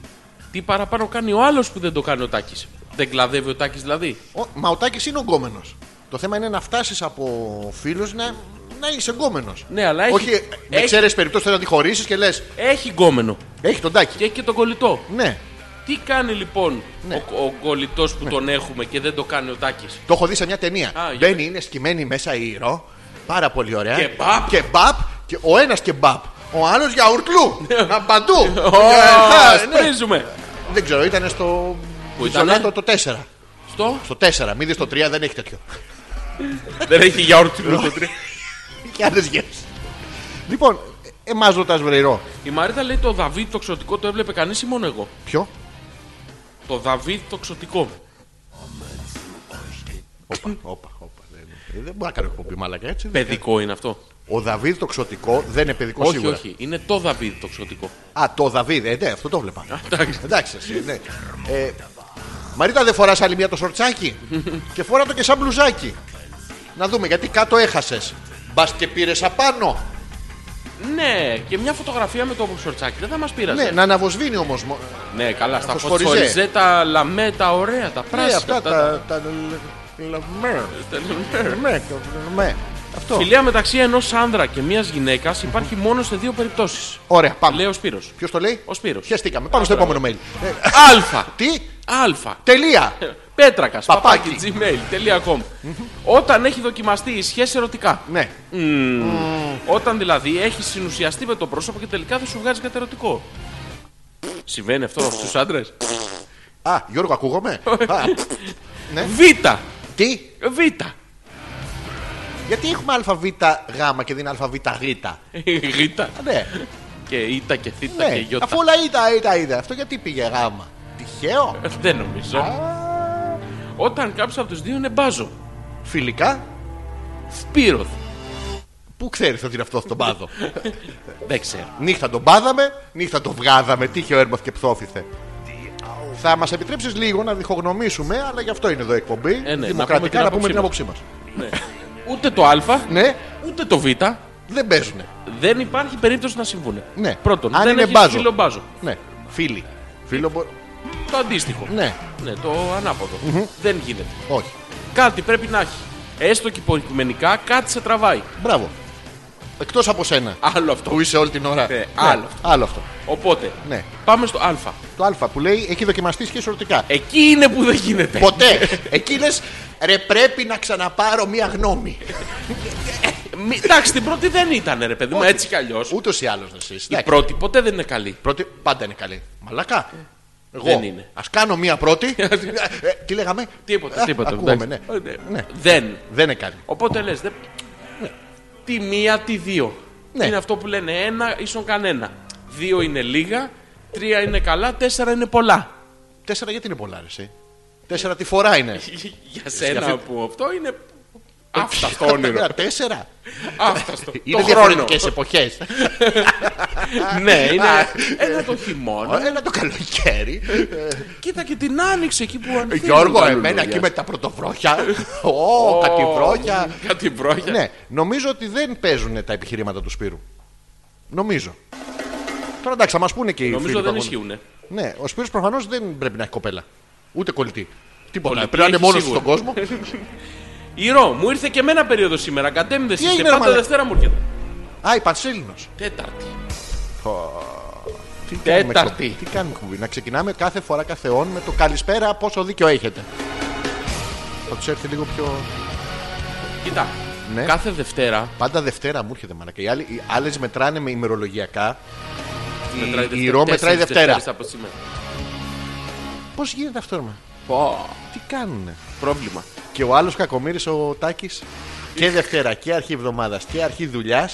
B: Τι παραπάνω κάνει ο άλλος που δεν το κάνει ο Τάκης. Δεν κλαδεύει ο Τάκης δηλαδή.
A: Ο- μα ο Τάκης είναι ογκόμενος. Το θέμα είναι να φτάσεις από φίλο να, να είσαι ογκόμενος.
B: Ναι, αλλά έχει-
A: Όχι, με
B: έχει-
A: ξέρεις περιπτώσεις τώρα να τη χωρίσεις και λες.
B: Έχει γκόμενο.
A: Έχει τον Τάκη.
B: Και έχει και τον κολλητό.
A: Ναι.
B: Τι κάνει λοιπόν
A: Ναι.
B: ο, ο κολλητός που τον έχουμε και δεν το κάνει ο Τάκης.
A: Το έχω δει σε μια ταινία.
B: Α, για
A: Μπαίνει, είναι σκημένη μέσα η Ρο. Πάρα πολύ ωραία.
B: Και μπαπ.
A: Και μπαπ. Και ο ένας και μπαπ. Ο άλλος για ουρτλού.
B: Ναι.
A: Να παντού. Ε, ναι.
B: Σπρίζουμε.
A: Δεν ξέρω, ήταν στο.
B: Πού
A: Μισολάτο
B: ήτανε?
A: το 4.
B: Στο.
A: Στο 4. Μην δεις το 3, δεν έχει τέτοιο.
B: Δεν έχει γιαούρτι το τρί.
A: Και άλλες γεύσεις. Λοιπόν, εμάς ρωτάς βρεϊρό.
B: Η Μαρίτα λέει το Δαβίδ το ξωτικό το έβλεπε κανείς ή μόνο εγώ.
A: Ποιο?
B: Το Δαβίδ το ξωτικό.
A: Όπα, όπα, όπα. Δεν, ε, δεν μπορεί να κάνω εκπομπή, μάλακα έτσι.
B: Παιδικό είναι αυτό.
A: Ο Δαβίδ το ξωτικό δεν είναι παιδικό
B: όχι,
A: σίγουρα.
B: Ε, όχι. Είναι το Δαβίδ το ξωτικό.
A: Α, το Δαβίδ, ε, ναι, αυτό το βλέπα.
B: εντάξει.
A: Εντάξει, εσύ, ναι. Ε, Μαρίτα, δεν φοράς άλλη μία το σορτσάκι. και φορά το και σαν μπλουζάκι. Να δούμε, γιατί κάτω έχασες. Μπας και πήρες απάνω.
B: Ναι, και μια φωτογραφία με το σορτσάκι δεν θα μας πείραζε.
A: Ναι, να αναβοσβήνει Ε, όμω.
B: Ναι, καλά, στα
A: Φωσφοριζέ.
B: φωσφοριζέ τα λαμέ, τα ωραία, τα
A: Ναι,
B: πράσινα.
A: αυτά τα. τα... λαμέ. Λαμέ, λαμέ. Αυτό.
B: Φιλία μεταξύ ενός άνδρα και μιας γυναίκας υπάρχει μόνο σε δύο περιπτώσεις.
A: Ωραία, πάμε.
B: Λέει ο Σπύρος.
A: Ποιος το λέει?
B: Ο Σπύρος.
A: Χαιστήκαμε. Πάμε στο επόμενο mail. Ε,
B: Αλφα.
A: Τι?
B: Αλφα. Ε,
A: Τελεία.
B: Πέτρακας.
A: Παπάκι.
B: Παπάκι. gmail.com Όταν έχει δοκιμαστεί η σχέση ερωτικά.
A: ναι.
B: Όταν δηλαδή έχει συνουσιαστεί με το πρόσωπο και τελικά δεν σου βγάζει κάτι ερωτικό. Συμβαίνει αυτό στους άντρες.
A: Α, Γιώργο, ακούγομαι. Α, Ναι.
B: Β.
A: Τι?
B: Β.
A: Γιατί έχουμε ΑΒ γ και δεν είναι ΑΒ γ.
B: Ε, Γ.
A: Ναι.
B: Και Ήτα και Θ και
A: ναι.
B: Ι.
A: Αφού όλα ήταν, ήταν, ήταν. Αυτό γιατί πήγε γάμα. Τυχαίο.
B: Δεν νομίζω.
A: Α,
B: Όταν κάποιος από τους δύο είναι μπάζο.
A: Φιλικά.
B: Σπύροθ.
A: Πού ξέρεις ότι είναι αυτός στον πάδο.
B: Δεν ξέρω.
A: νύχτα τον πάδαμε, νύχτα τον βγάδαμε. Τύχε ο έρμοθ και ψόφιθε. Θα μας επιτρέψεις λίγο να διχογνωμίσουμε, αλλά γι' αυτό είναι εδώ η εκπομπή.
B: ναι, να πούμε
A: Δημοκρατικά
B: την
A: να πούμε την
B: άποψή
A: άποψή μας.
B: Ούτε το Α,
A: Ναι,
B: ούτε το Β.
A: δεν παίζουνε.
B: Δεν υπάρχει περίπτωση να συμβούνε.
A: Ναι.
B: Πρώτον,
A: Αν
B: δεν
A: είναι
B: έχεις
A: μπάζο.
B: φίλο μπάζο.
A: Ναι, φίλοι. Φίλο μπο-
B: Το αντίστοιχο.
A: Ναι,
B: Ναι, το αναποδο Δεν γίνεται.
A: όχι.
B: Κάτι πρέπει να έχει. Έστω και υποκειμενικά κάτι σε τραβάει.
A: Μπράβο. Εκτός από σένα.
B: Άλλο αυτό.
A: Που είσαι όλη την ώρα.
B: Ναι, άλλο αυτό.
A: άλλο αυτό.
B: Οπότε,
A: Ναι.
B: πάμε στο Α.
A: Το Α που λέει έχει δοκιμαστεί σχέση ερωτικά.
B: Εκεί είναι που δεν γίνεται.
A: Ποτέ. Εκεί λες, ρε πρέπει να ξαναπάρω μία γνώμη.
B: Μη- Εντάξει, την πρώτη δεν ήταν, ρε παιδί μου,
A: Όχι.
B: έτσι κι αλλιώς.
A: Ούτως ή άλλως να είσαι.
B: Η πρώτη ποτέ δεν είναι καλή.
A: Πρώτη πάντα είναι καλή. Μαλακά. Εγώ.
B: Δεν είναι.
A: Ας κάνω μία πρώτη. Ε, ε, τι λέγαμε.
B: Τίποτα,
A: Α,
B: τίποτα.
A: Ακούγαμε, ναι.
B: εντάξει. Ε,
A: ναι.
B: Δεν.
A: Δεν είναι καλή.
B: Οπότε λες, δεν... τη μία, τη δύο.
A: Ναι.
B: Είναι αυτό που λένε ένα ίσον κανένα. Δύο είναι λίγα, τρία είναι καλά, τέσσερα είναι πολλά.
A: Τέσσερα γιατί είναι πολλά, ρε, εσύ. Τέσσερα τη φορά είναι.
B: Για σένα
A: αυτή-
B: που αυτό είναι. Αυτά στο όνειρο.
A: Ένα Τέσσερα.
B: Αυτά στο
A: Είναι
B: το χρόνο. Ε,
A: διαφορετικέ εποχές.
B: ναι, είναι. Ένα το χειμώνα.
A: Ένα Ε, το καλοκαίρι. Ε,
B: Κοίτα και την άνοιξε εκεί που ανήκει.
A: Γιώργο, εμένα εκεί με τα πρωτοβρόχια. Ω, κατηβρόχια.
B: Κάτι βρόχια.
A: Ναι, νομίζω ότι δεν παίζουν τα επιχειρήματα του Σπύρου. Νομίζω. Τώρα εντάξει, θα μας πούνε και οι
B: Νομίζω
A: φίλοι
B: δεν
A: που ακούνε.
B: ισχύουν.
A: Ναι, ο Σπύρος προφανώς δεν πρέπει να έχει κοπέλα. Ούτε κολλητή. Τίποτα.
B: Κολλητή
A: Πρέπει να είναι
B: έχει
A: μόνος
B: σίγουρα.
A: στον κόσμο.
B: Ηρώ, μου ήρθε και εμένα περίοδος σήμερα. Κατέμιδε είστε.
A: έγινε, ρε
B: Πάντα
A: μαλάκα?
B: Δευτέρα μου έρχεται.
A: Α, η Πανσέλινο.
B: Τέταρτη.
A: Τι κάνουμε
B: Τέταρτη.
A: εκπομπή, Τι κάνουμε εκπομπή. Να ξεκινάμε κάθε φορά καθεών με το καλησπέρα πόσο δίκιο έχετε. Θα τους έρθει λίγο πιο.
B: Κοίτα.
A: Ναι.
B: Κάθε Δευτέρα.
A: Πάντα Δευτέρα μου έρχεται μαρακα. Οι, άλλοι- οι άλλες μετράνε με ημερολογιακά.
B: μετράει
A: Η,
B: Δευτέρα,
A: η Ρο μετράει
B: τέσσερις
A: Δευτέρα.
B: Δευτέρες από σήμερα.
A: Πώς γίνεται αυτό, ρε.
B: Πω,
A: Τι κάνουνε.
B: πρόβλημα.
A: Και ο άλλος κακομοίρης ο Τάκης. Και Δευτέρα και αρχή εβδομάδας και αρχή δουλειάς.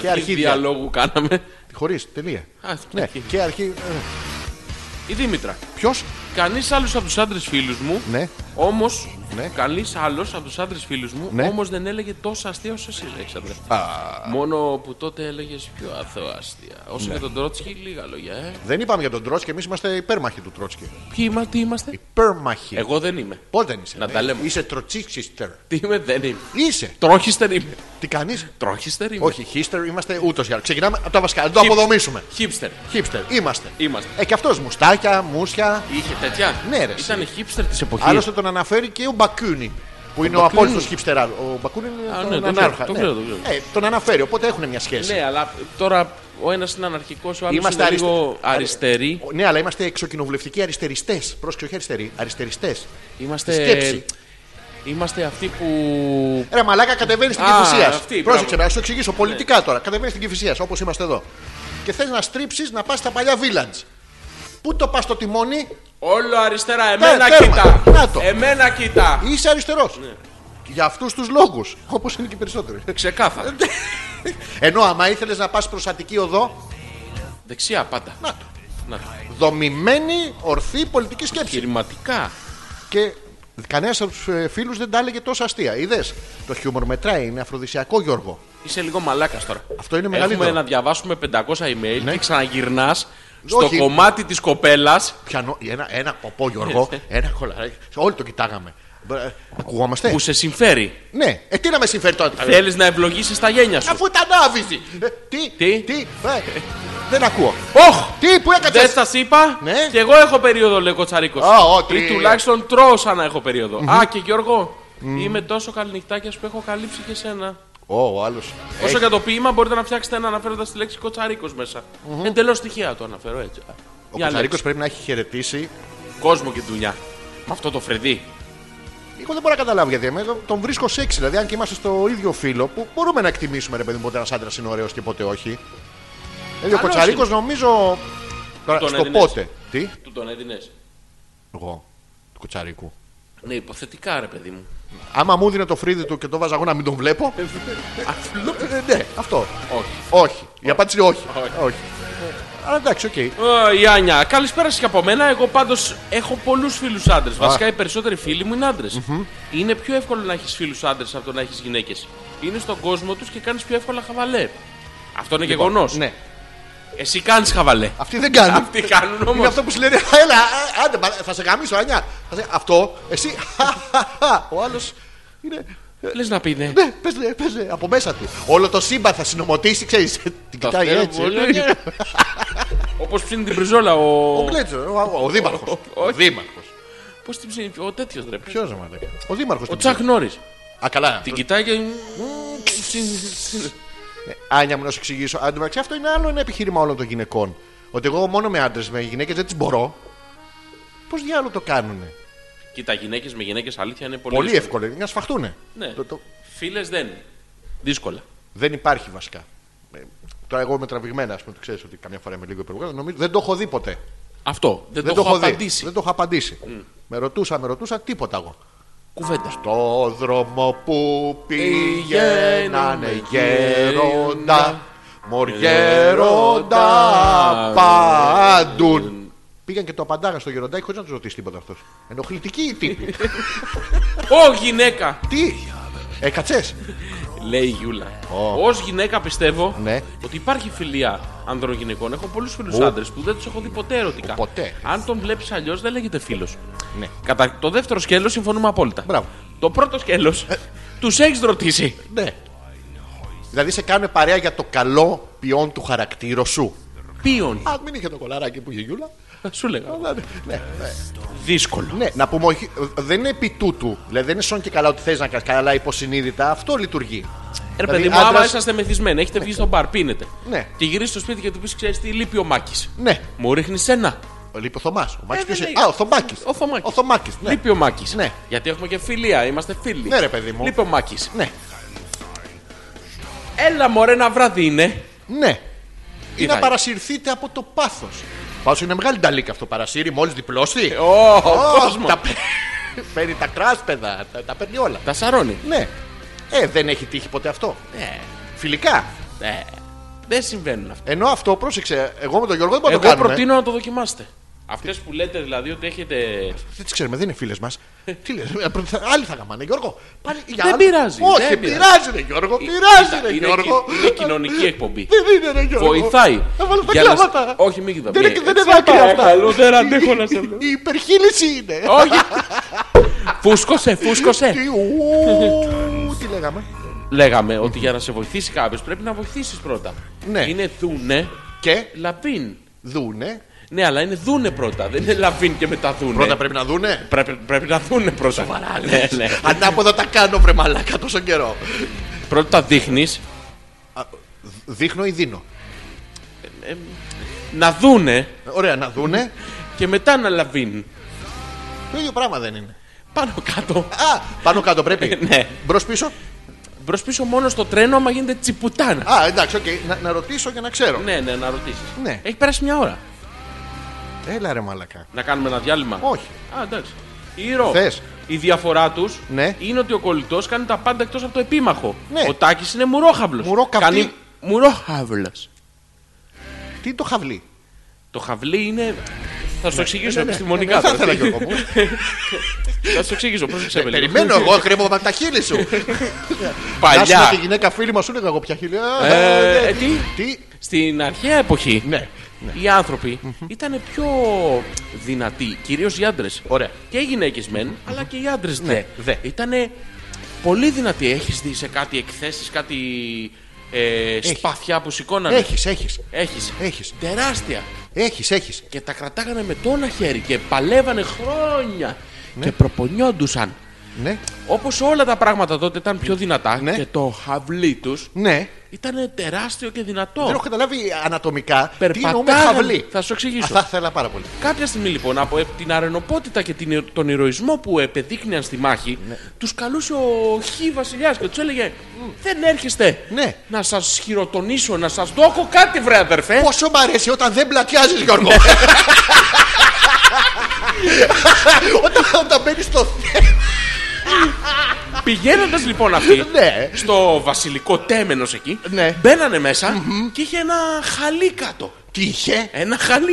B: Και αρχή διαλόγου κάναμε.
A: Χωρίς, τελεία.
B: Α,
A: Ναι,
B: και-
A: και αρχή.
B: Η Δήμητρα.
A: Ποιος,
B: Κανείς άλλος από τους άντρες φίλους μου.
A: ναι.
B: Όμως.
A: Ναι.
B: Κανεί άλλος από τους άντρες φίλους μου.
A: Ναι.
B: Όμως δεν έλεγε τόσο αστεία όσο εσύ, Αλέξανδρε. Μόνο που τότε έλεγες πιο αθώα αστεία.
A: Ναι.
B: Όσο για τον Τρότσκι, λίγα λόγια, ε.
A: Δεν είπαμε για τον Τρότσκι, εμείς είμαστε υπέρμαχοι του Τρότσκι.
B: Ποιοι είμαστε, τι
A: Ε.
B: είμαστε.
A: Υπέρμαχοι.
B: Εγώ δεν είμαι.
A: Πότε δεν είσαι.
B: Να
A: ναι.
B: τα λέμε.
A: Είσαι τροτσίξιστερ.
B: Τι είμαι, δεν είμαι.
A: Είσαι.
B: Τρόχιστερ είμαι.
A: Τι κάνεις.
B: Τρόχιστερ είμαι.
A: Όχι, χίστερ είμαστε ούτως ή άλλως. Ξεκινάμε από τα βασικά. Να το αποδομήσουμε.
B: Χίπστερ.
A: Χίπστερ. Είμαστε.
B: Είμαστε.
A: Ε, και αυτός μουστάκια, μουσια.
B: Είχε τέτοια.
A: Ναι, ρε,
B: Ήταν χίπστερ τη εποχή.
A: Άλλωστε τον αναφέρει και ο Μπακούνι. Που είναι ο
B: Μπακούνι.
A: απόλυτος χίπστερ. Ο Μπακούνι είναι
B: Α,
A: τον
B: ναι, το ξέρω,
A: ανάρχα.
B: το
A: ναι.
B: ξέρω, το ξέρω.
A: Ε, τον αναφέρει, οπότε έχουν μια σχέση.
B: Ναι, αλλά τώρα ο ένας είναι αναρχικός, ο άλλος
A: Είμαστε
B: είναι
A: αριστε-
B: λίγο
A: αρι-
B: αριστεροί.
A: Ναι, αλλά είμαστε εξοκοινοβουλευτικοί αριστεριστές. Πρόσεχε, όχι αριστεροί. Αριστεριστές.
B: Είμαστε,
A: Σκέψη.
B: είμαστε αυτοί που.
A: Ρε μαλάκα, κατεβαίνεις στην
B: Α,
A: κυφυσία.
B: αυτή,
A: Πρόσεξε,
B: μπράβο. Ναι.
A: να σου εξηγήσω πολιτικά τώρα. Κατεβαίνεις στην κυφυσία, όπως είμαστε εδώ. Και θες να στρίψεις να πας στα παλιά village. Πού το πας το τιμόνι,
B: Όλο αριστερά, εμένα
A: τέρμα.
B: κοίτα.
A: Ναι, Να το.
B: Εμένα κοίτα.
A: είσαι αριστερός.
B: Ναι.
A: Για αυτούς τους λόγους. Όπως είναι και οι περισσότεροι.
B: Ξεκάθαρα.
A: Ενώ άμα ήθελες να πας προς Αττική οδό,
B: Δεξιά πάντα. Να το.
A: δομημένη, ορθή πολιτική σκέψη.
B: Επιχειρηματικά.
A: Και κανένας από τους φίλους δεν τα έλεγε τόσο αστεία. Είδες, το χιούμορ μετράει, είναι αφροδισιακό Γιώργο.
B: Είσαι λίγο μαλάκας τώρα.
A: Αυτό είναι
B: Έχουμε
A: μεγαλύτερο. Ναι.
B: να διαβάσουμε 500 email και ξαναγυρνάς στο
A: Όχι.
B: κομμάτι της κοπέλας.
A: Πιανό, ένα, ένα ποπό Γιώργο, ένα κολαράκι. Όλοι το κοιτάγαμε. Μπρε, Ακουγόμαστε.
B: που σε συμφέρει.
A: Ναι, ε, τι να με συμφέρει τώρα.
B: Θέλεις να ευλογήσεις τα γένια σου.
A: Αφού τα ανάβεις. Ε, τι,
B: Τι?
A: ε, δεν ακούω.
B: Όχ!
A: Τι, που έκατσες.
B: Δεν σας είπα.
A: Ναι.
B: Και εγώ έχω περίοδο, λέει ο Κοτσαρίκος.
A: Α, ό,
B: Ή
A: τρία.
B: τουλάχιστον τρώω σαν να έχω περίοδο. Α, και Γιώργο, είμαι τόσο καληνυχτάκια που έχω καλύψει και σένα.
A: Ω, ο άλλος.
B: Όσο για το ποίημα, μπορείτε να φτιάξετε ένα αναφέροντας τη λέξη Κοτσαρίκος μέσα. Εντελώ τυχαία το αναφέρω έτσι.
A: Ο
B: Για
A: Κοτσαρίκο
B: λέξη.
A: πρέπει να έχει χαιρετήσει.
B: Κόσμο και δουλειά. Με αυτό το φρεδί.
A: Εγώ δεν μπορώ να καταλάβω γιατί. Εγώ τον βρίσκω σεξ. Δηλαδή, αν και είμαστε στο ίδιο φύλλο, που μπορούμε να εκτιμήσουμε ρε παιδί μου, πότε ένας άντρας είναι ωραίος και πότε όχι. Δηλαδή, ο
B: Καλός
A: Κοτσαρίκος νομίζω. Τώρα,
B: Τον
A: στο
B: έδινες.
A: πότε. Τι,
B: Του τον έδινες.
A: εγώ, του Κοτσαρίκου.
B: Ναι, υποθετικά ρε παιδί μου.
A: Άμα μου δίνε το φρύδι του και το βάζα εγώ να μην τον βλέπω. ε, ναι, αυτό.
B: Όχι.
A: Όχι. Η απάντηση είναι όχι.
B: Όχι.
A: όχι. Αλλά εντάξει, οκ.
B: Ω, Η Άνια, καλησπέρα σας και από μένα. Εγώ πάντως έχω πολλούς φίλους άντρες. Βασικά οι περισσότεροι φίλοι μου είναι άντρες. Είναι πιο εύκολο να έχεις φίλους άντρες από το να έχεις γυναίκες. Είναι στον κόσμο τους και κάνεις πιο εύκολα χαβαλέ. Αυτό είναι γεγονός.
A: Ναι.
B: Εσύ κάνεις χαβαλέ.
A: Αυτοί δεν κάνουν.
B: Αυτοί κάνουν όμως.
A: Είναι αυτό που σου λένε, έλα, ε, άντε, μπα- θα σε γαμίσω, Άνια. Θα σε- Αυτό, εσύ. Ο άλλος είναι.
B: Λες να πει ναι.
A: Ναι, πες, ναι, πες, ναι, από μέσα του. Όλο το σύμπαν θα συνομωτήσει, ξέρεις, Την
B: Τα
A: κοιτάει
B: θέλω
A: έτσι.
B: πολύ, ναι. Όπως ψήνει την πριζόλα ο.
A: Ο Κλέτσο, ο, ο δήμαρχος. Ο
B: Όχι.
A: δήμαρχος.
B: Πώς την ψήνει, ο τέτοιος ρε.
A: Ποιος να μάθει. Ο δήμαρχος.
B: Ο
A: την
B: Τσακ Νόρι.
A: ψήνει. Α, καλά.
B: Την κοιτάει και.
A: Ε, Άνια μου να σου εξηγήσω. Αν τω μεταξύ, αυτό είναι άλλο ένα επιχείρημα όλων των γυναικών. Ότι εγώ μόνο με άντρες, με γυναίκες δεν τις μπορώ. Πώς διάλογο το κάνουνε.
B: Κοίτα, γυναίκες με γυναίκες αλήθεια είναι πολύ.
A: Πολύ
B: δύσκολο.
A: εύκολο είναι να σφαχτούνε.
B: Ναι.
A: Το- το-
B: Φίλες δεν. Δύσκολα.
A: Δεν υπάρχει βασικά. Ε, Τώρα εγώ είμαι τραβηγμένα, ας πούμε, το ξέρεις ότι καμιά φορά είμαι λίγο υπερβολικός. Νομίζω δεν το έχω δει ποτέ.
B: Αυτό. Δεν,
A: Δεν
B: το, έχω
A: δει.
B: απαντήσει.
A: Δεν το έχω απαντήσει. Mm. Με ρωτούσα, με ρωτούσα, τίποτα εγώ.
B: Κουβέντα.
A: Το δρόμο που πηγαίνανε γέροντα,
B: γέροντα,
A: μοργέροντα πάντουν. Πήγαν και το απαντάγαν στο γεροντάκι χωρίς να τους ρωτήσει τίποτα αυτός. Ενοχλητική η τύπη.
B: Ω γυναίκα!
A: Τι. Ε, κατσές.
B: Λέει η Γιούλα.
A: Ω.
B: Ως γυναίκα πιστεύω
A: Ναι.
B: ότι υπάρχει φιλία άνδρων γυναικών. Έχω πολλούς φίλους άντρες που δεν τους έχω δει ποτέ ερωτικά.
A: Ποτέ.
B: Αν τον βλέπεις αλλιώς δεν λέγεται φίλος.
A: Ναι.
B: Κατά το δεύτερο σκέλος συμφωνούμε απόλυτα.
A: Μπράβο. Ε.
B: Το πρώτο σκέλος τους έχεις ρωτήσει.
A: Ναι. Δηλαδή σε κάνουν παρέα για το καλό ποιόν του χαρακτήρα σου.
B: ποιον.
A: Α, μην είχε το κολαράκι που είχε η Γιούλα.
B: Σου λέγα.
A: Αλλά, ναι, ναι.
B: Δύσκολο.
A: Ναι, να πούμε, όχι, δεν είναι επί τούτου. Δηλαδή δεν είναι σόν και καλά ότι θες να κάνεις καλά, αλλά υποσυνείδητα αυτό λειτουργεί.
B: Ρε
A: Δηλαδή,
B: παιδί μου, άμα
A: άντρας-
B: είσαστε μεθυσμένοι, έχετε βγει στο μπαρ, πίνετε.
A: Ναι.
B: Και γυρίσει στο σπίτι και του πεις: Ξέρεις τι, λείπει ο Μάκης.
A: Ναι.
B: Μου ρίχνεις ένα.
A: Λείπει ο Θωμάς. Ο Μάκης
B: Ε,
A: ποιος
B: δεν
A: είναι.
B: λέει.
A: Α, ο Θωμάκης.
B: Ο Θωμάκης.
A: Ο Θωμάκης, ναι.
B: Λείπει ο Μάκης.
A: Ναι.
B: Γιατί έχουμε και φιλία, είμαστε φίλοι.
A: Ναι, ρε παιδί μου.
B: Λείπει ο Μάκης.
A: Ναι,
B: Έλα, μωρέ, ένα βράδυ είναι.
A: ναι. Ή να
B: κάνει.
A: παρασυρθείτε από το πάθος. Πάσο είναι μεγάλη νταλίκα αυτό. Παρασύρει μόλις διπλώσει.
B: Ω, Ε, ο
A: Ω,
B: κόσμο.
A: τα παί- Παίρνει τα κράσπεδα, τα, τα παίρνει όλα.
B: Τα σαρώνει.
A: Ναι. Ε, δεν έχει τύχει ποτέ αυτό.
B: Ε,
A: Φιλικά.
B: ε, δεν συμβαίνουν αυτά.
A: Ενώ αυτό, πρόσεξε, εγώ με τον Γιώργο δεν μπορώ να το
B: Εγώ
A: κάνουμε.
B: προτείνω να το δοκιμάσετε. Αυτές που λέτε δηλαδή ότι έχετε.
A: Δεν τις ξέρουμε, δεν είναι φίλες μας. Τι λες, άλλοι θα γαμάνε, Γιώργο. Πάλι, για
B: Δεν
A: άλλους-
B: πειράζει,
A: Όχι,
B: δεν
A: πειράζει, ρε Γιώργο.
B: Κοίτα,
A: Πειράζει, ρε
B: είναι
A: Γιώργο.
B: κοι- είναι κοινωνική εκπομπή.
A: Δεν είναι, ρε Γιώργο.
B: Βοηθάει.
A: Θα βάλω τα
B: Για να-
A: κλάματα.
B: Όχι, ε, μην κοιτά.
A: Δεν
B: Μη-
A: είναι- δεν
B: σε
A: είναι δάκρυα αυτά.
B: παρακαλώ, ε, δεν αντέχω να σε βλέπω. Ε,
A: Η υπερχείληση είναι.
B: Όχι. Φούσκωσε, φούσκωσε.
A: Τι- ου, Τι λέγαμε.
B: Λέγαμε ότι για να σε βοηθήσει κάποιο πρέπει να βοηθήσει πρώτα.
A: Ναι.
B: Είναι δούνε,
A: Και
B: λαβίν.
A: δούνε.
B: Ναι, αλλά είναι δούνε πρώτα. Δεν είναι λαβίν και μετά δούνε.
A: Πρώτα πρέπει να δούνε.
B: πρέπει, πρέπει να δούνε πρώτα. Σοβαρά, ναι, ναι.
A: Ανάποδα τα κάνω, βρε μαλάκα, τόσο καιρό.
B: Πρώτα δείχνει
A: Δείχνω ή δίνω.
B: να δούνε
A: Ωραία, να δούνε.
B: και μετά να λαβίν.
A: Το ίδιο πράγμα δεν είναι.
B: Πάνω κάτω.
A: Α, πάνω κάτω πρέπει.
B: Ναι.
A: Μπρος πίσω.
B: Μπρος πίσω μόνο στο τρένο, άμα γίνεται τσιπουτάνα.
A: Α, εντάξει, οκ. Να, να ρωτήσω για να ξέρω.
B: Ναι, ναι, να ρωτήσεις.
A: Ναι.
B: Έχει περάσει μια ώρα.
A: Έλα ρε μαλακά.
B: Να κάνουμε ένα διάλειμμα.
A: Όχι.
B: Α, εντάξει. Ήρω.
A: Θες?
B: Η διαφορά τους
A: Ναι.
B: είναι ότι ο κολλητός κάνει τα πάντα εκτός από το επίμαχο.
A: Ναι.
B: Ο Τάκης είναι μουρόχαυλος.
A: Μουρόκαυτη.
B: Κάνει μουρόχαυλος.
A: Τι είναι το χαβλί.
B: Το χαυλί είναι. Θα σου το εξηγήσω
A: ναι, ναι,
B: επιστημονικά.
A: ναι, θα
B: τώρα.
A: ήθελα κι εγώ, μου.
B: Θα σου το εξηγήσω. Πρόσεξε
A: Ε,
B: με. λίγο.
A: Περιμένω εγώ, κρύβω με τα χείλη σου. Να σου πω τη
B: Παλιά.
A: γυναίκα φίλη μας, σου λέγα εγώ πια χείλη. Α,
B: Ε,
A: ναι.
B: ε, τι?
A: Τι.
B: Στην αρχαία εποχή
A: Ναι. ναι.
B: οι άνθρωποι ήταν πιο δυνατοί, κυρίως οι άντρες.
A: Ωραία.
B: Και οι γυναίκες μεν, αλλά και οι άντρες
A: Ναι, δε.
B: Ήταν πολύ δυνατοί. Έχεις δει σε κάτι εκθέσεις, κάτι ε, σπαθιά που σηκώνανε.
A: Έχεις, έχεις.
B: Έχεις.
A: Έχεις.
B: Τεράστια.
A: Έχεις, έχεις.
B: Και τα κρατάγανε με το ένα χέρι και παλεύανε χρόνια. Και προπονιόντουσαν.
A: Ναι.
B: Όπως όλα τα πράγματα τότε ήταν πιο δυνατά
A: Ναι.
B: και το χαβλί τους
A: Ναι.
B: ήταν τεράστιο και
A: Δεν
B: δυνατό.
A: έχω καταλάβει ανατομικά τι εννοούμε
B: Περπατάγανε.
A: χαβλί.
B: Θα σου εξηγήσω.
A: Α, Θα ήθελα πάρα πολύ.
B: Κάποια στιγμή λοιπόν από ε, την αρενοπότητα και την, ηρο- τον ηρωισμό που επεδείχνιαν στη μάχη,
A: Ναι.
B: τους καλούσε ο Χ Βασιλιάς και τους έλεγε Δεν έρχεστε
A: Ναι.
B: να σας χειροτονήσω, να σας δώκω κάτι βρε αδερφέ.
A: Πόσο μ' αρέσει όταν δεν
B: Ναι.
A: πλατιάζει, Γιώργο. Όταν- Όταν μπαίνεις στο
B: Πηγαίνοντας λοιπόν αυτοί
A: Ναι.
B: στο βασιλικό τέμενος εκεί,
A: Ναι.
B: μπαίνανε μέσα και είχε ένα χαλί κάτω.
A: Τι είχε.
B: Ένα χαλί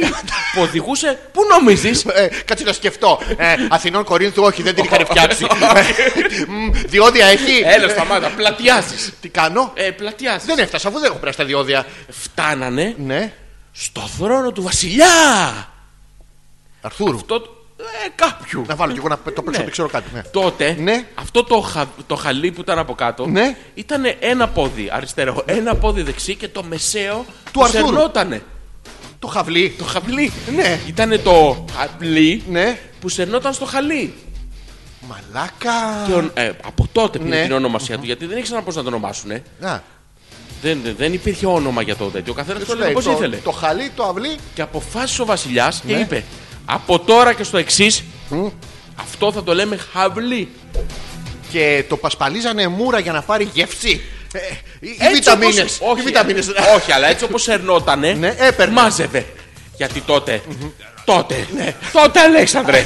B: που οδηγούσε, πού νομίζεις,
A: Ε, κάτσε να σκεφτώ. Ε, Αθηνών Κορίνθου, όχι, δεν την είχαν φτιάξει. Μμ, διόδια έχει.
B: έλα σταμάτα, πλατιάζεις.
A: Τι κάνω.
B: Ε, πλατιάζεις.
A: Δεν έφτασα, αφού δεν έχω περάσει τα διόδια.
B: Φτάνανε
A: Ναι,
B: στο θρόνο του βασιλιά.
A: Αρθούρου.
B: Το... Ε, κάποιους.
A: Να βάλω κι εγώ να το παίξω,
B: Ναι.
A: δεν ξέρω κάτι. ναι.
B: Τότε
A: Ναι.
B: αυτό το, χα... το χαλί που ήταν από κάτω
A: Ναι.
B: ήταν ένα πόδι αριστερό, ένα πόδι δεξί και το μεσαίο
A: Αρθούρου.
B: σερνότανε.
A: Το χαβλί.
B: Το χαβλί.
A: Ναι.
B: Ήταν το χαβλί
A: Ναι.
B: που σερνόταν στο χαλί.
A: Μαλάκα.
B: Και ο- ε, από τότε πήρε
A: Ναι.
B: την ονομασία του γιατί δεν ήξεραν πώς να το ονομάσουν.
A: Να,
B: Δεν, δεν υπήρχε όνομα για το τέτοιο. Ο καθένας το
A: σου
B: έλεγε
A: λέει,
B: πώ
A: Ε, το- Ναι.
B: ήθελε.
A: Το χαλί, το αυλί.
B: Και αποφάσισε ο βασιλιάς και είπε από τώρα και στο εξής. Αυτό θα το λέμε χαβλί.
A: Και το πασπαλίζανε μούρα για να πάρει γεύση. Ε, οι- Οι
B: Έτσι
A: βιταμίνε.
B: όπως- Όχι, ε,
A: Οι βιταμίνες.
B: όχι, αλλά έτσι όπως ερνότανε.
A: Ναι, έπαιρνε.
B: Μάζευε. Γιατί τότε. τότε. ναι, τότε, Αλέξανδρε.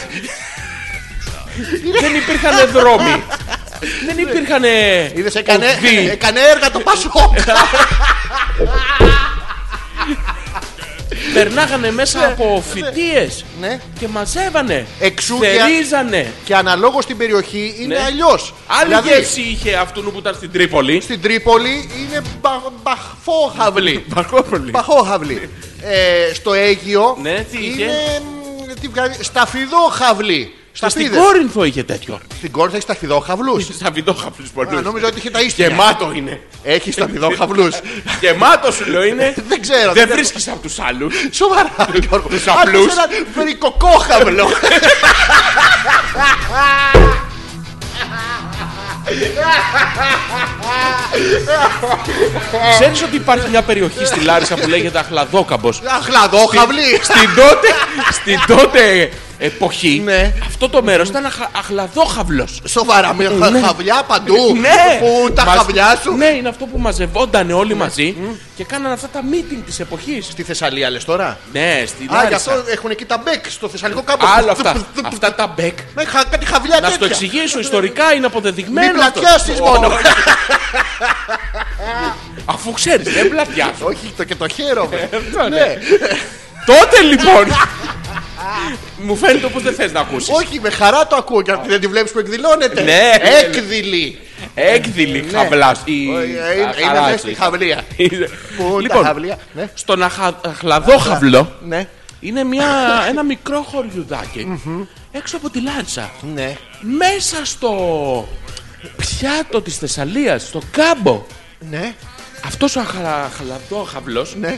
B: δεν υπήρχαν δρόμοι. δεν υπήρχαν.
A: Είδες, έκανε,
B: οδοί.
A: έκανε έργα το Πασόκ.
B: Περνάγανε μέσα από φοιτίες.
A: Ναι.
B: Και μαζεύανε.
A: Εξού και-
B: Θερίζανε.
A: Και αναλόγως στην περιοχή είναι
B: Ναι.
A: αλλιώς.
B: Άλλη
A: Δηλαδή-
B: γεύση είχε αυτού που ήταν στην Τρίπολη.
A: Στην Τρίπολη είναι μπα- μπαχφόχαυλη.
B: Παγκόπολη.
A: Μπαχόχαυλη. Ε, στο Αίγυο
B: Ναι, τι είχε?
A: είναι μ, τι βγάζει, σταφιδόχαυλη. Στα
B: στην
A: φίδες.
B: Κόρινθο είχε τέτοιο.
A: Στην κόρτα έχει ταχυδόχαυλου.
B: Στα βιδόχαυλου πολλού.
A: Α, νόμιζα ότι είχε τα ίσια.
B: Γεμάτο είναι.
A: Έχει ταχυδόχαυλου.
B: Γεμάτο σου λέω είναι.
A: Δεν ξέρω,
B: Δεν
A: δεν-
B: βρίσκει από τους άλλους.
A: Σοβαρά, Γιώργο.
B: Τους απλούς.
A: Άκουσα ένα Βρικοκόχαυλο.
B: Ξέρεις ότι υπάρχει μια περιοχή στη Λάρισα που λέγεται Αχλαδόκαμπος.
A: Αχλαδόχαυλη.
B: Στην τότε, στην τότε εποχή
A: Ναι.
B: αυτό το μέρος ήταν αχλα, αχλαδόχαυλος.
A: Σοβαρά, με χαβλιά παντού.
B: Ναι!
A: Που τα
B: Μας-
A: χαβλιά σου. Ναι.
B: Ναι, είναι αυτό που μαζευόταν όλοι μαζί και κάνανε αυτά τα meeting της εποχής.
A: Στη Θεσσαλία λες τώρα.
B: Ναι, στη
A: Α, γι'
B: Λάρισα.
A: αυτό έχουν εκεί τα μπέκ στο Θεσσαλικό κάμπο.
B: Άλλο αυτά. αυτά τα μπέκ.
A: Ναι, χα- κάτι χαβλιά
B: Να σου το
A: τέτοια.
B: εξηγήσω, ιστορικά είναι αποδεδειγμένο.
A: Μην
B: αυτό.
A: πλατιάσεις μόνο.
B: Αφού ξέρεις, δεν πλατιάζω.
A: Όχι, το και το χαίρομαι.
B: Αυτό, ναι.
A: Ναι.
B: Τότε λοιπόν. Μου φαίνεται πω δεν θες να ακούσεις.
A: Όχι, με χαρά το ακούω και αν δεν τη βλέπεις που εκδηλώνεται.
B: Ναι.
A: Έκδηλη.
B: Έκδηλη χαβλά. η-
A: ναι. Ε, ε,
B: τα
A: Είναι
B: χαρά
A: μέσα στη
B: της.
A: χαβλία.
B: Είναι-
A: Πού τα
B: Λοιπόν,
A: χαβλιά. Ναι.
B: στον αχα- αχλαδόχαυλο
A: Ναι.
B: είναι μια, ένα μικρό χωριουδάκι έξω από τη Λάρισα.
A: Ναι.
B: Μέσα στο πιάτο της Θεσσαλίας, στο κάμπο.
A: Ναι.
B: Αυτός ο αχα- αχλαδόχαυλος
A: Ναι.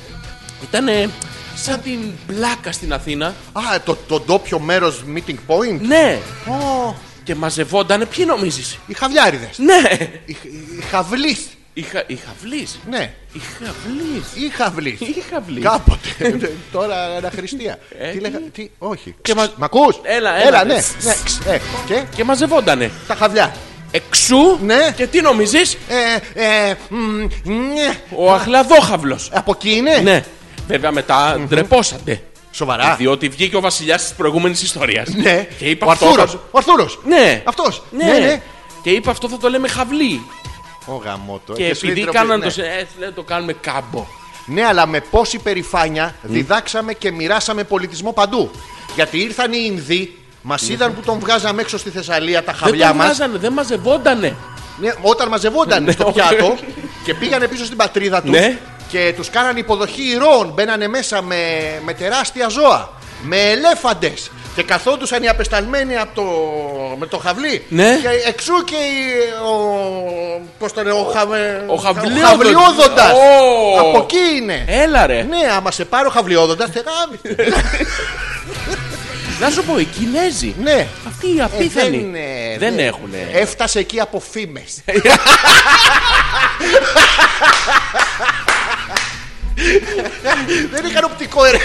B: ήταν ε, σαν την πλάκα στην Αθήνα.
A: Α, το, το ντόπιο μέρος meeting point.
B: Ναι,
A: Ω,
B: και μαζευότανε. Ποιοι νομίζεις.
A: οι χαβιάριδε.
B: Ναι,
A: Οι, χ- οι χαβλείς.
B: η, χα, η χαυλής.
A: Ναι.
B: Η χαυλής.
A: Οι χαβλείς.
B: Η χαυλής.
A: Κάποτε. Ναι, Τώρα αναχριστία. Τι λέγα. Τι. Όχι.
B: Ε. Και μα-
A: Μ' ακούς?
B: Έλα, έλα.
A: ναι. ναι, ε, Και
B: Και μαζευότανε.
A: τα χαβιά.
B: Εξού
A: Ναι.
B: και τι νομίζεις.
A: Ε, ε, μ, ναι.
B: Ο αχλαδόχαυλος.
A: Από εκεί είναι.
B: Ναι. Βέβαια μετά ντρεπόσατε.
A: Σοβαρά.
B: Διότι βγήκε ο βασιλιάς της προηγούμενης ιστορίας.
A: Ναι.
B: Και είπε
A: ο
B: αυτό.
A: Αρθούρος.
B: θα-
A: Ο Αρθούρος.
B: Ναι.
A: Αυτός.
B: Ναι.
A: Ναι, ναι.
B: Και είπε αυτό θα το λέμε χαυλή.
A: Ο γαμότο.
B: Και
A: Έχεις
B: επειδή
A: λέει
B: κάναν
A: ντροπή,
B: το. σε- Ε, λέει, το κάνουμε κάμπο.
A: ναι. ναι, αλλά με πόση περηφάνεια διδάξαμε και μοιράσαμε πολιτισμό παντού. Γιατί ήρθαν οι Ινδοί, μας είδαν που τον βγάζαμε έξω στη Θεσσαλία τα
B: Ναι. Δεν
A: χαβλιά
B: το
A: μας.
B: βγάζανε, δεν μαζευότανε.
A: Ναι, όταν μαζευόταν στο
B: Ναι,
A: πιάτο
B: όχι.
A: και πήγανε πίσω στην πατρίδα τους
B: Ναι.
A: και τους κάνανε υποδοχή ηρώων. Μπαίνανε μέσα με, με τεράστια ζώα, με ελέφαντες. Και καθόντουσαν οι απεσταλμένοι από το, με το χαβλί.
B: Ναι.
A: Και εξού και η- ο. Πώς το λέω, ο, χαβε-
B: Ο χαβλιόδον-
A: χαβλιόδοντας.
B: Ω. Ε.
A: Από εκεί είναι.
B: Έλα ρε.
A: Ναι, άμα σε πάρει ο χαβλιόδοντα, τεράβει.
B: Να σου πω, οι Κινέζοι.
A: ναι.
B: Αυτοί οι
A: Ε,
B: απίθανοι.
A: ε,
B: δεν
A: δεν-
B: έχουν.
A: Έφτασε εκεί από φήμες. δεν είχαν οπτικό ερε.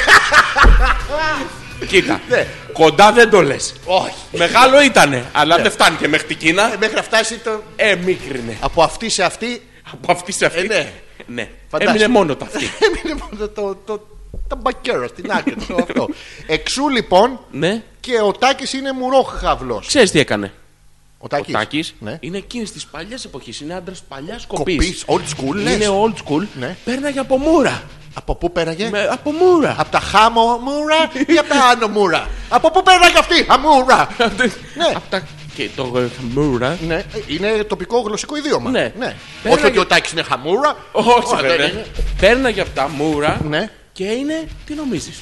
B: Κοίτα.
A: Ναι.
B: Κοντά δεν το λες.
A: Όχι.
B: Μεγάλο ήτανε, αλλά
A: ναι.
B: δεν φτάνει και μέχρι την Κίνα.
A: Ε, Μέχρι να φτάσει το.
B: Ε, μίκρινε.
A: Από αυτή σε αυτή.
B: Από αυτή σε αυτή.
A: Ε, ναι.
B: ναι.
A: Φαντάσου.
B: Έμεινε μόνο τα αυτή.
A: Έμεινε μόνο το. το τα μπακέρο στην άκρη. το αυτό. Εξού λοιπόν
B: ναι.
A: και ο Τάκης είναι μουρόχαυλος.
B: Ξέρεις τι έκανε.
A: Ο
B: Ο
A: Τάκης.
B: Τάκης
A: Ναι.
B: είναι εκείνης της παλιάς εποχής. Είναι άντρας παλιάς κοπής.
A: Κοπής, old school, λες.
B: Είναι old school.
A: Ναι.
B: Πέρναγε από μούρα.
A: Από πού πέραγε?
B: Με- από μούρα.
A: Από τα χάμο μούρα ή από τα άνω μούρα. από πού πέραγε αυτή, αμούρα. Ναι.
B: Απ' τα... Και το ε, μούρα.
A: Ναι, ε, είναι τοπικό γλωσσικό ιδίωμα.
B: Ναι.
A: Όχι
B: Πέραγε-
A: ότι ο Τάκης είναι χαμούρα.
B: Όχι,
A: Ω, δεν
B: βέβαια.
A: είναι.
B: Πέρναγε από τα μούρα
A: Ναι.
B: και είναι. Τι νομίζεις.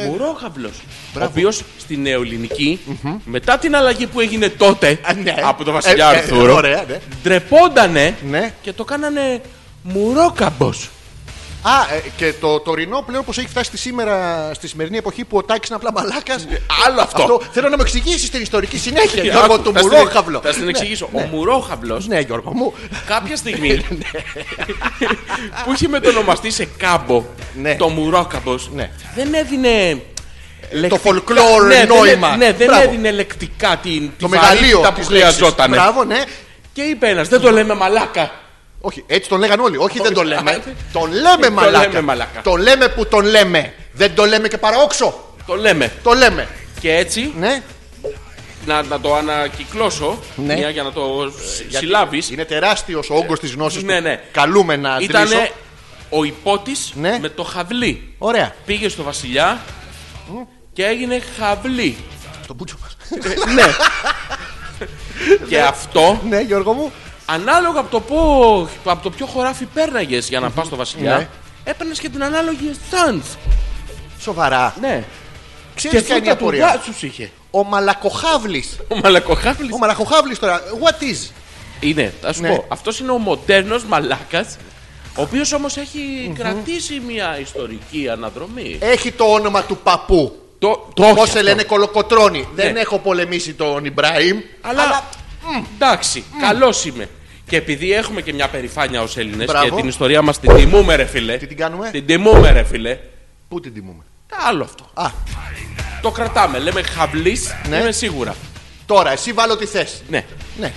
B: Ε... Μουρόχαυλος Ο
A: Μπράβο.
B: οποίο στην νεοελληνική, μετά την αλλαγή που έγινε τότε
A: Α, ναι.
B: από τον Βασιλιά
A: Ε, ε,
B: Αρθούρο,
A: ωραία, ναι.
B: ντρεπόντανε
A: Ναι.
B: και το κάνανε μουρόκαμπος
A: Α, ε, και το τωρινό πλέον πώς έχει φτάσει στη σήμερα, στη σημερινή εποχή που ο Τάκης είναι απλά μαλάκας.
B: Άλλο αυτό. Ε,
A: θέλω να μου εξηγήσεις την ιστορική συνέχεια,
B: Άκου,
A: Γιώργο του Ναι.
B: θα στην-
A: Μουρόχαυλο.
B: Θα στην εξηγήσω. Ο Μουρόχαυλος
A: Ναι, Γιώργο μου.
B: κάποια
A: Ναι.
B: στιγμή που είχε μετονομαστεί σε κάμπο
A: Ναι.
B: το Μουρόκαμπος
A: Ναι.
B: δεν έδινε. λεκτικά-
A: folklore
B: ναι, δεν έ-
A: νόημα.
B: Ναι, δεν
A: Μπράβο.
B: έδινε λεκτικά την,
A: Το
B: τη
A: μεγαλείο
B: βαρύτητα
A: της
B: που χρειαζόταν.
A: Μπράβο, ναι.
B: Και είπε ένας, δεν το λέμε μαλάκα.
A: Όχι, έτσι τον λέγαν όλοι. Όχι, δεν τον λέμε. Τον λέμε
B: Ε, λέμε
A: μαλάκα.
B: μαλάκα.
A: Τον λέμε που τον λέμε. Δεν τον λέμε και παραόξο.
B: Το λέμε.
A: Το λέμε.
B: Και έτσι,
A: Ναι.
B: να, να το ανακυκλώσω,
A: Ναι.
B: μια για να το συλλάβεις.
A: Είναι τεράστιος ο όγκος της γνώσης
B: Ναι,
A: που
B: ναι.
A: καλούμε να
B: Ήταν
A: αντιλήσω.
B: ο υπότης
A: Ναι.
B: με το χαβλί.
A: Ωραία.
B: Πήγε στο βασιλιά και έγινε χαβλί.
A: Το μπούτσο μας.
B: ναι. και αυτό,
A: ναι, Γιώργο μου.
B: ανάλογα από το, πο, από το ποιο χωράφι πέρναγες για να πας στο βασιλιά,
A: Ναι.
B: έπαιρνες και την ανάλογη στάντ.
A: Σοβαρά.
B: Ναι.
A: Ξέρεις ποια είναι η
B: φρούτα του
A: απορία.
B: δάσους είχε.
A: Ο Μαλακοχάβλης.
B: Ο μαλακοχάβλης.
A: Ο Μαλακοχάβλης τώρα. What is.
B: Είναι, θα σου
A: Ναι.
B: πω. Αυτός είναι ο μοντέρνος μαλάκας, ο οποίος όμως έχει κρατήσει μια ιστορική αναδρομή.
A: Έχει το όνομα του παππού.
B: Το, το
A: Πώς
B: όχι
A: σε
B: αυτό. Ναι.
A: λένε κολοκοτρόνη. Δεν έχω πολεμήσει τον Ιμπραήμ.
B: Αλλά. Εντάξει, καλός καλός είμαι. Και επειδή έχουμε και μια περηφάνεια ως Έλληνες και
A: Μπράβο.
B: την ιστορία μας την τιμούμε, ρε φίλε.
A: Τι την κάνουμε?
B: Την τιμούμε, ρε φίλε.
A: Πού την τιμούμε.
B: Άλλο αυτό.
A: Α,
B: Το κρατάμε. Λέμε χαβλή,
A: Ναι.
B: είμαι σίγουρα.
A: τώρα εσύ βάλω τι θες.
B: Ναι.
A: Ναι.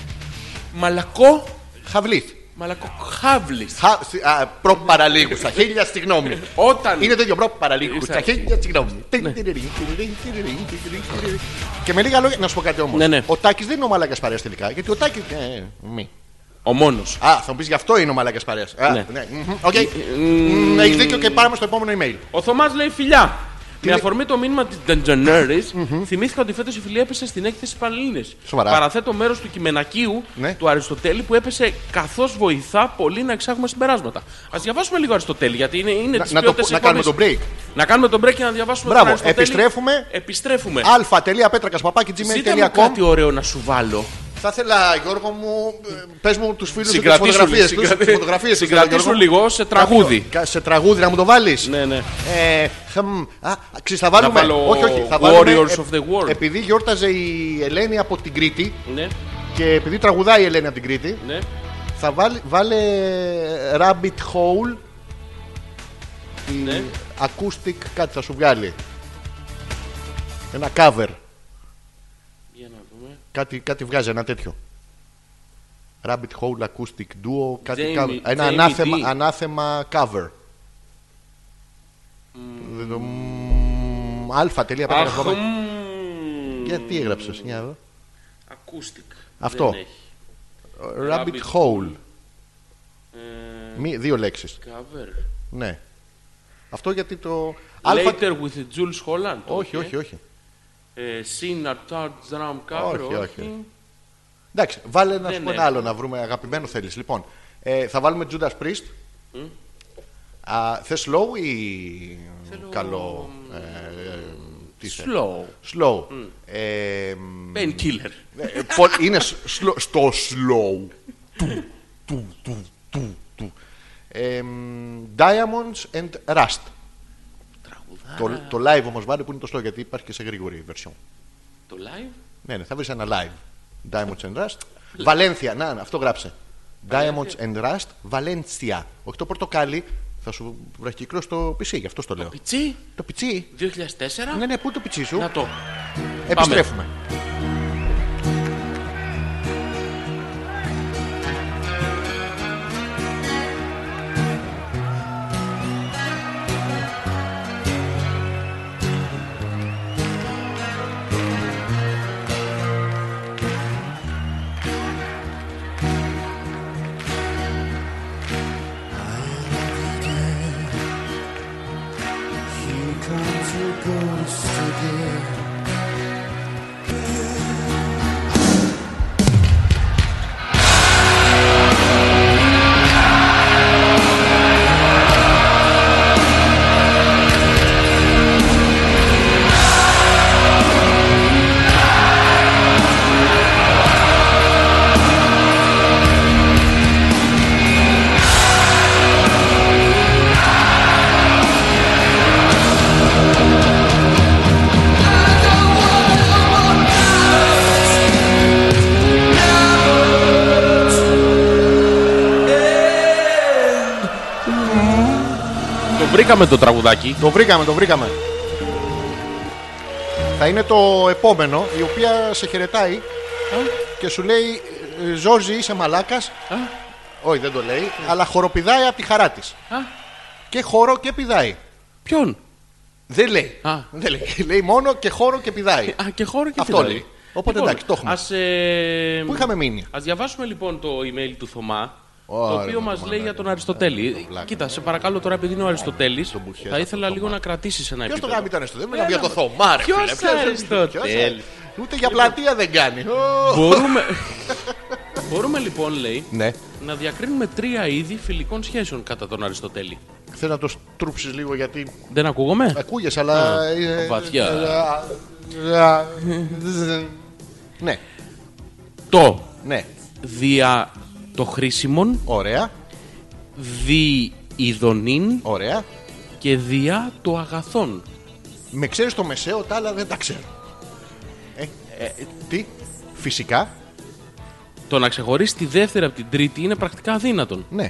B: Μαλακό,
A: Χαβλής.
B: μαλακό χαβλής.
A: Χα... σι- α, Προ παραλίγου. Στα χίλια στη γνώμη.
B: Όταν.
A: Είναι το ίδιο προ παραλίγου. Στα
B: Είσαι.
A: χίλια στη
B: Ναι.
A: γνώμη. Και με λίγα λόγια, να σου πω κάτι όμως.
B: Ναι, ναι.
A: Ο Τάκης δεν είναι ο μαλάκας παρέας τελικά. Γιατί ο Τάκης. ε, μη.
B: Ο μόνος.
A: Α, θα μου πεις γι' αυτό είναι ο μαλάκας παρέας.
B: Ναι. ε,
A: Ναι. μμμ, Οκ. Μμμ, Έχεις δίκιο και πάμε στο επόμενο email.
B: Ο Θωμάς λέει φιλιά. Με
A: λέει?
B: αφορμή το μήνυμα της Ντεντζενέρη, θυμήθηκα ότι φέτος η φιλία έπεσε στην έκθεση Πανελλήνες.
A: Σοβαρά.
B: Παραθέτω μέρος του κειμενακίου
A: Ναι.
B: του Αριστοτέλη που έπεσε καθώς βοηθά πολύ να εξάγουμε συμπεράσματα. Ας διαβάσουμε λίγο Αριστοτέλη, γιατί είναι, είναι
A: Να-
B: τη
A: να το- να
B: ποιότητα
A: κάνουμε το break.
B: Να κάνουμε τον break και να διαβάσουμε
A: Μπράβο.
B: τον Αριστοτέλη.
A: Επιστρέφουμε.
B: Επιστρέφουμε.
A: αλφα.πέτρακα παπάκι
B: Ζήτα μου Ε. κάτι ωραίο να σου βάλω.
A: Θα ήθελα, Γιώργο μου, πες μου τους φίλους και τις
B: Συγκρατήσου λίγο.
A: φωτογραφίες τους.
B: συγκρατή-
A: Φωτογραφίες
B: συγκρατήσου λίγο σε τραγούδι.
A: Σε τραγούδι να μου το βάλεις.
B: Ναι, ναι.
A: Ε, χμ, α, ξέρεις, θα βάλουμε.
B: βάλω
A: όχι, όχι, θα
B: Warriors
A: βάλουμε,
B: of the World.
A: Επειδή γιόρταζε η Ελένη από την Κρήτη
B: Ναι,
A: και επειδή τραγουδάει η Ελένη από την Κρήτη,
B: ναι.
A: θα βάλει, βάλε Rabbit Hole. Η
B: Ναι.
A: Acoustic κάτι θα σου βγάλει. Ένα cover.
B: Για να δούμε.
A: Κάτι, κάτι βγάζει ένα τέτοιο. Rabbit Hole Acoustic Duo, κάτι
B: Jamie-
A: cover. Ένα
B: Jamie
A: ανάθεμα,
B: D.
A: ανάθεμα cover. Δεν το- μ, Αλφα τελεία πέρα
B: Αχ,
A: κομμάτι.
B: μμμ.
A: Γιατί έγραψες, για να δω.
B: Acoustic.
A: Αυτό.
B: Δεν έχει.
A: Rabbit
B: Rabbit
A: Hole.
B: Ε,
A: Μη, δύο λέξεις.
B: Cover.
A: Ναι. Αυτό γιατί το... Αλφα...
B: Later with Jules Holland.
A: Όχι, όχι, όχι.
B: Ε, Sin a Tart Drum Cover.
A: Όχι, όχι. Εντάξει, βάλε να
B: Ναι,
A: σου πω
B: ναι.
A: ένα άλλο να βρούμε αγαπημένο θέλεις. Λοιπόν, ε, θα βάλουμε Judas Priest. Α, θες slow ή καλό... ε, ε, τι θες?
B: Slow.
A: Slow.
B: Mm.
A: Ε, μ,
B: Painkiller.
A: ε, πο- είναι σ- σλο- στο slow. Του, του, του, του, του. Ε, μ, Diamonds and Rust. Το, το live όμως βάλε που είναι το slow γιατί υπάρχει και σε γρήγορη version.
B: Το live.
A: Ναι, ναι, θα βρεις ένα live. Diamonds and Rust. Βαλένθια, να, να, αυτό γράψε. Diamonds and Rust, Βαλένθια. Όχι το πορτοκάλι, θα σου βραχικρό στο PC, γι' αυτό το λέω.
B: Πιτσί.
A: Το πιτσί.
B: 2004.
A: Ναι, ναι, πού το πιτσί σου.
B: Να το.
A: Επιστρέφουμε.
C: Here comes your ghost again.
B: Το βρήκαμε το τραγουδάκι.
A: Το βρήκαμε, το βρήκαμε. Θα είναι το επόμενο, η οποία σε χαιρετάει και σου λέει «Ε, Ζόρζι είσαι μαλάκας Όχι δεν το λέει Αλλά χοροπηδάει από τη χαρά της
B: Α.
A: Και χώρο και πηδάει
B: Ποιον.
A: Δεν λέει.
B: Α.
A: Δεν λέει. λέει μόνο και χώρο και πηδάει.
B: Α, και χώρο και
A: Αυτό
B: φυλάδι.
A: λέει. Οπότε εντάξει, το έχουμε.
B: Ας, ε,
A: Πού είχαμε μείνει.
B: Ας διαβάσουμε λοιπόν το email του Θωμά.
A: Ωραία,
B: το οποίο
A: το
B: μα
A: Θωμά,
B: λέει
A: ναι,
B: για τον
A: ναι, ναι,
B: Αριστοτέλη.
A: τον βλάκα.
B: Κοίτα, σε παρακαλώ τώρα επειδή
A: Ε,
B: είναι ο Αριστοτέλη,
A: μπουχέ
B: θα
A: θα
B: ήθελα λίγο να κρατήσεις ένα
A: Ποιος το
B: επίπεδο.
A: γάμι ήταν στο δεν
B: Έλα,
A: μιλάμε για το
B: μα.
A: Θωμά. ρε
B: Ποιος
A: φίλε. Ποιος-
B: Αριστοτέλης.
A: ποιος- Ούτε για πλατεία δεν κάνει. Ω.
B: Μπορούμε... Μπορούμε λοιπόν, λέει,
A: Ναι.
B: να διακρίνουμε τρία είδη φιλικών σχέσεων κατά τον Αριστοτέλη.
A: Θέλω να το στρούψει λίγο γιατί
B: Δεν ακούγομαι.
A: ακούγεσαι, αλλά. ε,
B: βαθιά.
A: ε, ε, Ναι,
B: Το
A: ναι.
B: δια το χρήσιμον,
A: Ωραία,
B: δι ειδονήν
A: ωραία.
B: και δια το αγαθόν.
A: Με ξέρεις το μεσαίο, τα άλλα δεν τα ξέρω. Ε, τι, φυσικά,
B: Το να ξεχωρίσει τη δεύτερη από την τρίτη είναι πρακτικά αδύνατον.
A: ναι.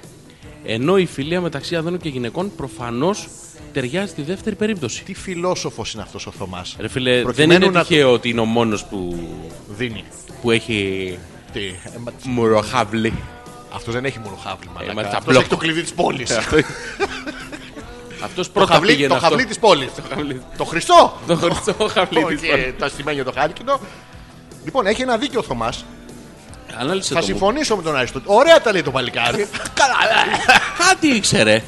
B: Ενώ η φιλία μεταξύ αδόνων και γυναικών προφανώς ταιριάζει στη δεύτερη περίπτωση.
A: Τι φιλόσοφος είναι αυτός ο Θωμάς.
B: Ρε φίλε, δεν
A: Προκειμένου
B: είναι
A: να
B: τυχαίο ότι είναι ο μόνος που,
A: Δίνει.
B: που έχει
A: Τι, ε, μα-
B: μουροχαβλή.
A: αυτός δεν έχει μόνο χάβλι, μαλάκα.
B: μα τα
A: Αυτός
B: μπλοκ.
A: έχει το κλειδί της πόλης.
B: Αυτό
A: Το
B: πρώτα
A: χαβλί,
B: πήγαινε.
A: το
B: αυτό.
A: χαβλί της πόλης.
B: χαβλί.
A: Το χρυσό.
B: Το χρυσό χαβλί της
A: Και
B: πόλης.
A: Το ασημένιο το χάλκινο. Λοιπόν, έχει ένα δίκιο ο Θωμάς.
B: Ανάλυσε
A: Θα
B: το. μου.
A: συμφωνήσω με τον Αριστοτέλη. Ωραία τα λέει το παλικάρι. Καλά, ε.
B: Κάτι ήξερε.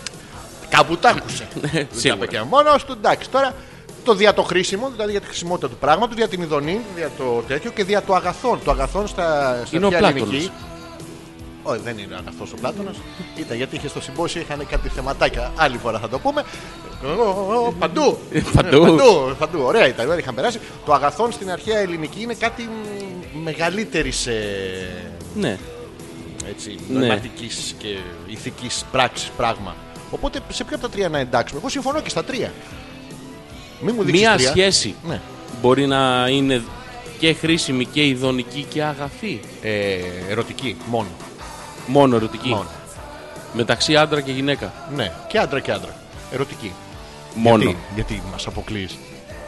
A: Κάπου τα άκουσε.
B: Ναι, Σίγουρα.
A: Και μόνος του εντάξει τώρα το δια το χρήσιμο, δηλαδή για τη χρησιμότητα του πράγματος, δια την ειδονή, δια το τέτοιο και δια το αγαθόν. Το αγαθόν στα, στα
B: Είναι ο
A: αρχαία
B: Πλάτωνας.
A: ελληνική. Όχι, δεν είναι αγαθό ο Πλάτωνας. Ήταν γιατί είχε στο συμπόσιο, είχαν κάτι θεματάκια. Άλλη φορά θα το πούμε. Ω, Παντού.
B: Ε, παντού.
A: Ε, παντού, παντού. Ωραία ήταν, ωραία είχαν περάσει. Το αγαθόν στην αρχαία ελληνική είναι κάτι ε, μεγαλύτερη
B: Ναι.
A: έτσι,
B: Ναι.
A: νοηματική και ηθικής πράξης πράγμα. Οπότε σε ποιο από τα τρία να εντάξουμε. Εγώ συμφωνώ και στα τρία. Μην μου δείξεις
B: Μία
A: τρία.
B: σχέση
A: Ναι.
B: μπορεί να είναι και χρήσιμη και ειδονική και αγαθή.
A: Ε, ερωτική μόνο.
B: Μόνο ερωτική.
A: Μόνο.
B: Μεταξύ άντρα και γυναίκα.
A: Ναι, και άντρα και άντρα. Ερωτική.
B: Μόνο.
A: Γιατί, γιατί μας αποκλείς.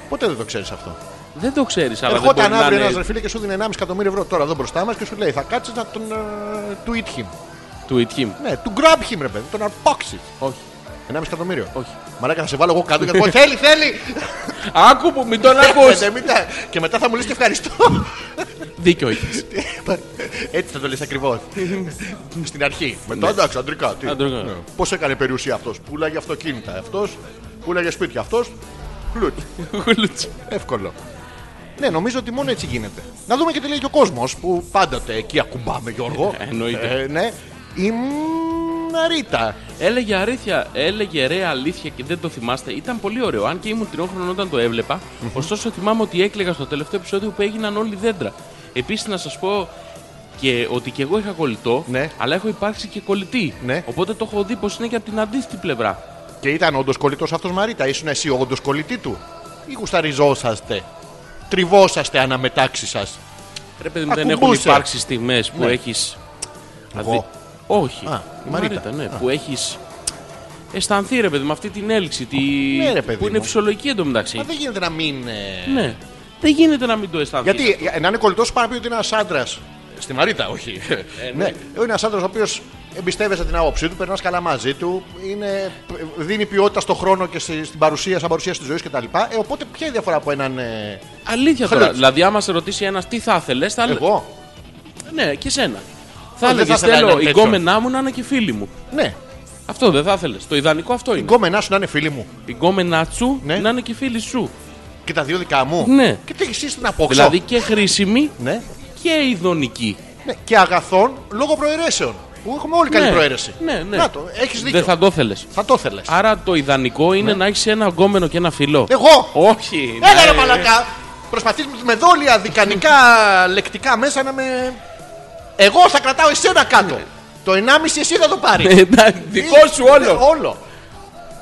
A: Ποτέ δεν το ξέρεις αυτό.
B: Δεν το ξέρεις, αλλά δεν
A: Ερχόταν
B: μπορεί
A: αύριο
B: να
A: ένα
B: είναι
A: ρεφίλε και σου δίνει 1,5 εκατομμύριο ευρώ τώρα εδώ μπροστά μας και σου λέει θα κάτσεις να τον. ε, του eat him.
B: του it him.
A: Ναι, του grab him ρε παιδί, τον αρπάξει.
B: Όχι.
A: 1,5 εκατομμύριο.
B: Όχι.
A: Μαλάκα θα σε βάλω εγώ κάτω και θα πω θέλει, θέλει.
B: Άκου που μην τον ακούς.
A: Ε, μην τα- και μετά θα μου λες και ευχαριστώ. ναι.
B: Δίκιο έχεις.
A: Έτσι θα το λες ακριβώς. Στην αρχή. Μετά εντάξει, αντρικά. τι.
B: Ναι. Αντρικά.
A: Ναι. Πώς έκανε περιουσία αυτός. Πούλαγε αυτοκίνητα. Αυτός πούλαγε σπίτια. Αυτός Χλούτ.
B: Γουλούτσι.
A: Εύκολο. Ναι, νομίζω ότι μόνο έτσι γίνεται. Να δούμε και τι λέει και ο κόσμος που πάντοτε εκεί ακουμπάμε, Γιώργο.
B: Ε, εννοείται.
A: Ε, ναι. Η Μαρίτα.
B: Έλεγε αρήθεια, έλεγε ρε αλήθεια και δεν το θυμάστε. Ήταν πολύ ωραίο. Αν και ήμουν τριών χρονών όταν το έβλεπα, ωστόσο θυμάμαι ότι έκλαιγα στο τελευταίο επεισόδιο που έγιναν όλοι δέντρα. Επίσης να σας πω και ότι και εγώ είχα κολλητό,
A: Ναι.
B: αλλά έχω υπάρξει και κολλητή.
A: Ναι.
B: Οπότε το έχω δει πως είναι και από την αντίθετη πλευρά.
A: Και ήταν όντως κολλητός αυτός Μαρίτα. Ήσουν εσύ όντως κολλητή του. Ή γουσταριζόσαστε. Τριβόσαστε αναμετάξει σα.
B: Ρε παιδί μου, δεν
A: Ακουμπούσε.
B: έχουν υπάρξει στιγμές που
A: Ναι.
B: έχεις.
A: Εγώ.
B: Όχι.
A: Α, η
B: Η
A: Μαρίτα.
B: ναι,
A: Α.
B: που έχεις. Αισθανθεί ρε παιδί μου αυτή την έλξη. Τη...
A: Ναι, ρε, παιδί
B: που είναι
A: μου.
B: φυσιολογική εντωμεταξύ.
A: Μα δεν γίνεται να μην. ε,
B: Ναι. Δεν γίνεται να μην το αισθανθεί.
A: Γιατί ε, να είναι κολλητός πάει να πει ότι είναι ένας άντρας. Στη Μαρίτα, όχι. ναι. Ένας άντρας ο οποίος εμπιστεύεσαι την άποψή του, περνάς καλά μαζί του, είναι, δίνει ποιότητα στον χρόνο και στη- στην παρουσία, σαν παρουσία τη ζωή κτλ. Ε, οπότε ποια είναι η διαφορά από έναν. ε,
B: Αλήθεια τώρα.
A: Χρήση.
B: Δηλαδή, άμα σε ρωτήσει ένας τι θα ήθελες, θα έλεγε.
A: εγώ.
B: Ναι, και σένα. Θα
A: δεν θα
B: έλεγε
A: ήθελα
B: Θέλω
A: έναν
B: η
A: τέτοιον».
B: γκόμενά μου να είναι και φίλη μου.
A: Ναι.
B: Αυτό δεν θα ήθελες. Το ιδανικό αυτό είναι.
A: Γκόμενά σου να είναι φίλοι μου.
B: Η γκόμενά σου
A: Ναι.
B: να είναι και φίλη σου.
A: Και τα δύο δικά μου.
B: Ναι.
A: Και τι εσύ στην απόξω.
B: Δηλαδή και χρήσιμη
A: Ναι.
B: και ειδονική.
A: ναι. Και αγαθών λόγω προαιρέσεων. Που έχουμε όλοι καλή
B: Ναι.
A: προαίρεση.
B: Ναι, ναι.
A: Να το, έχεις δίκιο.
B: Δεν
A: Θα...
B: θα το θέλες.
A: το ήθελε.
B: Άρα το ιδανικό είναι να έχεις ένα γκόμενο και ένα φιλό.
A: Εγώ!
B: Όχι.
A: Έλα ρε
B: ναι.
A: μαλακά! Προσπαθείς Ε. με δόλια δικανικά λεκτικά μέσα να με... Εγώ θα κρατάω εσένα κάτω. το 1,5 εσύ θα το
B: Ε,
A: πάρει.
B: εντάξει, Δικό
A: ε,
B: σου όλο.
A: όλο.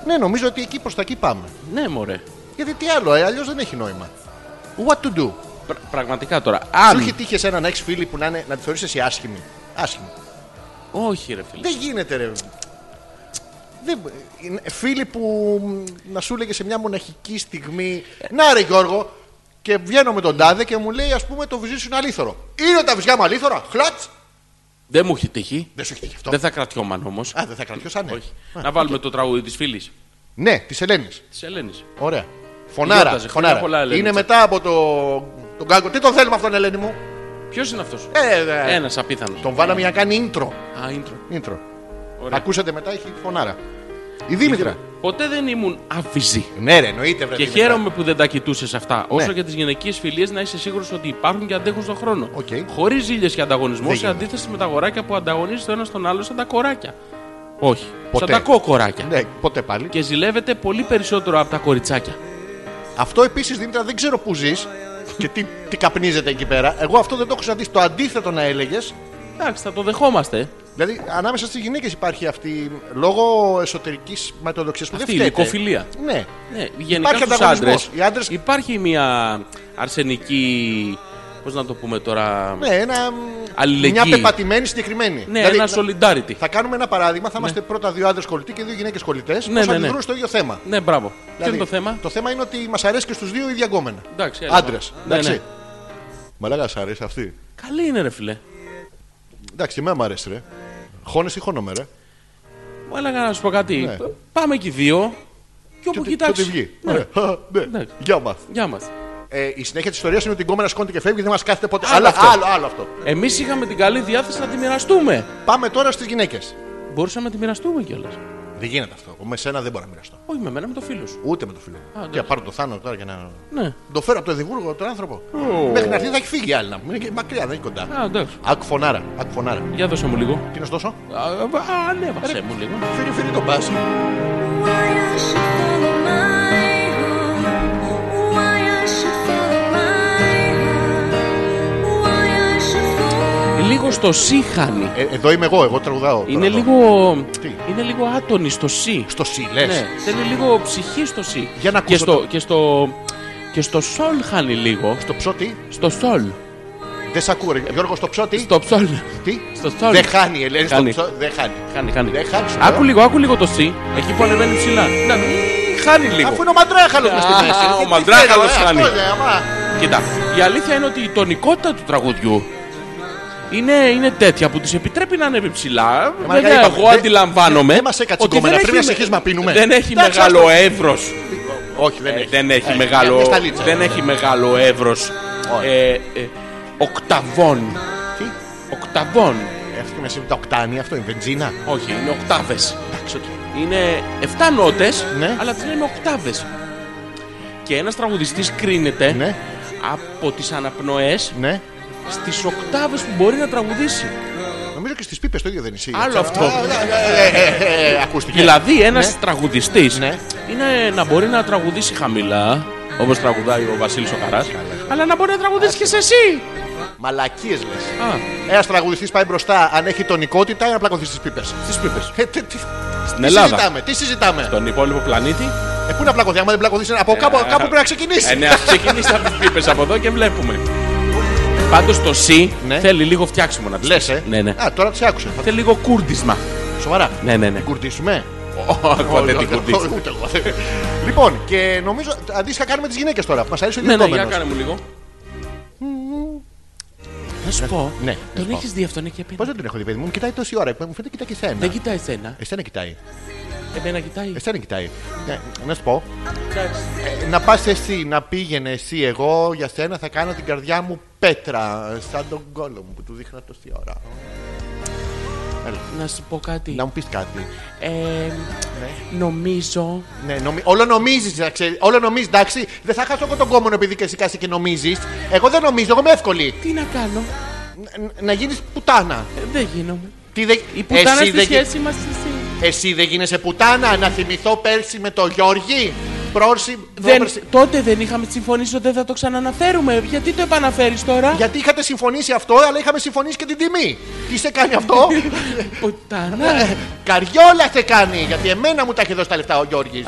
A: Ναι, νομίζω ότι εκεί προς τα εκεί πάμε.
B: Ναι, μωρέ.
A: Γιατί τι άλλο, ε, αλλιώς δεν έχει νόημα. What to do.
B: Πρα- Πραγματικά τώρα.
A: Σου έχει
B: Αν.
A: τύχει εσένα να έχεις φίλη που να, είναι, να τη θεωρείς εσύ άσχημη. Άσχημη.
B: Όχι, ρε φίλε.
A: Δεν γίνεται ρε. Δεν... είναι Φίλοι που μ, να σου λέγε σε μια μοναχική στιγμή Να ρε Γιώργο Και βγαίνω με τον τάδε και μου λέει ας πούμε το βυζί σου είναι αλήθωρο Είναι τα βυζιά μου αλήθωρα Χλατς
B: Δεν μου έχει τύχει.
A: Δεν σου έχει τύχει αυτό
B: Δεν θα κρατιόμαν όμως.
A: Α ναι. δεν θα κρατιώσανε
B: Όχι. Να βάλουμε το τραγούδι της φίλης.
A: Ναι της Ελένης
B: Της Ελένης.
A: Ωραία Φωνάρα,
B: Γιόρταζε,
A: φωνάρα.
B: χρόνια πολλά, Ελένη.
A: Είναι μετά από το... τον κάγκο Τι τον θέλουμε αυτόν Ελένη μου
B: Ποιος είναι αυτός.
A: ε, ε,
B: Ένας απίθανος.
A: Τον βάλαμε για να κάνει intro,
B: Α, intro.
A: intro.
B: Ωραία.
A: Ακούσατε μετά έχει φωνάρα Η Δήμητρα
B: Ποτέ δεν ήμουν άφηζη.
A: Ναι ρε εννοείται βρε
B: Και
A: Δήμητρα.
B: χαίρομαι που δεν τα κοιτούσες αυτά. Όσο
A: Ναι.
B: για τις γυναικείες φιλίες, να είσαι σίγουρος ότι υπάρχουν και αντέχουν στον χρόνο.
A: Οκ.
B: Χωρίς ζήλιες και ανταγωνισμό,
A: Δεν
B: σε
A: γίνεται.
B: αντίθεση με τα αγοράκια που ανταγωνίζεται το ένα τον άλλο σαν τα κοράκια. Όχι.
A: Ποτέ.
B: Σαν τα κόκοράκια.
A: Ναι ποτέ πάλι
B: Και ζηλεύεται πολύ περισσότερο από τα κοριτσάκια.
A: Αυτό επίσης, Δήμητρα, δεν ξέρω πού ζεις και τι, τι καπνίζεται εκεί πέρα. Εγώ αυτό δεν το έχω ξαναδεί. Το αντίθετο να έλεγες.
B: Εντάξει, θα το δεχόμαστε.
A: Δηλαδή, ανάμεσα στις γυναίκες υπάρχει αυτή λόγω εσωτερικής ματιοδοξία που
B: Αυτή η
A: δεν φταίει.
B: ηλικοφιλία.
A: Ναι.
B: Ναι, γενικά στους
A: ανταγωνισμός.
B: άντρες,
A: Οι άντρες-
B: υπάρχει μια αρσενική. Πώς να το πούμε τώρα.
A: ναι, ένα,
B: Αλληλεγγύη.
A: μια πεπατημένη συγκεκριμένη.
B: Ναι,
A: Δηλαδή,
B: ένα
A: να-
B: solidarity.
A: Θα κάνουμε ένα παράδειγμα. Θα είμαστε πρώτα δύο άντρες κολλητοί και δύο γυναίκες κολλητές. Ναι,
B: ναι, ναι.
A: αντιδρούν στο ίδιο θέμα.
B: Ναι, μπράβο. Ποιο
A: Δηλαδή,
B: είναι το θέμα.
A: Το θέμα είναι ότι μας αρέσει και στους δύο η ίδια γκόμενα.
B: Εντάξει, έλα.
A: Άντρες.
B: Ναι,
A: Εντάξει.
B: ναι.
A: Μαλάκα, σ' αρέσει αυτή.
B: Καλή είναι, ρε φιλέ.
A: Εντάξει, και εμένα μου αρέσει, ρε. Χώνες ή χώνομαι, ρε.
B: Μου έλεγα να σου πω κάτι.
A: Ναι.
B: Π- Πάμε και οι δύο. Και
A: Και
B: όπου
A: ό,τι-
B: κοιτάξεις.
A: ό,τι βγει.
B: Ναι.
A: Ωραία. Ναι.
B: Εντάξει.
A: Γεια μας.
B: Γεια μας.
A: Ε, η συνέχεια της ιστορίας είναι ότι η γκόμενα σκόνη και φεύγει, δεν μας κάθεται ποτέ.
B: Άλλο
A: Αλλά
B: αυτό.
A: άλλο, άλλο αυτό.
B: Εμείς είχαμε την καλή διάθεση να τη μοιραστούμε.
A: Πάμε τώρα στις γυναίκες.
B: Μπορούσαμε να τη μοιραστούμε κιόλας.
A: Δεν γίνεται αυτό. Με σένα δεν μπορώ να μοιραστώ.
B: Όχι με μένα, με το φίλο σου.
A: Ούτε με το φίλο μου.
B: εντάξει.
A: Και να πάρω το θάνατο τώρα και να.
B: Ναι.
A: Το φέρω από το Εδιμβούργο τον άνθρωπο. Μέχρι να έρθει θα έχει φύγει η άλλη να μου. Είναι και μακριά, δεν είναι κοντά.
B: Α, εντάξει.
A: Άκου φωνάρα. Άκου φωνάρα.
B: Για δώσε μου λίγο.
A: Τι να σου δώσω.
B: Α, α, Ανέβασε μου λίγο.
A: Φίλοι, φίλοι, τον πα.
D: Why I should follow my heart? Why I should follow my heart? Why I should follow?
B: Λίγο στο σύχανη.
A: Ε, εδώ είμαι εγώ, εγώ τραγουδάω. τώρα
B: Είναι
A: εδώ.
B: λίγο,
A: Τι?
B: είναι λίγο άτονη στο σι.
A: Στο σιλέ.
B: Ναι, θέλει λίγο ψυχή στο σι.
A: Για να
B: και
A: ακούσω
B: στο, και στο, και στο σολ χάνει λίγο.
A: Στο ψώτη.
B: Στο σολ.
A: Δεν σ' ακούω, ρε. Γιώργος, στο ψώτη.
B: Στο ψολ.
A: Τι.
B: στο στόλι.
A: Δεν χάνει, Ελένη. Στο
B: Χάνει.
A: ψώ- Δεν χάνει.
B: Χάνει, χάνει.
A: Δεν χάνει, σου
B: Άκου
A: λέω.
B: λίγο, άκου λίγο το σι. Εκεί που ανεβαίνει ψηλά. Να, μη- χάνει λίγο.
A: Αφού είναι ο μαντράχαλο μες στη
B: Α,
A: μέση.
B: ο
A: Τι- τι
B: μαντράχαλος
A: θέλω, ε,
B: χάνει.
A: αυτό, ναι, αμά.
B: Κοίτα, η αλήθεια είναι ότι η τονικότητα του τραγουδιού είναι, είναι τέτοια που τη επιτρέπει να ανέβει ψηλά.
A: μαλάκα,
B: Βέβαια,
A: Ε, είπαμε,
B: εγώ
A: δεν-
B: αντιλαμβάνομαι.
A: δεν μας έκατσε η
B: ότι
A: κομμένα,
B: δεν
A: πρέπει να
B: έχει με-
A: συνεχίσουμε να πίνουμε.
B: Δεν έχει
A: Εντάξει,
B: μεγάλο
A: άστο.
B: εύρος.
A: Όχι, δεν
B: Ε,
A: έχει.
B: δεν έχει
A: Ε,
B: μεγάλο,
A: μια σταλίτσα.
B: δεν έχει μεγάλο εύρος
A: Όχι.
B: ε, ε, οκταβών.
A: Τι.
B: Οκταβών.
A: Έφυγε να συμβεί τα οκτάνια, αυτό είναι βενζίνα.
B: Όχι, είναι οκτάβες. Είναι 7 νότες,
A: Ναι.
B: αλλά τις λέμε οκτάβες. Και ένας τραγουδιστής κρίνεται
A: Ναι.
B: από τις αναπνοές
A: Ναι.
B: στις οκτάβες που μπορεί να τραγουδήσει.
A: Νομίζω και στις πίπες το ίδιο δεν είναι.
B: Άλλο
A: Ξέρω.
B: αυτό.
A: Α, ναι, ναι, ναι, ναι, ναι, Ακούστηκε.
B: Δηλαδή, ένας
A: Ναι.
B: τραγουδιστής
A: Ναι.
B: είναι να μπορεί να τραγουδήσει χαμηλά, όπως τραγουδάει ο Βασίλης ο Καράς, αλλά να μπορεί να τραγουδήσει και σε εσύ.
A: Μαλακίες λες.
B: Α,
A: Ένας τραγουδιστής πάει μπροστά, αν έχει τονικότητα, ή να πλακωθεί στις πίπες.
B: στις πίπες.
A: Στην
B: Ελλάδα.
A: Τι συζητάμε, τι συζητάμε.
B: Τον υπόλοιπο πλανήτη.
A: Ε, πού να πλακωθεί, άμα δεν πλακωθεί, από κάπου, κάπου πρέπει να ξεκινήσει.
B: Ε, ναι, ας ξεκινήσει από τις πίπες από εδώ και βλέπουμε. Πάντως το C
A: Ναι.
B: θέλει λίγο φτιάξιμο να το
A: Λες, ε.
B: Ναι, ναι.
A: Α, τώρα τις άκουσα. Θα-
B: Θέλει λίγο κούρδισμα.
A: Σοβαρά.
B: Ναι, ναι, ναι.
A: Κουρτίσουμε.
B: Ακόμα δεν την
A: Όχι, όχι,
B: κουρδίσει.
A: ούτε εγώ. Λοιπόν, και νομίζω αντίστοιχα κάνουμε τις γυναίκες τώρα. Μας αρέσει ο
B: Ναι, ναι, για
A: ιδιωτικό.
B: κάνε μου λίγο. Να σου πω,
A: ναι, να σου
B: τον
A: πω.
B: έχεις δει αυτόν εκεί
A: Πώ
B: απέναντι.
A: δεν την έχω δει, παιδί μου, μου κοιτάει τόση ώρα. Μου φαίνεται κοιτάει και
B: Δεν
A: εσένα.
B: κοιτάει εσένα.
A: Εσένα κοιτάει.
B: Εμένα κοιτάει.
A: Εσένα κοιτάει. Ναι, να σου πω.
B: Εντάξει.
A: Ε, Να πας εσύ, να πήγαινε εσύ, εγώ για σένα θα κάνω την καρδιά μου πέτρα. Σαν τον κόλλο μου που του δείχνα τόση ώρα.
B: Να σου πω κάτι.
A: Να μου πεις κάτι.
B: Ε, Νομίζω.
A: Ναι, νομι... Όλο νομίζεις, να ξέρει. Όλο νομίζεις, εντάξει. Δεν θα χάσω εγώ τον κόμμα επειδή και εσύ κάσει και νομίζεις. Εγώ δεν νομίζω, εγώ είμαι εύκολη.
B: Τι να κάνω.
A: Ν- Να γίνεις πουτάνα.
B: Ε, Δεν γίνομαι.
A: Τι δεν-
B: Η πουτάνα
A: εσύ,
B: στη
A: δεν...
B: σχέση μας εσύ.
A: εσύ δεν γίνεσαι πουτάνα. Να θυμηθώ πέρσι με τον Γιώργη. Πρόρση,
B: Δεν,
A: πρόπερσι.
B: τότε δεν είχαμε συμφωνήσει ότι δεν θα το ξαναναφέρουμε. Γιατί το επαναφέρεις τώρα.
A: Γιατί είχατε συμφωνήσει αυτό, αλλά είχαμε συμφωνήσει και την τιμή. Τι σε κάνει αυτό,
E: Ε.
A: Ε,
B: Πουτάνα.
A: Καριόλα σε κάνει, γιατί εμένα μου τα έχει δώσει τα λεφτά ο Γιώργης.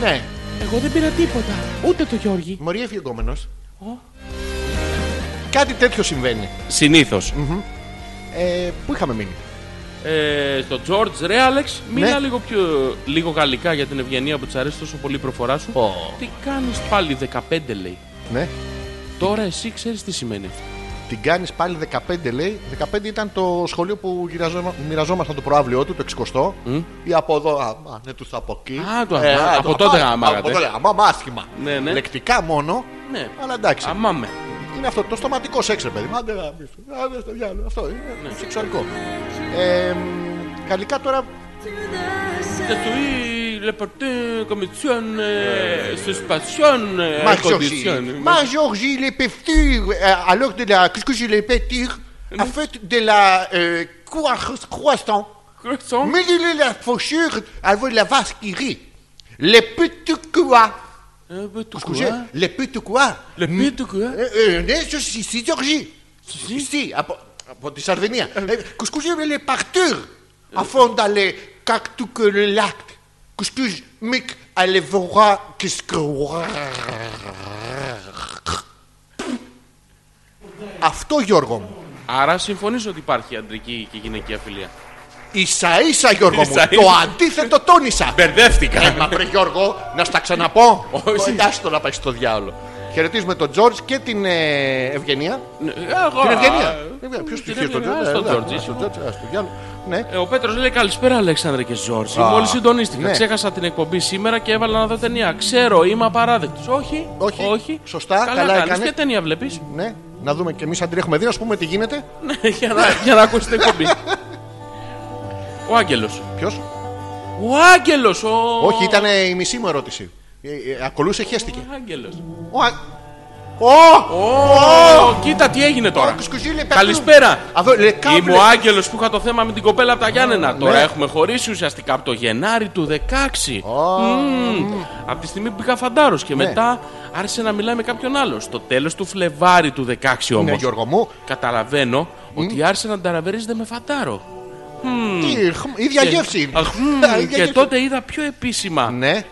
A: Ναι,
B: Εγώ δεν πήρα τίποτα. Ούτε το Γιώργη.
A: μωρή έφυγε ο κόμενος. Κάτι τέτοιο συμβαίνει.
B: Συνήθως.
A: Ε, πού είχαμε μείνει.
B: Ε, στο George ρε Άλεξ, μίλα
A: Ναι.
B: λίγο πιο λίγο γαλλικά για την ευγενία που της αρέσει τόσο πολύ η προφορά σου.
A: Ω.
B: Τι κάνεις πάλι 15 λέει.
A: Ναι.
B: Τώρα εσύ ξέρεις τι σημαίνει αυτό.
A: Την κάνεις πάλι 15 λέει. 15 ήταν το σχολείο που γυραζόμα- μοιραζόμασταν το προάβλιο του, το 60. Ή από εδώ, αμά, ναι, τους από εκεί. Ε,
B: Α, το αμά- από
A: αμά- Από
B: τότε γαμάγατε.
A: τότε, αμά, αμά, άσχημα.
B: Ναι, ναι.
A: Λεκτικά μόνο.
B: Ναι.
A: Αλλά εντάξει.
B: Αμάμε.
A: Είναι αυτό, το στοματικό σεξ, ρε παιδί. Άντε γαμίσου. Άντε στο διάλογο. Αυτό είναι
B: Ναι.
A: σεξουαλικό. Ε, μ, γαλλικά τώρα.
B: Je suis le petit commission euh, suspension euh,
A: Μα
B: condition.
A: Georgie. Μα Georgie, les petits. euh, Alors de la. Qu'est-ce que je les petits?
B: Ναι.
A: En fait, de la. euh, croissance- Croissant.
B: Croissant.
A: Mais il est la faucheur avec la vache qui rit. Les petits quoi
E: Ε, Του
A: Coucher, le petit du quoi
E: Le petit du quoi
A: Euh, euh, né sur- ici, Georgie. Ici, από, από τη Σαρδινία. Κουσκούζε με le partout. Αφού τα le cactus que le lac. Κουσκούζ, μικ, allez voir qu'est-ce que Αυτό Γιώργο μου.
E: Άρα συμφωνείς ότι υπάρχει αντρική και γυναικεία φιλία.
A: Ίσα ίσα Γιώργο μου.
E: Ίσα-ίσα.
A: Το αντίθετο τόνισα. Ε,
E: Μπερδεύτηκα.
A: Μα βρε Γιώργο, να στα ξαναπώ.
E: Όχι.
A: Κοντάς το να πάει στο διάολο. Χαιρετίζουμε τον Τζόρτζ και την ε, Ευγενία.
E: Εγώ.
A: Την
E: α,
A: Ευγενία. Ποιος
E: την
A: στοιχείο στον
E: Ευγενία,
A: Τζόρτζ.
E: στον
A: ε,
E: Τζόρτζ,
A: ε,
E: ήσουν.
A: στον Τζόρτζ, ε, στο διάλογο. Ναι.
E: Ε, Ο Πέτρος λέει καλησπέρα, Αλέξανδρε και Ζόρζη. Μόλις συντονίστηκα.
A: ναι.
E: Ξέχασα την εκπομπή σήμερα και έβαλα να δω ταινία. Ξέρω, είμαι απαράδεκτος. Όχι,
A: Όχι. Σωστά,
E: καλά,
A: καλά
E: κάνεις.
A: έκανε.
E: Ποια ταινία βλέπεις.
A: Ναι. Να δούμε κι εμεί αν την έχουμε δει, να σου πούμε τι γίνεται.
E: Ναι, για να, για να ακούσεις την εκπομπή. Ο Άγγελος.
A: Ποιος.
E: Ο Άγγελος. Ο...
A: Όχι, ήταν η μισή μου ερώτηση. Ε, ε, Ακολούσε, χέστηκε.
E: Ο Άγγελος.
A: Ο Α- Ω!
E: Ω, κοίτα τι έγινε τώρα.
A: Κουσκουζίλη, παι-
E: Καλησπέρα.
A: Αδώ, λε, κάπου,
E: Είμαι
A: λε.
E: ο Άγγελος που είχα το θέμα με την κοπέλα από τα Γιάννενα. Τώρα έχουμε χωρίσει ουσιαστικά από το Γενάρη του 16. Από τη στιγμή που πήγα φαντάρος και μετά άρχισε να μιλάει με κάποιον άλλο. Στο τέλος του Φλεβάρι του 16
A: Ναι,
E: όμως.
A: Γιώργο μου.
E: Καταλαβαίνω ότι άρχισε να ταραβερίζεται με φαντάρο.
A: Τι, χμ, ίδια
E: Και-
A: γεύση είναι.
E: Αχ, μμ,
A: Τα ίδια
E: Και
A: γεύση.
E: τότε είδα πιο επίσημα
A: Ναι.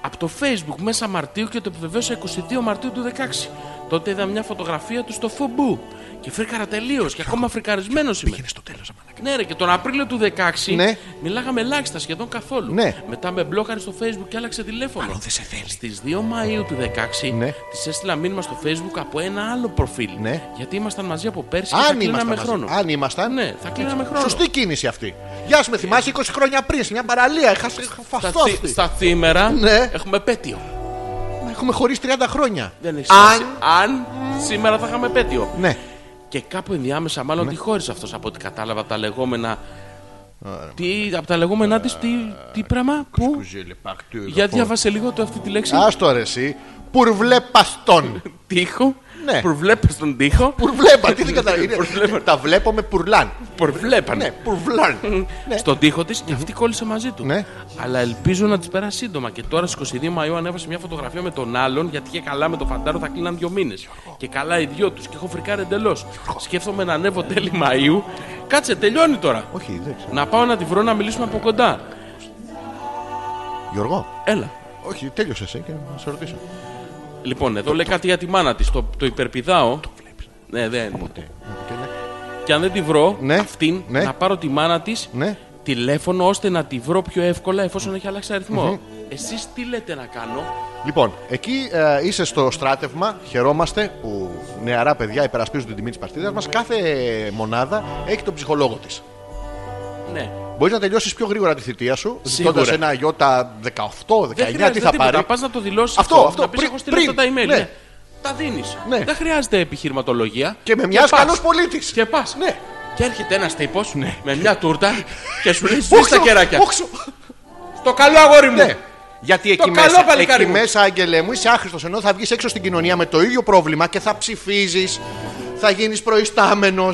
E: από το Facebook μέσα Μαρτίου και το επιβεβαίωσα 22 Μαρτίου του 16. Τότε είδα μια φωτογραφία του στο Φομπού και φρίκαρα τελείως και ακόμα φρικαρισμένος είμαι.
A: Είναι στο τέλος, αμάνα.
E: Ναι, ρε, και τον Απρίλιο του 16
A: Ναι.
E: μιλάγαμε ελάχιστα σχεδόν καθόλου.
A: Ναι.
E: Μετά με μπλόκαρε στο Facebook και άλλαξε τηλέφωνο. Μάλλον
A: δεν σε θέλει.
E: Στις 2 Μαου του 16
A: Ναι.
E: της έστειλα μήνυμα στο Facebook από ένα άλλο προφίλ.
A: Ναι.
E: Γιατί ήμασταν μαζί από πέρσι και θα
A: Αν
E: κλείναμε
A: ήμασταν.
E: χρόνο.
A: μαζί. Αν ήμασταν.
E: Ναι, θα κλείναμε χρόνο.
A: Σωστή κίνηση αυτή. Γεια σου, με θυμάσαι 20 χρόνια πριν σε μια παραλία. Είχα είχα
E: Στα,
A: φαφτώ.
E: θη- στα θύμερα
A: Ναι.
E: έχουμε πέτειο.
A: Έχουμε χωρίσει 30 χρόνια.
E: Δεν έχει
A: Αν-
E: σημασία. Αν σήμερα θα είχαμε πέτειο.
A: Ναι.
E: Και κάπου ενδιάμεσα, μάλλον τη χώρισε αυτός από ό,τι κατάλαβα τα λεγόμενα. Τι, από τα λεγόμενά της, τι,
A: Ε,
E: τι πράγμα, πού. Για διάβασε λίγο το αυτή τη λέξη.
A: Άστο ρε εσύ. Πουρβλέπαστον.
E: τοίχο.
A: Ναι.
E: Προβλέπε τον τοίχο.
A: Πουρβλέπα. Τι δεν καταλαβαίνω.
E: Πουρβλέπα.
A: Τα βλέπω με πουρλάν.
E: Προβλέπανε.
A: Ναι, πουρβλάν. Ναι.
E: Στον τοίχο της και αυτή κόλλησε μαζί του.
A: Ναι.
E: Αλλά ελπίζω να της πέρασε σύντομα. Και τώρα στις 22 Μαου ανέβασε μια φωτογραφία με τον άλλον γιατί και καλά με τον Φαντάρο θα κλείναν δύο μήνες. Και καλά οι δυο τους και έχω φρικάρει εντελώς. Σκέφτομαι να ανέβω τέλη Μαου. Κάτσε, τελειώνει τώρα.
A: Όχι, δεν ξέρω.
E: Να πάω να τη βρω να μιλήσουμε από κοντά.
A: Γιώργο.
E: Έλα.
A: Όχι, τέλειωσε εσύ και να σε ρωτήσω.
E: Λοιπόν, εδώ λέει κάτι για τη μάνα της. Το, το υπερπηδάω. Ναι, δεν.
A: Και ναι.
E: Και αν δεν τη βρω,
A: Ναι.
E: αυτήν,
A: Ναι.
E: να πάρω τη μάνα της
A: Ναι.
E: τηλέφωνο ώστε να τη βρω πιο εύκολα εφόσον έχει αλλάξει αριθμό. Εσείς τι λέτε να κάνω.
A: Λοιπόν, εκεί ε, είσαι στο στράτευμα. Χαιρόμαστε που νεαρά παιδιά υπερασπίζουν την τιμή της παρτίδας μας. Κάθε μονάδα έχει τον ψυχολόγο της. Ε,
E: Ναι.
A: Μπορείς να τελειώσεις πιο γρήγορα τη θητεία σου, ζητώντα
E: Σίγουρα.
A: ένα γιώτα 18-19, τι
E: χρειάζεται
A: θα
E: τίποτα.
A: πάρει.
E: Πας να το δηλώσεις
A: Αυτό,
E: αυτό,
A: αυτό,
E: να πεις
A: πριν-
E: έχω στείλει αυτά τα
A: πριν,
E: email.
A: ναι.
E: Ναι. Τα δίνεις.
A: Ναι.
E: Δεν χρειάζεται επιχειρηματολογία.
A: Και με μοιάζει
E: πας.
A: καλός πολίτης.
E: Και πας.
A: Ναι.
E: Και έρχεται ένας τύπος με μια τούρτα και σου λέει
A: Όξο,
E: σβήσ τα κεράκια.
A: όξο.
E: Το καλό αγόρι μου.
A: Ναι. Γιατί εκεί,
E: καλό
A: μέσα,
E: παλικάρι
A: εκεί
E: μου.
A: μέσα, Άγγελε μου, είσαι άχρηστος. Ενώ θα βγεις έξω στην κοινωνία με το ίδιο πρόβλημα και θα ψηφίζεις, θα γίνεις προϊστάμενος.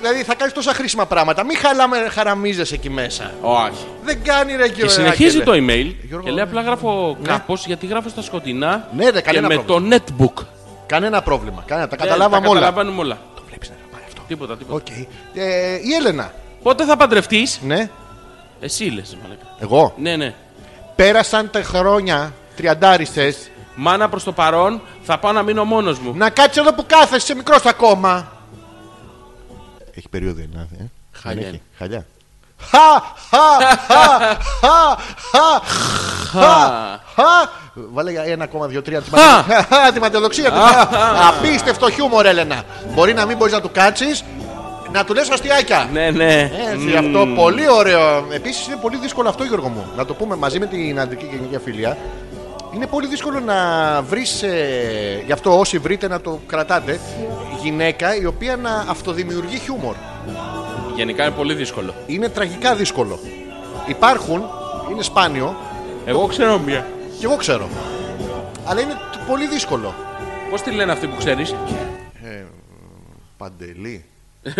A: Δηλαδή θα κάνεις τόσα χρήσιμα πράγματα. Μην χαλάμε, χαραμίζεσαι εκεί μέσα.
E: Όχι.
A: Δεν κάνει ρε
E: Και
A: Γιώργο.
E: Ε, συνεχίζει το
A: Άγγελε.
E: email
A: Γιώργο,
E: και λέει απλά γράφω κάπως γιατί γράφω στα σκοτεινά
A: Ναι, ρε,
E: και
A: κανένα
E: με το
A: πρόβλημα.
E: netbook.
A: Κανένα πρόβλημα. Κανένα. Τα
E: Ε,
A: καταλάβαμε
E: τα
A: όλα. ναι,
E: Καταλαβαίνουμε όλα. Το βλέπεις να αυτό. Τίποτα, τίποτα.
A: Οκ. Ε, η Έλενα.
E: Πότε θα παντρευτείς.
A: Ναι.
E: Εσύ λες, μαλάκα.
A: Εγώ.
E: Ναι, ναι.
A: Πέρασαν τα χρόνια τριαντάρισε.
E: Μάνα προς το παρόν, θα πάω να μείνω μόνος μου.
A: Να κάτσεις εδώ που κάθεσαι, είσαι μικρός ακόμα. Έχει περίοδο η Ελλάδα. Ε?
E: Χαλιά
A: Δεν έχει.
E: είναι.
A: Χαλιά. Χα, χα, χα, χα, χα, χα, χα. Βάλε για ένα ακόμα, δύο, τρία. τη ματε- Χα, Τη ματαιοδοξία του. Απίστευτο χιούμορ, Έλενα. Μπορεί να μην μπορείς να του κάτσεις, να του λες αστιάκια.
E: Ναι, ναι.
A: Έτσι,
E: Μμμ.
A: αυτό πολύ ωραίο. Επίσης είναι πολύ δύσκολο αυτό, Γιώργο μου. Να το πούμε μαζί με την αντρική και γενική φιλία. Είναι πολύ δύσκολο να βρεις. Ε, γι' αυτό όσοι βρείτε να το κρατάτε. Γυναίκα η οποία να αυτοδημιουργεί χιούμορ.
E: Γενικά είναι πολύ δύσκολο.
A: Είναι τραγικά δύσκολο. Υπάρχουν, είναι σπάνιο
E: Εγώ ξέρω μία.
A: και εγώ ξέρω. Αλλά είναι τ- πολύ δύσκολο.
E: Πώς τη λένε αυτή που ξέρεις.
A: Παντελή.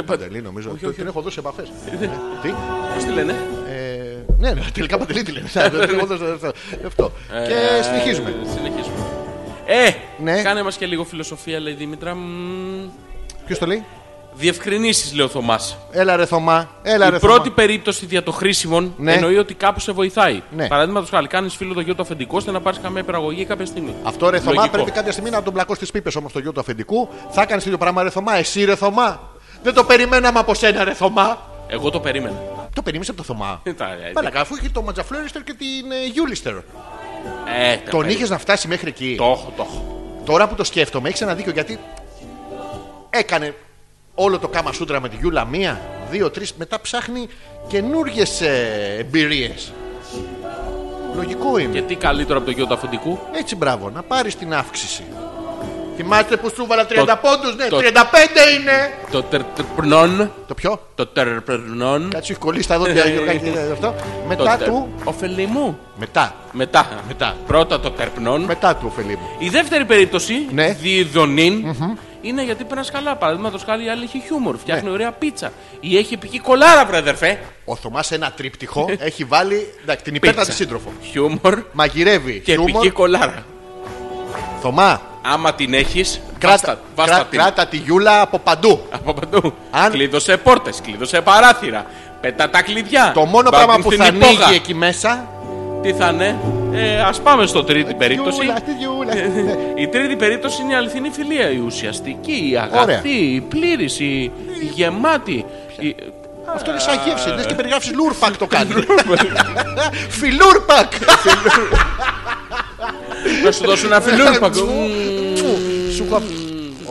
A: Παντελή νομίζω.
E: όχι,
A: Το-
E: όχι.
A: Την έχω δώσει επαφές. Ε, Τι.
E: Πώς τη λένε.
A: Ε, Ναι, ναι, τελικά παντελήτη λένε. Ναι, εγώ δεν- δεν- δεν- Ε, Αυτό. Και συνεχίζουμε.
B: Ε, συνεχίζουμε. Ε,
A: Ναι.
B: κάνε μας και λίγο φιλοσοφία, λέει η Δήμητρα. Μμμ.
A: Ποιος το λέει?
B: Διευκρινήσεις, λέει ο Θωμάς.
A: Έλα ρε Θωμά. Έλα ρε
B: η πρώτη
A: Θωμά.
B: περίπτωση δια των χρήσιμων
A: Ναι.
B: εννοεί ότι κάπου σε βοηθάει.
A: Ναι.
B: Παραδείγματος χάρη, κάνεις φίλο το γιο του αφεντικού ώστε να πάρεις καμία υπεραγωγή κάποια στιγμή.
A: Αυτό ρε Θωμά
B: Λογικό.
A: πρέπει κάποια στιγμή να τον πλακώ στι πίπες όμως το γιο του αφεντικού. Θα κάνεις το ίδιο πράγμα ρε Θωμά. Εσύ ρε Θωμά. Δεν το περιμέναμε από σένα ρε Θωμά.
B: Εγώ το περίμενα.
A: Το περίμενε από το Θωμά.
B: Ε, τα- ε,
A: Μαλακά, αφού είχε το Ματζαφλόριστερ και την ε, Γιούλιστερ.
B: Ε, τα
A: Τον
B: περί-
A: είχες να φτάσει μέχρι εκεί.
B: Το έχω, το έχω.
A: Τώρα που το σκέφτομαι, έχεις ένα δίκιο γιατί έκανε όλο το κάμα σούτρα με τη Γιούλα μία, δύο, τρεις. Μετά ψάχνει καινούριε εμπειρίες. Λογικό είναι.
B: Και τι καλύτερο από το γιο του αφεντικού.
A: Έτσι μπράβο, να πάρεις την αύξηση. Θυμάστε που σου βάλα 30
B: Το-
A: πόντους, ναι,
B: το-
A: 35 είναι!
B: Το τερπνόν.
A: Το πιο,
B: Το τερπνόν.
A: κάτσε σου έχει κολλήσει τα δόντια, Γιωργάκη, ε, αυτό. Μετά του,
B: Οφελή μου.
A: μετά,
B: Μετά. μετά. Πρώτα το τερπνόν.
A: μετά του ωφελή μου.
B: Η δεύτερη περίπτωση,
A: Ναι.
B: διειδονήν, είναι γιατί περνά καλά. Παραδείγματος χάρη, η άλλη έχει
A: Ναι.
B: χιούμορ, φτιάχνει ωραία πίτσα. Ή έχει επική κολάρα, βρεδερφέ.
A: Ο Θωμάς ένα τρίπτυχο
B: Ε.
A: έχει βάλει εντάξει, την υπέρτατη σύντροφο.
B: Χιούμορ
A: Μαγειρεύει.
B: και επική
A: χιούμορ.
B: κολάρα.
A: Θωμά,
B: Άμα την έχεις,
A: κράτα,
B: κράτα, βάστα
A: κρά-
B: την.
A: κράτα τη γιούλα από παντού.
B: Από παντού.
A: Αν-
B: Κλείδωσε πόρτες, κλείδωσε παράθυρα. Πετά τα κλειδιά.
A: Το μόνο
B: Μπα
A: πράγμα
B: την
A: που
B: στην
A: θα ανοίγει
B: υπόγα.
A: εκεί μέσα.
B: Τι θα είναι. Ε, Ας πάμε στο τρίτη περίπτωση.
A: Γιούλα, τη γιούλα.
B: Η τρίτη περίπτωση είναι η αληθινή φιλία. Η ουσιαστική, η αγαθή,
A: Ωραία.
B: η πλήρη, η, η γεμάτη. η-
A: Αυτό είναι σαν γεύση. Λες και περιγράφεις λούρπακ το κάνεις. Φιλούρπακ!
B: Να σου δώσω ένα φιλούρπακο.
A: Τσου, Σου έχω.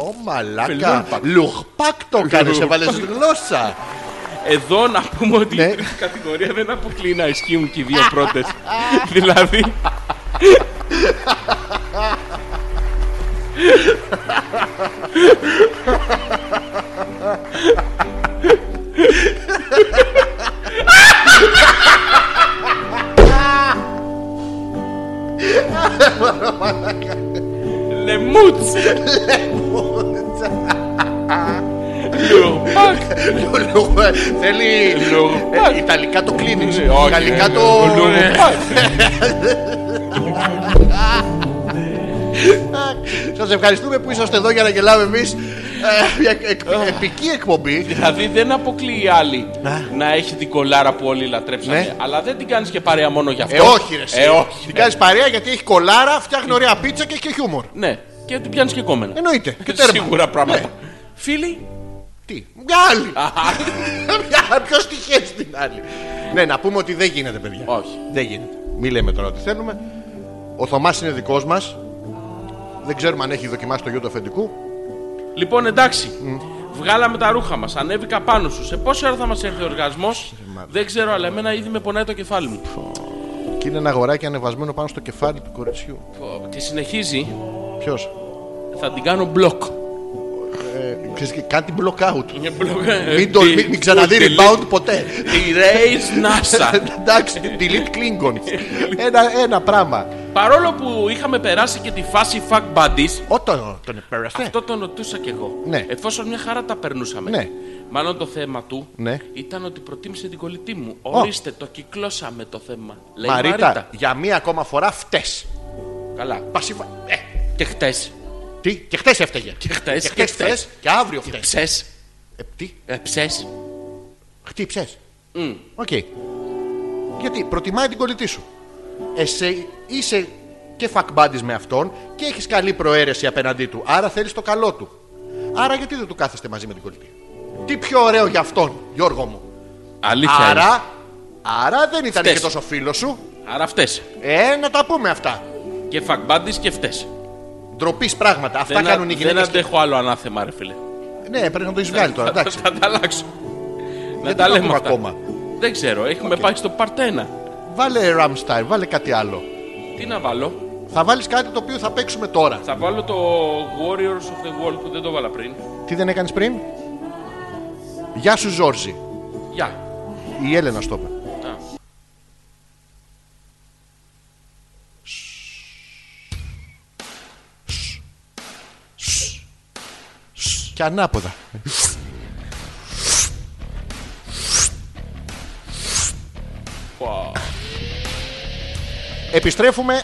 A: Ω μαλάκα.
B: Φιλούρπακ.
A: Λουχπακ το κάνει.
B: Λουχπακ.
A: Έβαλες γλώσσα.
B: Εδώ να πούμε ότι
A: Ναι.
B: η τρίτη κατηγορία δεν αποκλεί να ισχύουν και οι δύο πρώτες. δηλαδή. Λεμούτς Λεοπάκ
A: Λου- ε, Θέλει.
B: Λουχπακ.
A: Ε, Ιταλικά το κλείνεις.
B: Ναι, όχι,
A: Γαλλικά
B: ναι,
A: το.
B: ναι, ναι, ναι.
A: Σα Ε, ευχαριστούμε που είσαστε εδώ για να γελάμε εμείς. Μια εκ- ε, επική εκπομπή.
B: Δηλαδή δεν αποκλείει η άλλη να έχει την κολάρα που όλοι λατρέψανε,
A: Ναι.
B: αλλά δεν την κάνεις και παρέα μόνο γι' αυτό.
A: Ε, όχι, ρε. εσύ.
B: Ε, όχι.
A: Την κάνεις παρέα γιατί έχει κολάρα, φτιάχνει ωραία πίτσα και έχει και χιούμορ.
B: Ναι, και την πιάνεις και κόμενα.
A: Εννοείται. Και τέρμα.
B: Σίγουρα πράγματα. Φίλοι,
A: Τι. Μια άλλη. Μια πιο στοιχεία στην άλλη. Ναι, να πούμε ότι δεν γίνεται, παιδιά.
B: όχι.
A: Δεν γίνεται. Μη λέμε τώρα ότι θέλουμε. Ο Θωμάς είναι δικός μας. Δεν ξέρουμε αν έχει δοκιμάσει το γιο του αφεντικού.
B: Λοιπόν, εντάξει. Βγάλαμε τα ρούχα μας, ανέβηκα πάνω σου. Σε πόση ώρα θα μας έρθει ο οργασμός, δεν ξέρω, αλλά εμένα ήδη με πονάει το κεφάλι μου.
A: Και είναι ένα αγοράκι ανεβασμένο πάνω στο κεφάλι του κοριτσιού.
B: Πω, Τη συνεχίζει,
A: Ποιος.
B: θα την κάνω μπλοκ.
A: Ε, Κάτι block out.
B: Μια μπλοκ, ε,
A: Μην, το,
B: τη-
A: μην, μην ξαναδεί
B: τη-
A: rebound ποτέ.
B: Τη Race NASA.
A: Εντάξει, delete Klingons. ένα, ένα πράγμα.
B: Παρόλο που είχαμε περάσει και τη φάση fuck buddies,
A: Όταν τον επέρασε.
B: Αυτό το ρωτούσα κι εγώ.
A: Ναι.
B: Εφόσον μια χαρά τα περνούσαμε.
A: Ναι.
B: Μάλλον το θέμα του
A: Ναι.
B: ήταν ότι προτίμησε την κολλητή μου. Ορίστε, το κυκλώσαμε το θέμα. Λέει Μαρίτα.
A: Μαρίτα, για μία ακόμα φορά φτε.
B: Καλά.
A: Πασίβα. Ε,
B: Και χτες.
A: τι, και χτες έφταιγε. Και
B: χτες,
A: και,
B: και
A: χτες
B: χτες.
A: φταίς, και αύριο χτε.
B: Ψες.
A: Ε, τι,
B: Ε, ψες.
A: χτύψε. Οκ. Γιατί προτιμάει την κολλητή σου. Εσύ είσαι και φακμπάντη με αυτόν και έχεις καλή προαίρεση απέναντί του. Άρα θέλεις το καλό του. Άρα γιατί δεν του κάθεστε μαζί με την κολλητή. Τι πιο ωραίο για αυτόν, Γιώργο μου.
B: Αλήθεια. είναι.
A: Άρα, άρα δεν ήταν
B: Φταίς.
A: και τόσο φίλος σου.
B: Άρα αυτέ.
A: Ε, να τα πούμε αυτά.
B: Και φακμπάντη και φτέ.
A: Ντροπής πράγματα. Αυτά
B: Δεν,
A: κάνουν οι
B: δεν
A: γυναίκε.
B: αντέχω άλλο ανάθεμα, ρε φίλε.
A: Ναι, πρέπει να το έχεις βγάλει τώρα. Εντάξει.
B: Θα τα αλλάξω. Να
A: Γιατί
B: τα
A: το
B: λέμε
A: ακούμε
B: αυτά.
A: ακόμα.
B: Δεν ξέρω, έχουμε πάει στο παρτένα.
A: Βάλε Ramstein, βάλε κάτι άλλο.
B: Τι να βάλω.
A: Θα βάλεις κάτι το οποίο θα παίξουμε τώρα.
B: Θα βάλω το Warriors of the World που δεν το βάλα πριν.
A: Τι δεν έκανες πριν. Γεια σου, Ζόρζι.
B: Γεια.
A: Η Έλενα στο είπε.
B: Α.
A: Και ανάποδα.
B: Ω,
A: Επιστρέφουμε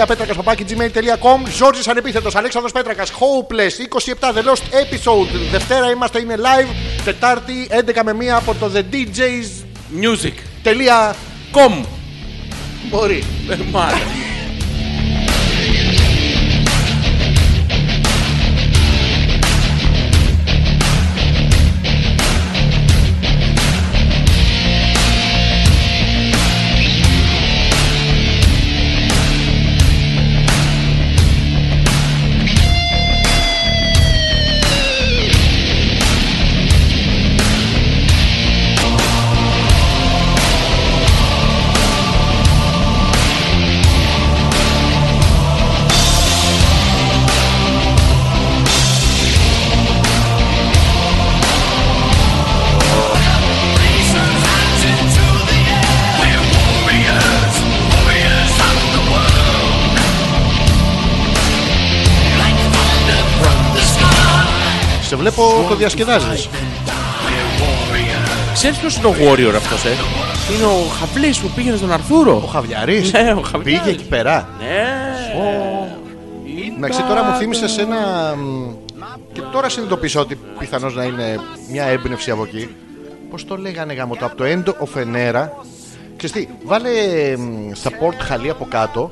A: α.πέτρακα.gmail.com Ζόρζης ανεπίθετος, Αλέξανδρος Πέτρακας Hopeless 27 The Lost Episode Δευτέρα είμαστε, είναι live Τετάρτη 11 με 1 από το The DJs
B: Music.
A: Τελεία
B: Com.
A: Μπορεί
B: Ε, Μάλλον.
A: Σε βλέπω το διασκεδάζεις
B: Ξέρεις ποιος είναι ο Warrior αυτός, ε? Είναι ο Χαβλής που πήγαινε στον Αρθούρο.
A: Ο Χαβιαρής
B: Ναι, ο Χαβιάρης.
A: Πήγε εκεί πέρα
B: Ναι.
A: Εντάξει, τώρα μου θύμισες ένα. μ, Και τώρα συνειδητοποίησα ότι πιθανώς να είναι μια έμπνευση από εκεί. Πώς το λέγανε γάμο το, από το End of an Era. Ξέρεις τι, βάλε μ, στα port χαλί από κάτω.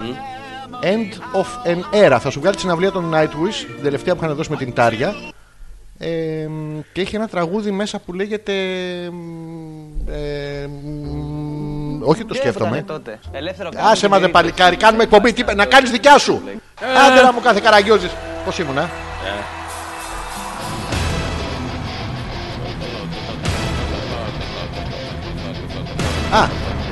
A: End of an Era. Θα σου βγάλει τη συναυλία των Nightwish, την τελευταία που είχαν δώσει με την Τάρια. Ε, μ, και έχει ένα τραγούδι μέσα που λέγεται. μ, ε, μ, όχι το σκέφτομαι.
E: τότε. Ελεύθερο
A: Άσε μα δε παλικάρι, κάνουμε εκπομπή. Τι είπε, να κάνεις δικιά σου.
B: Ε.
A: Άντε να μου κάθε καραγκιόζης. Πώς ήμουνα. Α,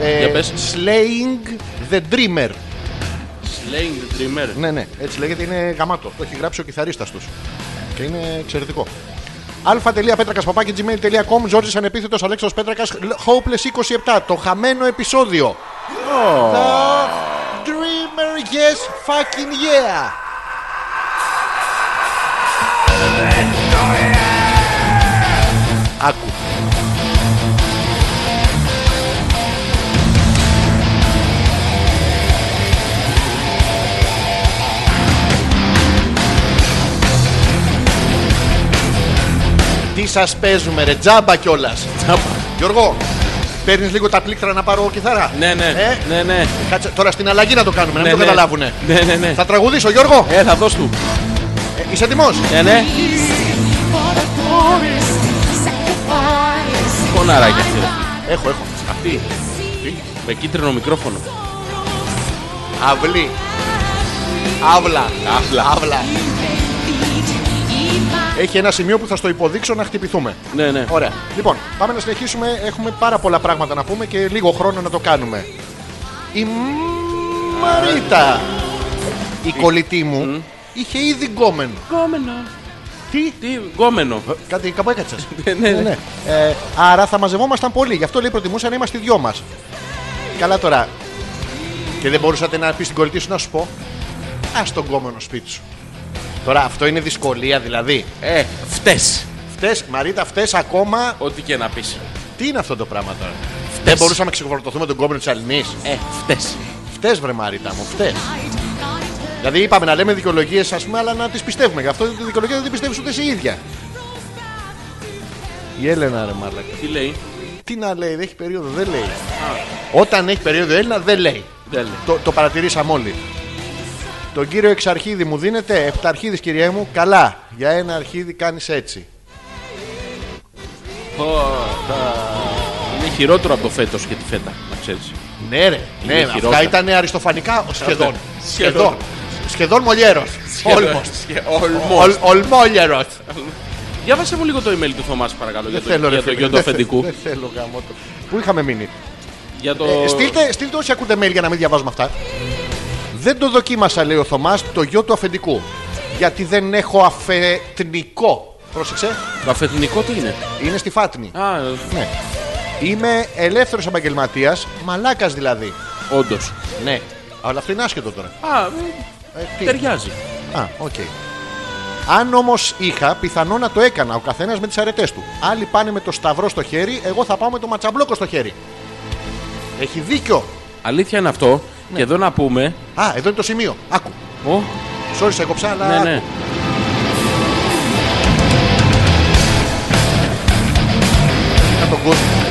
A: ε,
B: Για πες.
A: Slaying the Dreamer.
B: Slaying the ε, Dreamer.
A: Ναι, ναι, έτσι λέγεται, είναι γαμάτο. Το έχει γράψει ο κιθαρίστας τους. Και είναι εξαιρετικό. α.πέτρακα.gmail.com Ζόρζης Ανεπίθετος Αλέξανδρος Πέτρακας Hopeless 27 Το χαμένο επεισόδιο The Dreamer Yes Fucking Yeah Άκου Τι σας παίζουμε ρε τζάμπα κιόλας Γιώργο Παίρνεις λίγο τα πλήκτρα να πάρω κιθάρα
B: Ναι, ναι,
A: Ε,
B: ναι, ναι.
A: Κάτσε, τώρα στην αλλαγή να το κάνουμε, να
B: Ναι,
A: μην το
B: ναι.
A: καταλάβουνε.
B: Ναι, ναι, ναι.
A: Θα τραγουδήσω, Γιώργο.
B: Ε, θα δώσ' του.
A: Ε, είσαι έτοιμος.
B: Ναι, ναι. Πονάράκι αυτή. ρε.
A: Έχω, έχω.
B: Αυτή. Με κίτρινο μικρόφωνο.
A: Αυλή. Αύλα. Αύλα. Αύλα. Έχει ένα σημείο που θα στο υποδείξω να χτυπηθούμε.
B: Ναι, ναι.
A: Ωραία. Λοιπόν, πάμε να συνεχίσουμε. Έχουμε πάρα πολλά πράγματα να πούμε και λίγο χρόνο να το κάνουμε. Η Μαρίτα, η κολλητή μου, είχε ήδη γκόμενο.
B: Γκόμενο.
A: Τι?
B: Τι, γκόμενο.
A: Κάτι κάπου έκατσες.
B: Ναι, ναι, ναι.
A: Ε, άρα θα μαζευόμασταν πολύ. Γι' αυτό λέει προτιμούσα να είμαστε οι δυο μας. Καλά τώρα. Και δεν μπορούσατε να πεις στην κολλητή σου να σου πω. Ας τον κόμενο σπίτι σου. Τώρα αυτό είναι δυσκολία δηλαδή.
B: Ε, φταίς.
A: Φτες, Μαρίτα, φτες ακόμα.
B: Ό,τι και να πεις.
A: Τι είναι αυτό το πράγμα τώρα. Δεν μπορούσαμε να ξεκοφορτωθούμε τον κόμενο τη Αλληνή.
B: Ε, φταίς.
A: Φταίει, βρε Μαρίτα μου, φταίει. Δηλαδή είπαμε να λέμε δικαιολογίες, ας πούμε, αλλά να τις πιστεύουμε. Γι' αυτό τη δικαιολογία δεν την πιστεύεις ούτε εσύ η ίδια. Η Έλενα, ρε Μάρλακα.
B: Τι λέει.
A: Τι να λέει, δεν έχει περίοδο, δεν λέει. Όταν έχει περίοδο η Έλληνα, δεν λέει.
B: Δεν λέει.
A: Το, το παρατηρήσαμε όλοι. Τον κύριο Εξαρχίδη μου δίνετε, Επταρχίδης κυριέ μου, καλά. Για ένα αρχίδι κάνεις έτσι.
B: Είναι χειρότερο από το φέτος και τη φέτα, να ξέρεις.
A: Ναι, ρε.
B: Είναι
A: Ναι,
B: χειρότερα.
A: αυτά ήταν αριστοφανικά σχεδόν. Σχεδόν.
B: Σχεδόν.
A: Σχεδόν μολιέρος. Όλμο.
B: Όλμος.
A: Ολμόλιερος.
B: Διάβασε μου λίγο το email του Θωμάς παρακαλώ για
A: Δεν
B: το-
A: θέλω, ρε.
B: για το
A: φίλε,
B: γιο του
A: δεν θε-
B: αφεντικού.
A: Δεν θέλω γάμο το. Πού είχαμε μείνει.
B: Για το...
A: Ε, στείλτε, στείλτε όσοι ακούτε mail για να μην διαβάζουμε αυτά. Δεν το δοκίμασα, λέει ο Θωμάς, το γιο του αφεντικού. Γιατί δεν έχω αφετνικό. Πρόσεξε,
B: Το αφεντικό τι είναι.
A: είναι στη φάτνη.
B: Α, ε,
A: Ναι. Είμαι ελεύθερος επαγγελματίας, μαλάκας δηλαδή.
B: όντως.
A: Ναι. Αλλά αυτό είναι άσχετο τώρα.
B: Α,
A: Ε,
B: ε,
A: τι.
B: ταιριάζει.
A: Α, οκ. Αν όμως είχα, πιθανό να το έκανα ο καθένας με τις αρετές του. Άλλοι πάνε με το σταυρό στο χέρι, εγώ θα πάω με το ματσαμπλόκο στο χέρι. Έχει δίκιο.
B: Αλήθεια είναι αυτό.
A: ναι.
B: Και εδώ να πούμε.
A: Α, εδώ είναι το σημείο. Άκου.
B: Ω,
A: Sorry, σε κόψα, αλλά.
B: ναι,
A: άκου.
B: ναι.
A: Να τον κόσμο.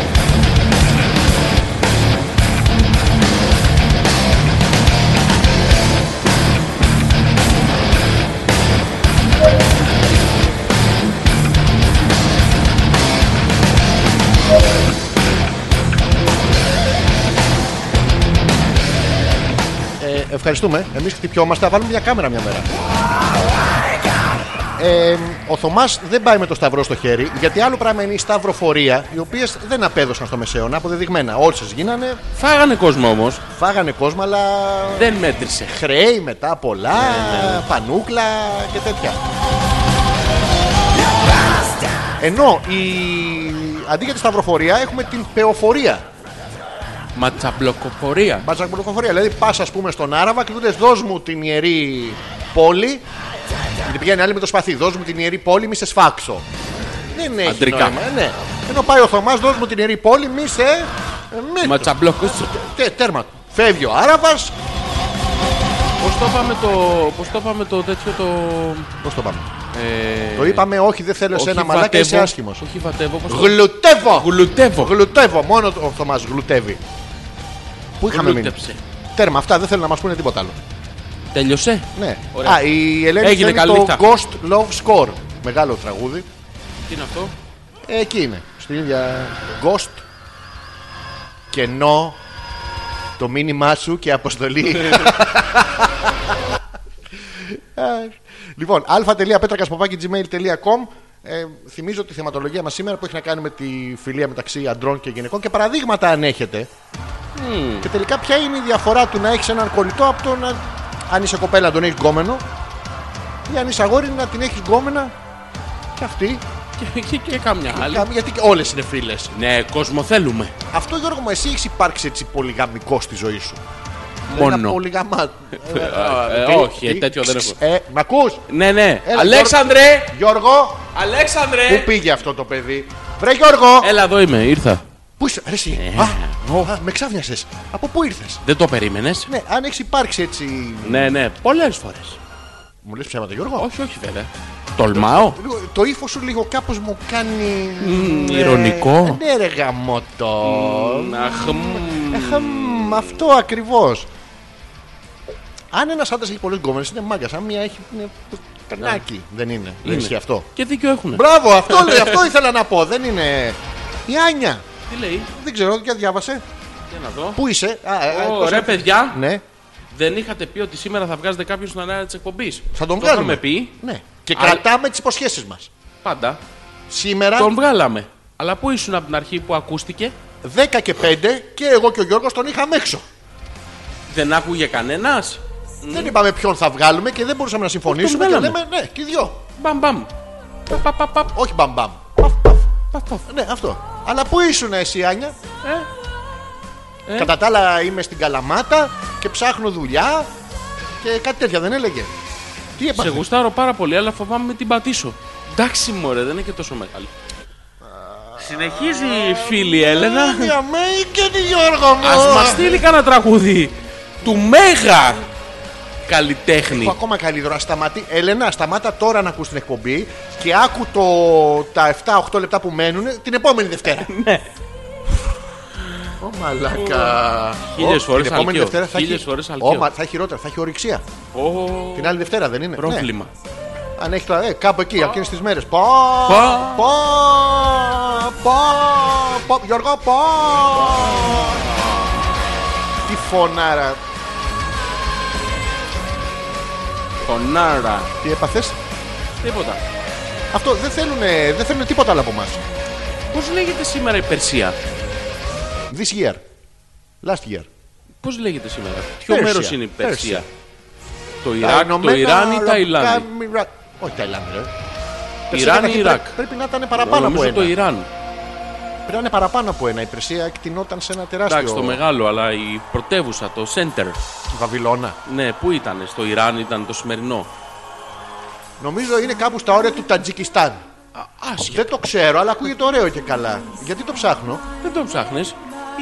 A: Ε, Ευχαριστούμε. Εμείς χτυπιόμαστε. Θα βάλουμε μια κάμερα μια μέρα. Ε, ο Θωμάς δεν πάει με το σταυρό στο χέρι, γιατί άλλο πράγμα είναι η σταυροφορία, οι οποίες δεν απέδωσαν στο μεσαίωνα, αποδεδειγμένα. Όσε γίνανε,
B: Φάγανε κόσμο όμως.
A: φάγανε κόσμο, αλλά
B: Δεν μέτρησε.
A: χρέη μετά πολλά, πανούκλα και τέτοια. Ενώ η... αντί για τη σταυροφορία έχουμε την πεοφορία.
B: Ματσαμπλοκοπορία.
A: Μπατζαμπολοκοφορία. Δηλαδή πας, ας πούμε, στον Άραβα και του λε: Δώσ' μου την ιερή πόλη. Γιατί πηγαίνει άλλη με το σπαθί. Δώσ' μου την ιερή πόλη, μη σε σφάξω. Δεν έχει
B: Αντρικά.
A: νόημα, ναι. Ενώ πάει ο Θωμάς, δώσ' μου την ιερή πόλη, μη σε. Μη...
B: Ματσαμπλοκοσ.
A: Τε, τέρμα. Φεύγει ο Άραβας.
B: Πώς το είπαμε το. Πώς το είπαμε το τέτοιο το.
A: Πώς το πάμε.
B: Ε,
A: Το είπαμε, όχι, δεν θέλω
B: όχι
A: σένα μαλάκα, είσαι
B: βατεύω.
A: άσχημος.
B: Όχι βατεύω. Πώς το-
A: Γλουτεύω!
B: Γλουτεύω.
A: Γλουτεύω, μόνο ο Θωμάς γλουτεύει. Πού είχαμε μείνει.
B: Γλούτεψε.
A: Τέρμα, αυτά δεν θέλω να μας πούνε τίποτα άλλο.
B: Τέλειωσε.
A: Ναι.
B: Ωραία.
A: Α, η Ελένη
B: Έγινε,
A: Έγινε
B: καλή
A: το
B: νύχτα.
A: Ghost Love Score. Μεγάλο τραγούδι.
B: Τι είναι αυτό.
A: Ε, εκεί είναι. Στην ίδια Ghost. Κενό. Το μήνυμά σου και αποστολή. λοιπόν, α.πέτρακα.gmail.com ε, θυμίζω τη θεματολογία μας σήμερα που έχει να κάνει με τη φιλία μεταξύ αντρών και γυναικών και παραδείγματα αν έχετε. Και τελικά ποια είναι η διαφορά του να έχεις έναν κολλητό από το να... αν είσαι κοπέλα να τον έχεις γκόμενο ή αν είσαι αγόρι να την έχεις γκόμενα και αυτή
B: Και, και, και καμιά άλλη.
A: Γάμοι, Γιατί όλες είναι φίλες.
B: Ναι, κόσμο θέλουμε.
A: Αυτό Γιώργο μου, εσύ έχεις υπάρξει έτσι πολυγαμικό στη ζωή σου. Ένα
B: Μόνο.
A: πολυγαμά. Ε,
B: Ε,
A: τι,
B: όχι,
A: τι,
B: τέτοιο δεν
A: ξ,
B: έχω.
A: Ε, μ' ακούς?
B: Ναι, ναι.
A: Έλα,
B: Αλέξανδρε!
A: Γιώργο, πού
B: Αλέξανδρε!
A: πήγε αυτό το παιδί. Βρε Γιώργο!
B: Έλα εδώ είμαι, ήρθα.
A: Πού είσαι, ρε, εσύ.
B: Ε.
A: Α, α, με ξάφνιασες. Από πού ήρθες.
B: Δεν το περίμενες.
A: Ναι, αν έχεις υπάρξει έτσι.
B: Ναι, ναι, πολλές φορές.
A: Μου λες ψέματα, Γιώργο.
B: Όχι, όχι, βέβαια. Τολμάω.
A: Λίγο- Το ύφος σου λίγο κάπως μου κάνει.
B: Μμμ,
A: ε,
B: ηρωνικό.
A: Ναι, ρε γαμότο.
B: Αχ, μμμ.
A: Χαμ, αυτό ακριβώς. Αν ένας άντρας έχει πολλέ γκόμενε, είναι μάγκας. Αν μία έχει. Είναι περνάκι. Δεν είναι. Δεν
B: Ναι. Είναι.
A: ισχύει αυτό.
B: Και δίκιο έχουν.
A: Μπράβο, αυτό, λέει, αυτό ήθελα να πω. Δεν είναι. Η Άνια.
B: Τι λέει,
A: Δεν ξέρω, για διάβασε.
B: για να δω.
A: Πού είσαι. Α, ε, ε,
B: Ω,
A: τόσο-
B: Ρε παιδιά,
A: Ναι,
B: δεν είχατε πει ότι σήμερα θα βγάζετε κάποιον στον αέρα της εκπομπής.
A: θα τον
B: Το
A: βγάλουμε.
B: είχαμε πει
A: Ναι. Και
B: Αλλά-
A: κρατάμε τις υποσχέσεις μας. Ε.
B: πάντα.
A: Σήμερα
B: Τον βγάλαμε. Αλλά πού ήσουν από την αρχή που ακούστηκε,
A: 10 και 5 και εγώ και ο Γιώργος τον είχαμε έξω.
B: δεν άκουγε κανένας.
A: Δεν είπαμε ποιον θα βγάλουμε και δεν μπορούσαμε να συμφωνήσουμε. Και
B: βγάλαμε.
A: λέμε, ναι, και οι δυο.
B: Μπαμ μπαμ. Πα, πα, πα, πα,
A: Όχι μπαμπαμ.
B: πα, πα.
A: Ναι, αυτό. Αλλά πού ήσουν εσύ, Άνια.
B: Ε.
A: Κατά τα άλλα είμαι στην Καλαμάτα και ψάχνω δουλειά και κάτι τέτοια δεν έλεγε. Τι
B: Σε
A: έπαθε.
B: γουστάρω πάρα πολύ, αλλά φοβάμαι την πατήσω. Εντάξει, μωρέ, δεν είναι και τόσο μεγάλη. Συνεχίζει η φίλη Έλενα.
A: Άνια με Ε, και τη Γιώργο μου.
B: Ας μας στείλει κανένα τραγούδι του Μέγα
A: Που
B: καλλιτέχνη.
A: ακόμα καλύτερο. Σταματή... Ελένα, σταμάτα τώρα να ακούς την εκπομπή και άκου το... τα 7-8 λεπτά που μένουν την επόμενη Δευτέρα.
B: Ναι.
A: Ω μαλάκα.
B: Χίλιες
A: Ω,
B: φορές
A: την επόμενη
B: αλκαίο.
A: Δευτέρα θα
B: Χίλιες
A: έχει.
B: φορές
A: Ω,
B: αλκαίο.
A: μα, Θα έχει χειρότερα, θα έχει ορυξία.
B: Ω,
A: Την άλλη Δευτέρα δεν είναι. Ναι.
B: Πρόβλημα.
A: Αν έχει τα- ε, κάπου εκεί, εκείνες τις μέρες. Πα,
B: Πα.
A: πα, πα, πα, Γιώργο, πα. Τι φωνάρα,
B: Φωνάρα.
A: τι έπαθες.
B: Τίποτα.
A: Αυτό δεν θέλουν, δεν θέλουνε τίποτα άλλο από εμάς.
B: Πώς λέγεται σήμερα η Περσία.
A: This year. Last year.
B: Πώς λέγεται σήμερα. Ποιο
A: Persia.
B: μέρος είναι η Περσία. Το
A: Τα
B: Ιράκ, το
A: Ηνωμένα
B: Ιράν ή τα
A: Αραβικά
B: Ιλάνη.
A: Εμιρά- Όχι Ταϊλάνδη, ρε.
B: Ιράν
A: Περσία
B: ή
A: ήταν-
B: Ιράκ.
A: Πρέπει να ήταν παραπάνω από
B: Νομίζω το
A: ένα.
B: Ιράν.
A: Πρέπει να είναι παραπάνω από ένα. Η Περσία εκτινόταν σε ένα τεράστιο.
B: Εντάξει, το μεγάλο, αλλά η πρωτεύουσα, το center.
A: Βαβυλώνα.
B: Ναι, πού ήταν, στο Ιράν ήταν το σημερινό.
A: Νομίζω είναι κάπου στα όρια του Τατζικιστάν.
B: Άσχε,
A: Δεν το ξέρω, αλλά ακούγεται ωραίο και καλά. Γιατί το ψάχνω.
B: δεν το ψάχνεις.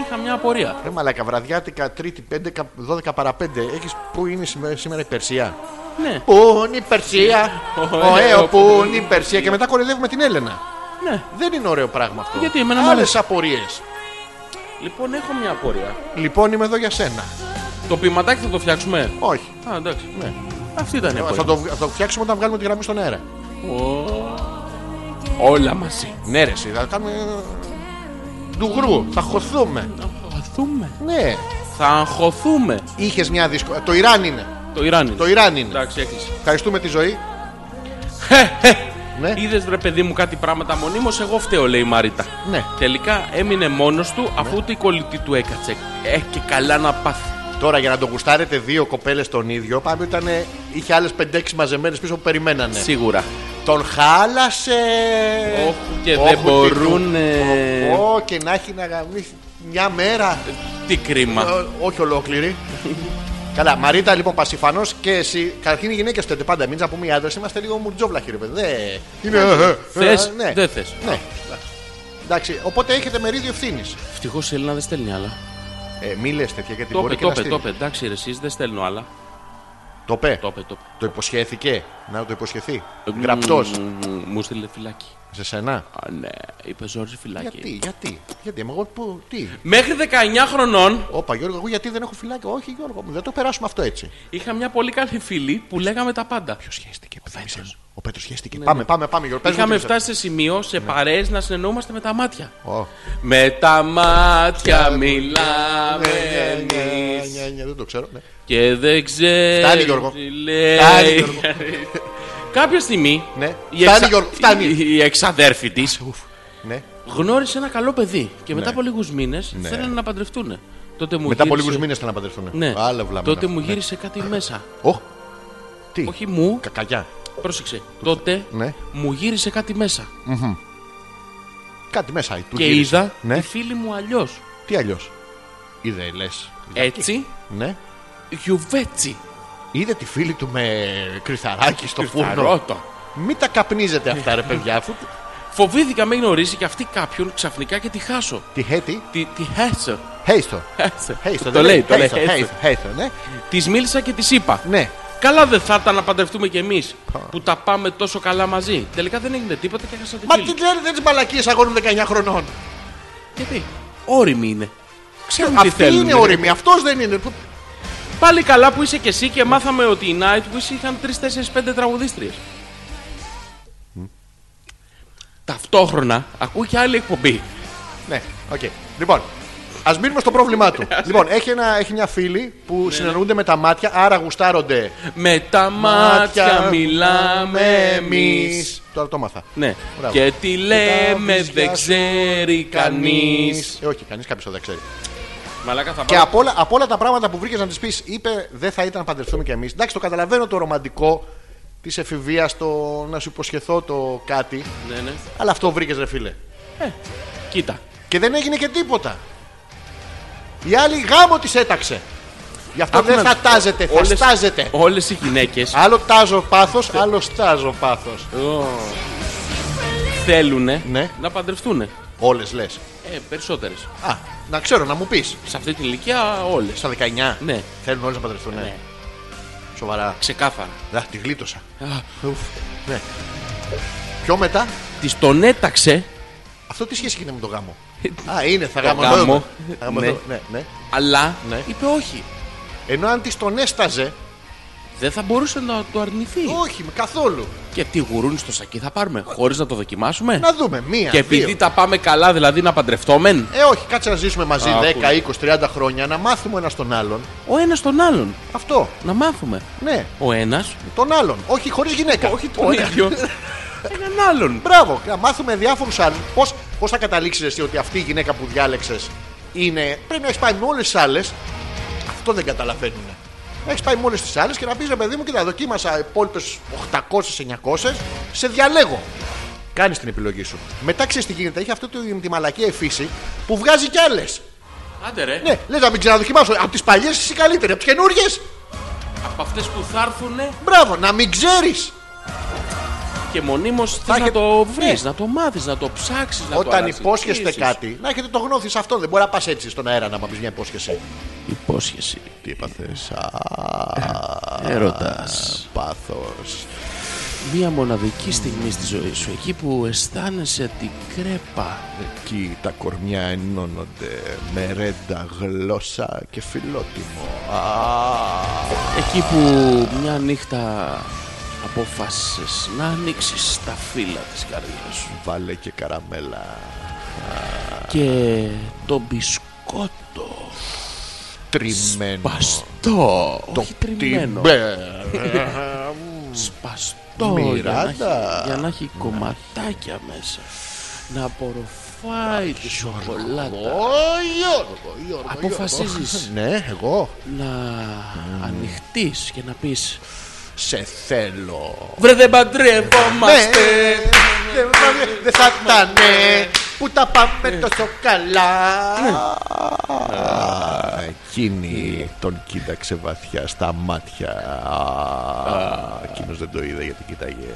B: είχα μια απορία.
A: Ρε μαλάκα, βραδιάτικα, τρίτη, 5, 12 παρα 5. Έχεις πού είναι σήμερα, σήμερα η Περσία.
B: Ναι,
A: Πού είναι η Περσία,
B: Ω,
A: ο
B: ε,
A: Έο,
B: ο,
A: πού
B: πού
A: είναι η Περσία. Και μετά κορυδεύουμε την Έλενα.
B: ναι.
A: Δεν είναι ωραίο πράγμα αυτό.
B: Γιατί, εμένα μου
A: Άλλες
B: αρέσει.
A: απορίες.
B: Λοιπόν, έχω μια απορία.
A: Λοιπόν, είμαι εδώ για σένα.
B: Το ποιηματάκι θα το φτιάξουμε.
A: Όχι.
B: Α, εντάξει.
A: Ναι.
B: Αυτή ήταν
A: Ε,
B: η
A: Θα
B: απορία.
A: το, θα το φτιάξουμε όταν βγάλουμε τη γραμμή στον αέρα.
B: Ω. Όλα μαζί.
A: Ναι, ρε, εσύ, θα κάνουμε. Ντουγρού, θα χωθούμε.
B: Αγχωθούμε.
A: Ναι,
B: Θα αγχωθούμε.
A: είχες μια δύσκολη. Το Ιράν είναι.
B: Το Ιράν.
A: Το Ιράν είναι.
B: Εντάξει, έκλεισε.
A: Ευχαριστούμε τη ζωή. Ναι.
B: Είδες βρε παιδί μου κάτι πράγματα μονίμως, εγώ φταίω, λέει η Μαρίτα.
A: Ναι.
B: Τελικά έμεινε μόνος του αφού ούτε η κολλητή του έκατσε. Ε, και καλά να πάθει.
A: Τώρα για να το γουστάρετε δύο κοπέλες τον ίδιο, πάμε ήταν. είχε άλλες 5-6 μαζεμένες πίσω που περιμένανε.
B: Σίγουρα.
A: Τον χάλασε.
B: Όχι ναι. και δεν
A: τι-
B: μπορούν.
A: Ω, και να έχει να γαμίσει μια μέρα.
B: Τι κρίμα.
A: Ε, όχι ολόκληρη. Καλά, Μαρίτα λοιπόν Πασιφανό και εσύ. Καταρχήν οι γυναίκες φταίτε πάντα. Μην πούμε οι άντρε, είμαστε λίγο μουρτζόβλαχοι ρε παιδί. Δεν-
B: Ναι,
A: Είναι. ε, ε,
B: Θες,
A: ε, ναι.
B: δεν θες.
A: Ναι. Εντάξει, οπότε έχετε μερίδιο ευθύνης.
B: Ευτυχώς η Έλληνα δεν στέλνει άλλα.
A: Ε, μη λες τέτοια γιατί
B: Το
A: μπορεί
B: είπε,
A: και να
B: το είπε,
A: στείλει.
B: το είπε. Εντάξει, ρε, εσείς δεν στέλνω άλλα.
A: Το πε.
B: Το είπε, το είπε.
A: Το υποσχέθηκε. Να το υποσχεθεί. Γραπτός.
B: Μμμ, Μου στείλε φυλάκι.
A: Σε σένα.
B: Α, ναι, είπε Ζόρζη
A: Γιατί,
B: φυλάκι.
A: γιατί, γιατί, είμαι εγώ που, τι.
B: Μέχρι 19 χρονών
A: Όπα Γιώργο, εγώ γιατί δεν έχω φυλάκια. Όχι Γιώργο, μου, δεν το περάσουμε αυτό έτσι.
B: είχα μια πολύ καλή φίλη που λέγαμε τα πάντα.
A: Ποιος σχέστηκε, που θύμισε μου. Ο Πέτρος σχέστηκε. πάμε, πάμε, πάμε, Γιώργο. πες μου
B: Ναι, Είχαμε
A: τι θύμισε.
B: φτάσει σε σημείο σε
A: Ναι.
B: παρέες να συνεννοούμαστε με τα μάτια.
A: Ω.
B: Με τα μάτια
A: Ναι,
B: μιλάμε
A: ναι, ναι,
B: εμείς Ε,
A: ναι, ναι, Δεν το ξέρω. ναι.
B: και δεν ξέρω.
A: Φτάνει, Γιώργο.
B: τι λέει.
A: Φτάνει, Γιώργο.
B: Κάποια στιγμή
A: Ναι.
B: ε, η,
A: Φτάνει, Γιώργο, φτάνει.
B: η- η εξαδέρφη της
A: Ουφ. Ναι.
B: γνώρισε ένα καλό παιδί και μετά από λίγους μήνες
A: Ναι.
B: θέλανε να παντρευτούν. Τότε μου
A: Μετά από
B: γύρισε-
A: λίγους μήνες θα να παντρευτούν.
B: Ναι.
A: Άλλα βλάμα.
B: Τότε μου γύρισε κάτι μέσα.
A: Οχ. Τι.
B: Όχι μου,
A: Κακαγιά.
B: πρόσεξε. Τότε
A: Ναι.
B: μου γύρισε κάτι μέσα.
A: Κάτι μέσα. του
B: Και
A: γύρισε.
B: είδα
A: Ναι.
B: τη φίλη μου αλλιώς.
A: Τι αλλιώς. Είδε, λες.
B: Έτσι,
A: Ναι.
B: γιουβέτσι.
A: Είδε τη φίλη του με κρυθαράκι στο φούρνο.
B: Ρώτο.
A: Μην τα καπνίζετε αυτά, ρε παιδιά. Αφού...
B: Φοβήθηκα με γνωρίσει και αυτή κάποιον ξαφνικά και τη χάσω.
A: Τη Χέτη.
B: Τη, τη χάσω.
A: Χέιστο.
B: Χάσω.
A: Χέιστο.
B: Το
A: δεν
B: λέει, το λέει.
A: Χέιστο, Χέιστο, Χέιστο, ναι.
B: Της μίλησα και της είπα.
A: Ναι.
B: Καλά δεν θα ήταν να παντρευτούμε κι εμείς που τα πάμε τόσο καλά μαζί. Τελικά δεν έγινε τίποτα και έχασα τη
A: Μα
B: φίλη.
A: τι λένε τις μαλακίες αγώνων 19 χρονών.
B: Γιατί. Όριμοι είναι. Ξέρουν τι
A: Αυτή
B: θέλουν. ναι.
A: είναι όρημη, αυτός δεν είναι. Που-
B: Πάλι καλά που είσαι κι εσύ και μάθαμε ότι οι Nightwish είχαν 3-4-5 τραγουδίστριε. Ταυτόχρονα ακούει και άλλη εκπομπή.
A: Ναι, οκ. Λοιπόν, ας μείνουμε στο πρόβλημά του. λοιπόν, έχει, ένα, έχει μια φίλη
B: Ναι,
A: που συνεννοούνται με τα μάτια, άρα γουστάρονται.
B: Με τα μάτια μιλάμε εμείς.
A: Ναι. Τώρα το μάθα.
B: Ναι.
A: Μπράβο.
B: Και τι λέμε δεν ξέρει κανείς.
A: Ε, όχι, κανείς κάποιος δεν ξέρει.
B: Μαλάκα θα
A: Και
B: πάω.
A: από όλα, από όλα τα πράγματα που βρήκες να τη πεις, είπε δεν θα ήταν να παντρευτούμε κι εμείς. Εντάξει, το καταλαβαίνω το ρομαντικό της εφηβείας, το να σου υποσχεθώ το κάτι.
B: Ναι, ναι.
A: Αλλά αυτό βρήκες, ρε φίλε.
B: Ε, Κοίτα.
A: Και δεν έγινε και τίποτα. Η άλλη γάμο της έταξε. Γι' αυτό δεν θα τάζετε, θα στάζετε.
B: Όλες οι γυναίκες
A: Άλλο τάζω πάθος, άλλο στάζω πάθο.
B: Ε. θέλουν
A: Ναι.
B: να παντρευτούν. Ε,
A: Όλες λες.
B: περισσότερες.
A: Α, να ξέρω, να μου πεις.
B: Σε αυτή την ηλικία όλες.
A: Στα 19
B: Ναι.
A: θέλουν όλε να παντρευτούν. Ναι.
B: Ναι.
A: Σοβαρά.
B: Ξεκάθαρα.
A: Α, τη γλίτωσα. Ουφ. Ναι. Πιο μετά,
B: Της τον έταξε,
A: αυτό τι σχέση έχει με τον γάμο. Α, είναι, θα
B: Το
A: γαμωθώ.
B: γάμο.
A: Θα γαμωθώ,
B: Ναι.
A: ναι, ναι.
B: αλλά
A: Ναι.
B: είπε όχι.
A: Ενώ αν της τον έσταζε,
B: Δεν θα μπορούσε να το αρνηθεί.
A: όχι, καθόλου.
B: Και τι γουρούνι στο σακί θα πάρουμε, χωρίς να το δοκιμάσουμε.
A: Να δούμε, μία.
B: Και
A: δύο.
B: επειδή τα πάμε καλά, δηλαδή να παντρευτόμεν,
A: Ε, όχι, κάτσε να ζήσουμε μαζί
B: Άκου.
A: 10, 20, 30 χρόνια, να μάθουμε ένας τον άλλον.
B: ο ένας τον άλλον.
A: Αυτό.
B: Να μάθουμε.
A: Ναι,
B: Ο ένας.
A: τον άλλον. Όχι χωρίς γυναίκα.
B: Όχι τον
A: Ωραία.
B: ίδιο. Έναν άλλον.
A: Μπράβο, να μάθουμε διάφορους άλλους. Πώς πώς θα καταλήξεις εσύ ότι αυτή η γυναίκα που διάλεξες είναι. Πρέπει να έχεις πάει με όλες τις άλλες. Αυτό δεν καταλαβαίνουν. Να έχεις πάει με όλε τι άλλες και να πεις ρε παιδί μου, κοίτα, δοκίμασα υπόλοιπες 800-900, σε διαλέγω. Κάνεις την επιλογή σου. Μετά ξέρεις τι γίνεται. Έχει αυτή τη, τη μαλακία η φύση που βγάζει κι άλλες.
B: Άντε ρε.
A: Ναι, λες να μην ξαναδοκιμάσω. Από τις παλιές είσαι καλύτερη, από τι καινούριε.
B: Από αυτές που θα έρθουν.
A: Μπράβο, να μην ξέρεις.
B: Και μονίμως
A: Θα
B: να
A: έχετε-
B: το βρει,
A: Ναι.
B: να το μάθεις, να το ψάξεις. Να το
A: Όταν
B: αναζητήσεις.
A: υπόσχεστε κάτι, να έχετε το γνώθι σε αυτό. Δεν μπορεί να πας έτσι στον αέρα να μου πεις μια υπόσχεση.
B: Υπόσχεση.
A: Τι έπαθε.
B: Έρωτας.
A: Πάθος.
B: Μία μοναδική στιγμή στη ζωή σου. Εκεί που αισθάνεσαι την κρέπα.
A: Εκεί τα κορμιά ενώνονται με ρέντα, γλώσσα και φιλότιμο.
B: Εκεί που μια νύχτα αποφάσισες να ανοίξεις τα φύλλα της καρδιάς σου
A: Βάλε και καραμέλα.
B: και το μπισκότο
A: Τριμμένο.
B: παστό, όχι τριμμένο, σπαστό για να
A: Μιράντα.
B: έχει- για να έχει κομματάκια μέσα, να απορροφάει τη σοκολάτα,
A: Γιώργο, Γιώργο.
B: Αποφασίζεις.
A: Ναι, εγώ
B: να ανοιχτείς και να πεις
A: σε θέλω.
B: Βρε δεν
A: Ναι,
B: παντρευόμαστε
A: δεν θα- δεν θα ήταν που τα πάμε τόσο καλά. Εκείνη τον κοίταξε βαθιά στα μάτια. Εκείνος δεν το είδε γιατί κοίταγε.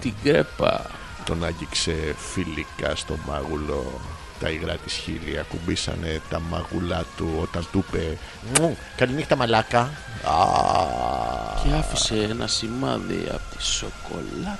B: την κρέπα.
A: Τον άγγιξε φιλικά στο μάγουλο. Τα υγρά της χείλη ακουμπήσανε τα μάγουλά του όταν του είπε «Μου, «Καληνύχτα μαλάκα». Α,
B: και άφησε ένα σημάδι από τη σοκολάτα.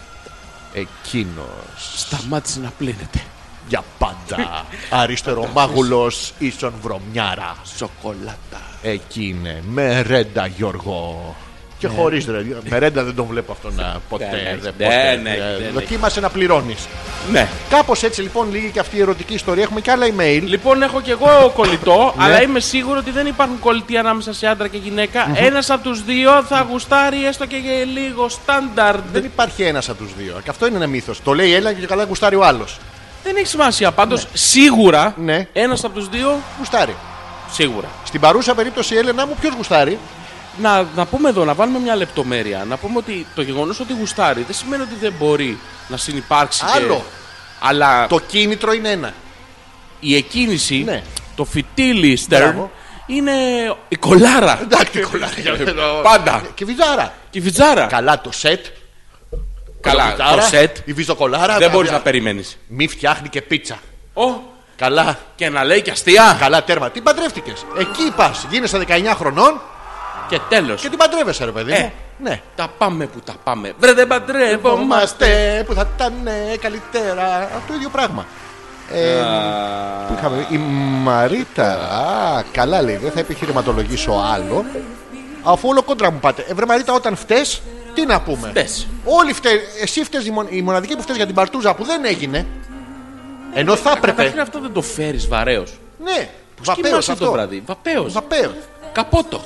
A: εκείνος
B: Σταμάτησε να πλύνεται.
A: για πάντα αριστερό μάγουλος ίσον βρωμιάρα.
B: Σοκολάτα.
A: Εκεί είναι, με ρέντα Γιώργο. Και χωρίς ρε, με ρέντα δεν τον βλέπω αυτό να ποτέ.
B: Ναι. έχει,
A: δεν
B: δεν
A: ποτέ.
B: έχει,
A: Ε,
B: δεν έχει.
A: Δοκίμασε να πληρώνεις.
B: Ναι.
A: Κάπως έτσι λοιπόν λίγη και αυτή η ερωτική ιστορία. Έχουμε και άλλα email.
B: Λοιπόν, έχω και εγώ κολλητό, αλλά είμαι σίγουρο ότι δεν υπάρχουν κολλητοί ανάμεσα σε άντρα και γυναικα Ένας από τους δύο θα γουστάρει έστω και για λίγο στάνταρντ.
A: Δεν υπάρχει ένας από τους δύο. Και αυτό είναι ένα μύθος. Το λέει ένα και καλά γουστάρει ο άλλος.
B: Δεν έχει σημασία. Πάντως, σίγουρα
A: Ναι.
B: ένας από τους δύο
A: Γουστάρει.
B: σίγουρα.
A: Στην παρούσα περίπτωση, Έλενα μου, ποιος γουστάρει.
B: Να, να πούμε εδώ, να βάλουμε μια λεπτομέρεια. Να πούμε ότι το γεγονός ότι γουστάρει δεν σημαίνει ότι δεν μπορεί να συνεπάρξει. και-
A: Άλλο.
B: Αλλά
A: Το κίνητρο είναι ένα.
B: η εκκίνηση,
A: Ναι.
B: το φιτίλι στέρν,
A: Μπράβο.
B: είναι η κολάρα.
A: Εντάξει, κολλάρι.
B: Πάντα.
A: Και βυζάρα.
B: Και η βιτζάρα.
A: Καλά το σετ.
B: Καλά,
A: βυζάρα,
B: το σετ
A: Η βυζοκολάρα.
B: δεν
A: τα-
B: μπορείς να περιμένεις.
A: Μη φτιάχνει και πίτσα.
B: Ω,
A: Καλά,
B: και να λέει και αστεία.
A: καλά τέρμα. Τι παντρεύτηκες. Εκεί πας. Γίνεσαι 19 χρονών
B: Και τέλος.
A: και την παντρεύεσαι, ρε παιδί.
B: Ε.
A: μου. Ναι.
B: Τα πάμε που τα πάμε. Βρε, δεν παντρεύομαστε.
A: Είμαστε που θα ήταν καλύτερα. Το ίδιο πράγμα. Ε, που είχαμε- η Μαρίτα. Α, καλά λέει. Δεν θα επιχειρηματολογήσω άλλο. Αφού όλο κόντρα μου πάτε. Ε, βρε Μαρίτα, όταν φτε, τι να πούμε.
B: Φταίς.
A: Όλοι φτε. Εσύ φταίει. Η, μον- η μοναδική που φταίει για την παρτούζα που δεν έγινε. Ενώ θα
B: Καταρχήν
A: έπρεπε.
B: αυτό δεν το φέρεις βαρέως.
A: Ναι.
B: Πώ
A: Βαπαίος
B: κοιμάσαι το
A: αυτό.
B: βράδυ. Βαπέο.
A: Βαπαίος.
B: Καπότο.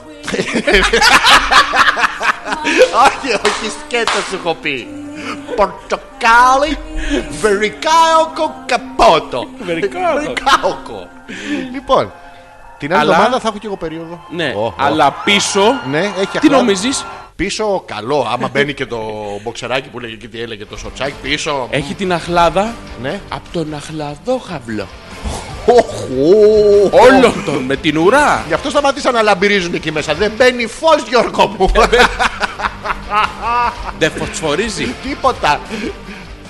A: Όχι, όχι, σκέτος σου έχω πει. Πορτοκάλι, βερικάοκο καπότο.
B: Βερικάοκο.
A: Βερικάοκο. Λοιπόν, την άλλη
B: Αλλά-
A: εβδομάδα θα έχω και εγώ περίοδο.
B: Ναι,
A: Ω, ω.
B: αλλά πίσω.
A: Ναι, έχει
B: Τι
A: αχλάδι.
B: νομίζεις,
A: Πίσω καλό, άμα μπαίνει και το μποξεράκι που λέγε και τι έλεγε το σοτσάκι πίσω.
B: έχει την αχλάδα
A: Ναι.
B: από τον αχλαδόχαυλο.
A: Οχου.
B: Όλων των με την ουρά.
A: Γι' αυτό σταματήσαν να λαμπυρίζουν εκεί μέσα. Δεν μπαίνει φως, Γιώργο μου.
B: Δεν φωσφορίζει.
A: Τίποτα.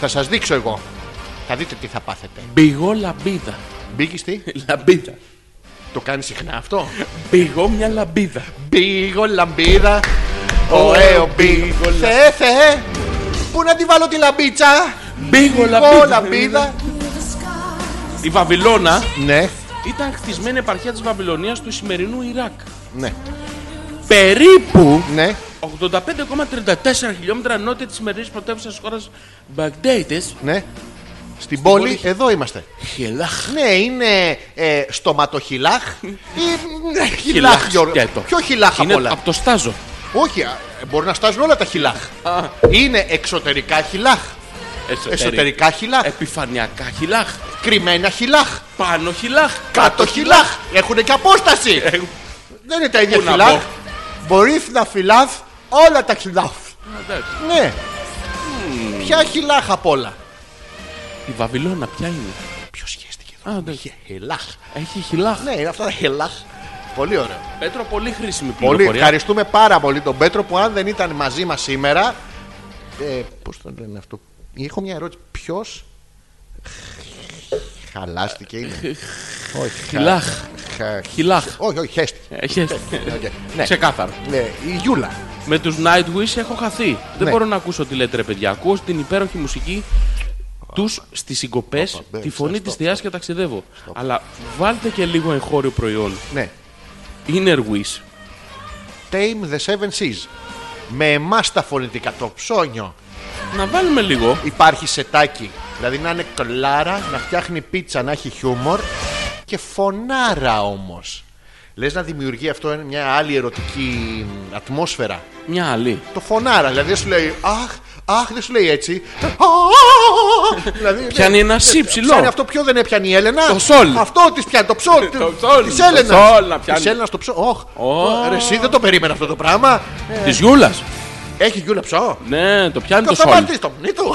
A: Θα σας δείξω εγώ. Θα δείτε τι θα πάθετε.
B: Μπηγώ λαμπίδα.
A: Μπήκες τι,
B: Λαμπίδα.
A: το κάνεις συχνά αυτό.
B: Μπηγώ μια λαμπίδα.
A: Μπίγο λαμπίδα. Ωε, ο μπίγο. Θεέ, θεέ. Πού να τη βάλω τη λαμπίτσα.
B: Μπήγω
A: Μπίγο
B: λαμπίδα.
A: λαμπίδα.
B: Η Βαβυλώνα
A: Ναι,
B: ήταν χτισμένη επαρχία της Βαβυλωνίας του σημερινού Ιράκ.
A: ναι,
B: Περίπου
A: ναι.
B: 85,34 χιλιόμετρα νότια της σημερινής πρωτεύουσας της χώρας Μπαγκτέιτες.
A: ναι. Στην πόλη,
B: πόλη.
A: εδώ είμαστε.
B: Χελάχ.
A: Ναι, είναι ε, στοματοχυλάχ ή ναι, χιλάχ,
B: Χιλάχ,
A: Γιώργο.
B: σκέτο.
A: Ποιο χιλάχ
B: Είναι
A: απ' όλα.
B: από το στάζο.
A: Όχι, α, μπορεί να στάζουν όλα τα χιλάχ.
B: Α.
A: Είναι εξωτερικά χιλάχ. Εσωτερικά χιλάχ.
B: Ε, Επιφανειακά χιλάχ.
A: Κρυμμένα χιλάχ.
B: Πάνω χιλάχ.
A: Κάτω χιλάχ. Έχουν και απόσταση. Δεν είναι τα ίδια
B: Ε, Πού να
A: χιλάχ.
B: μπω.
A: Μπορείς να φυλάς όλα τα χιλάχ.
B: Εντάξει.
A: Ναι. Ποια χιλάχ απ' όλα.
B: Η Βαβυλώνα ποια είναι.
A: Ποιος σχέστηκε
B: Α,
A: εδώ.
B: εντάξει.
A: Είχε χιλάχ.
B: Έχει χιλάχ.
A: Ναι, είναι αυτά τα χιλάχ. Πολύ ωραίο.
B: Πέτρο, πολύ χρήσιμη
A: Πολύ
B: πληροφορία.
A: ευχαριστούμε πάρα πολύ τον Πέτρο που αν δεν ήταν μαζί μας σήμερα Ε, Πώς το λένε αυτό. Έχω μια ερώτηση. Ποιος. Χαλάστηκε είναι. Όχι. χα-
B: Χιλάχ.
A: χα-
B: Χιλάχ.
A: Όχι, όχι, χέστηκε.
B: Έχεις-
A: Οκ, ναι.
B: Ε, Ξεκάθαρο.
A: Ναι, η Γιούλα.
B: Με τους Nightwish έχω χαθεί. Δεν
A: Ναι.
B: μπορώ να ακούσω τι λέτε ρε παιδιά. Ακούω την υπέροχη μουσική τους στις συγκοπές,
A: Όπα, μπε,
B: τη
A: στα,
B: φωνή
A: stop,
B: της θεάς και ταξιδεύω. Αλλά βάλτε και λίγο εγχώριο προϊόν.
A: Ναι.
B: Inner Wish.
A: Tame the Seven Seas. Με εμάς τα φωνητικά, το ψώνιο.
B: Να βάλουμε λίγο.
A: Υπάρχει σετάκι. Δηλαδή να είναι κλάρα, να φτιάχνει πίτσα, να έχει χιούμορ και φωνάρα όμως. Λες να δημιουργεί αυτό μια άλλη ερωτική μ, ατμόσφαιρα.
B: Μια άλλη.
A: Το φωνάρα, δηλαδή δεν σου λέει Αχ, αχ, δεν σου λέει έτσι. δηλαδή,
B: Πιάνει ένα
A: ναι,
B: σι ψηλό.
A: Πιάνει αυτό ποιο δεν έπιανε η Έλενα.
B: Το σόλ.
A: Αυτό της πιάνει, το ψόλ.
B: Το ψόλ,
A: Της
B: το σόλ να
A: Έλενα.
B: πιάνει.
A: Της Έλενας το ψόλ. Οχ,
B: Ω.
A: ρε, εσύ δεν το περίμενα αυτό το πράγμα.
B: Της Γιούλας.
A: Έχει γιούλα ψό.
B: Ναι, το πιάνει το
A: ε. Το
B: σόλ.
A: σταματή στο μνή του.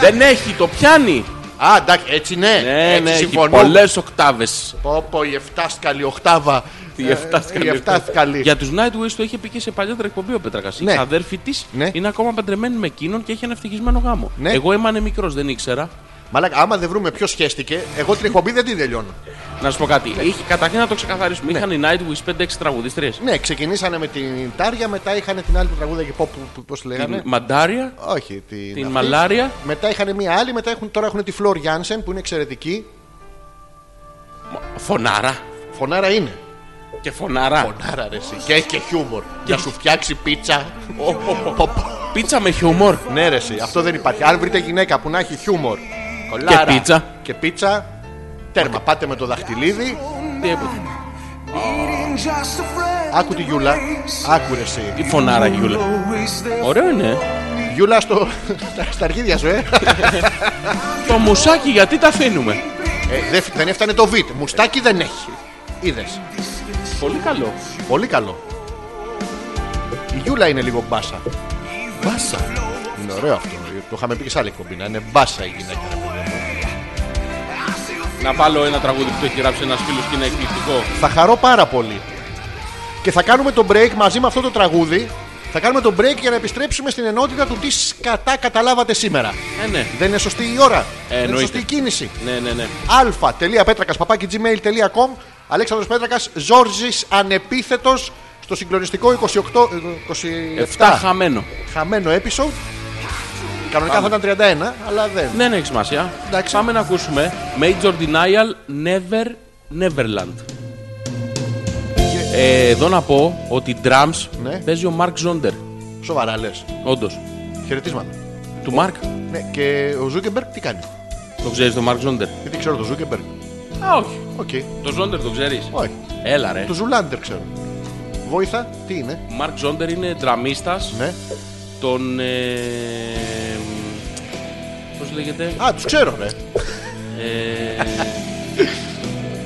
B: Δεν έχει, το πιάνει.
A: Α, εντάξει, έτσι ναι.
B: Ναι,
A: έτσι
B: ναι, έχει
A: συμφωνώ.
B: πολλές οκτάβες.
A: Πω, πω, η εφτάσκαλη οκτάβα.
B: Η εφτάσκαλη.
A: Ε, η εφτάσκαλη.
B: Για τους Nightwish το είχε πει και σε παλιότερα εκπομπή ο Πέτρακας.
A: Ναι.
B: Η αδέρφη της
A: Ναι.
B: είναι ακόμα παντρεμένη με εκείνον και έχει ένα ευτυχισμένο γάμο.
A: Ναι.
B: Εγώ έμανε μικρός, δεν ήξερα.
A: Μαλάκα, άμα δεν βρούμε ποιος σχέστηκε, εγώ την εκπομπή δεν την τελειώνω.
B: Να σου πω κάτι. Είχε, καταρχήν να το ξεκαθαρίσουμε. Είχαν οι Nightwish 5-6 τραγουδίστριε.
A: Ναι, ξεκινήσανε με την Τάρια, μετά είχαν την άλλη που τραγούδα και πώς τη λέγανε.
B: Την Μαντάρια,
A: Όχι, την.
B: την
A: αυτή.
B: Μαλάρια.
A: Μετά είχαν μία άλλη, μετά έχουν, τώρα έχουν τη Φλόρ Γιάνσεν που είναι εξαιρετική.
B: Φωνάρα.
A: Φωνάρα είναι.
B: Και φωνάρα.
A: Φωνάρα ρε εσύ. Και έχει και χιούμορ. Για σου φτιάξει πίτσα. Πω, πω.
B: Πίτσα με χιούμορ.
A: Ναι, ρε εσύ. Αυτό δεν υπάρχει. Αν βρείτε γυναίκα που να έχει χιούμορ. κολάρα
B: πίτσα.
A: Και πίτσα. Τέρμα. Πάτε με το δαχτυλίδι.
B: Τι έπαθε.
A: Άκου τη Γιούλα. Άκου ρε εσύ.
B: Η φωνάρα Γιούλα. Ωραίο είναι.
A: Γιούλα στο... στα- στα αρχίδια σου, ε.
B: Το μουσάκι γιατί τα αφήνουμε.
A: Ε, δεν, φ- δεν έφτανε το βιτ. Μουστάκι δεν έχει. Είδες.
B: Πολύ καλό.
A: Πολύ καλό. Η Γιούλα είναι λίγο μπάσα.
B: Μπάσα.
A: Είναι ωραίο αυτό. Το είχαμε πει και σε άλλη εκπομπή. Να είναι μπάσα η γυναίκα. ρε παιδί μου.
B: Να βάλω ένα τραγούδι που το έχει γράψει ένας φίλος και είναι εκπληκτικό.
A: Θα χαρώ πάρα πολύ. Και θα κάνουμε το break μαζί με αυτό το τραγούδι. Θα κάνουμε το break για να επιστρέψουμε στην ενότητα του τι σκατά καταλάβατε σήμερα.
B: Ε, ναι.
A: Δεν είναι σωστή η ώρα. δεν είναι
B: εννοείται.
A: σωστή η κίνηση.
B: Ναι, ναι, ναι.
A: αλφα.πέτρακα.gmail.com Αλέξανδρος Πέτρακας, Ζόρζης Ανεπίθετος στο συγκλονιστικό 28,
B: 7
A: 27
B: χαμένο.
A: χαμένο episode. Κανονικά θα ήταν 31, αλλά δεν.
B: Ναι, ναι, έχει σημασία.
A: Εντάξει.
B: Πάμε να ακούσουμε Major Denial Never Neverland. Ε, εδώ να πω ότι drums
A: Ναι.
B: παίζει ο Mark Zonder.
A: Σοβαρά λες.
B: Όντως.
A: Χαιρετίσματα.
B: Του Mark.
A: Ναι, και ο Ζούκεμπεργκ τι κάνει.
B: Το ξέρεις το Mark Zonder.
A: Γιατί ξέρω το Ζούκεμπεργκ.
B: Α, όχι.
A: Οκ.
B: Το Zonder το ξέρεις.
A: Όχι.
B: Έλα, ρε.
A: Το Ζουλάντερ ξέρω. Βόηθα, τι είναι.
B: Ο Mark Zonder είναι δραμίστα
A: Ναι.
B: των. Ε, Πώς λέγεται.
A: Α, τους ξέρω, ρε.
B: Ε,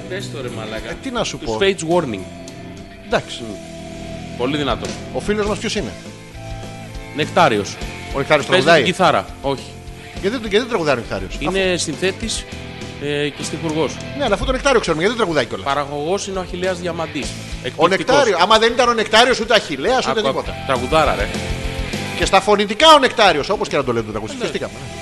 B: Πες το ρε μαλάκα.
A: Ε, τι να σου
B: Τους
A: πω.
B: Stage Warning.
A: Εντάξει.
B: Πολύ δυνατό.
A: Ο φίλος μας ποιος είναι.
B: Νεκτάριος.
A: Ο Νιχτάριο
B: Παίζει την
A: τραγουδάει.
B: κιθάρα. Όχι.
A: Γιατί, δεν- γιατί δεν τραγουδάει ο Νιχτάριο.
B: Είναι συνθέτης ε, και στιχουργός.
A: Ναι, αλλά αφού το Νεκτάριο ξέρουμε, γιατί δεν τραγουδάει κιόλας.
B: Παραγωγός είναι ο Αχηλέα Διαμαντής.
A: Ο Νεκτάριο. Άμα δεν ήταν ο Νεκτάριος ούτε Αχηλέα ούτε τίποτα.
B: Τραγουδάρα, ρε.
A: Και στα φωνητικά ο Νεκτάριος, όπως και να το λέτε το τραγούδι. Χαιρετήκαμε.
B: Ναι.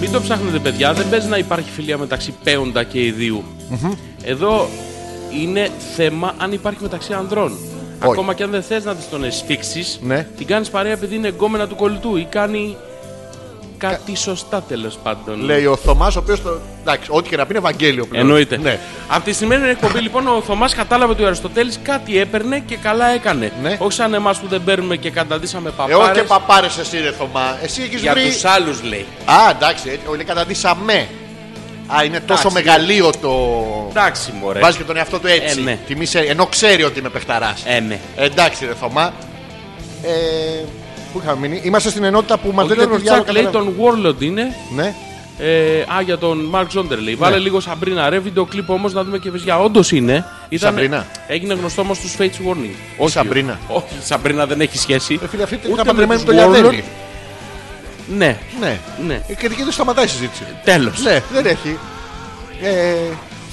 B: Μην το ψάχνετε, παιδιά. Δεν παίζει να υπάρχει φιλία μεταξύ παίοντα και ιδιου Εδώ είναι θέμα αν υπάρχει μεταξύ ανδρών.
A: Όχι.
B: Ακόμα και αν δεν θες να τη τον εσφίξεις,
A: Ναι.
B: την κάνεις παρέα επειδή είναι γκόμενα του κολλητού ή κάνει κάτι σωστά τέλος πάντων.
A: Λέει ο Θωμάς, ο οποίος. Το... Εντάξει, ό,τι και να πει είναι Ευαγγέλιο πλέον.
B: Εννοείται.
A: Ναι.
B: Από τη σημερινή εκπομπή λοιπόν ο Θωμάς κατάλαβε ότι ο Αριστοτέλης κάτι έπαιρνε και καλά έκανε.
A: Ναι. Ε,
B: Όχι σαν εμάς που δεν παίρνουμε και καταντήσαμε
A: Εγώ
B: παπάρες
A: και παπάρες εσύ, ρε Θωμά. Εσύ έχεις
B: Για
A: βρει.
B: τους άλλους λέει.
A: Α, εντάξει, έτσι, είναι καταντήσαμε. Α, είναι τόσο
B: Εντάξει.
A: μεγαλείο το.
B: Εντάξει, μωρέ.
A: Βάζει και τον εαυτό του έτσι.
B: Ε, ναι.
A: Τιμή σε- Ενώ ξέρει ότι είμαι παιχταράς.
B: Ε, ναι.
A: Εντάξει, ρε Θωμά. Ε, πού είχαμε μείνει. Είμαστε στην ενότητα που μας
B: Ο
A: δεν λένε
B: Τέτλο
A: ότι άλλο
B: Τσακ λέει
A: καταλαβαίνει.
B: τον Warlord είναι.
A: Ναι.
B: Ε, α, για τον Μαρκ Ζόντερ λέει. Βάλε λίγο Σαμπρίνα ρε, βίντεο κλιπ όμως να δούμε και βεζιά. Όντως είναι.
A: Σαμπρίνα.
B: Έγινε γνωστό όμως στους Fates Warning. Όχι.
A: Σαμπρίνα.
B: Όχι, η Σαμπρίνα δεν έχει σχέση.
A: Ε, φίλε, αυτή
B: Ούτε
A: ήταν παντρεμένη με
B: τους
A: τον Λιαδέλη.
B: Warlord. Ναι,
A: Ναι.
B: ναι.
A: Ε, Και εκεί δεν σταματάει η συζήτηση.
B: Τέλος.
A: Ναι, δεν έχει. Ε,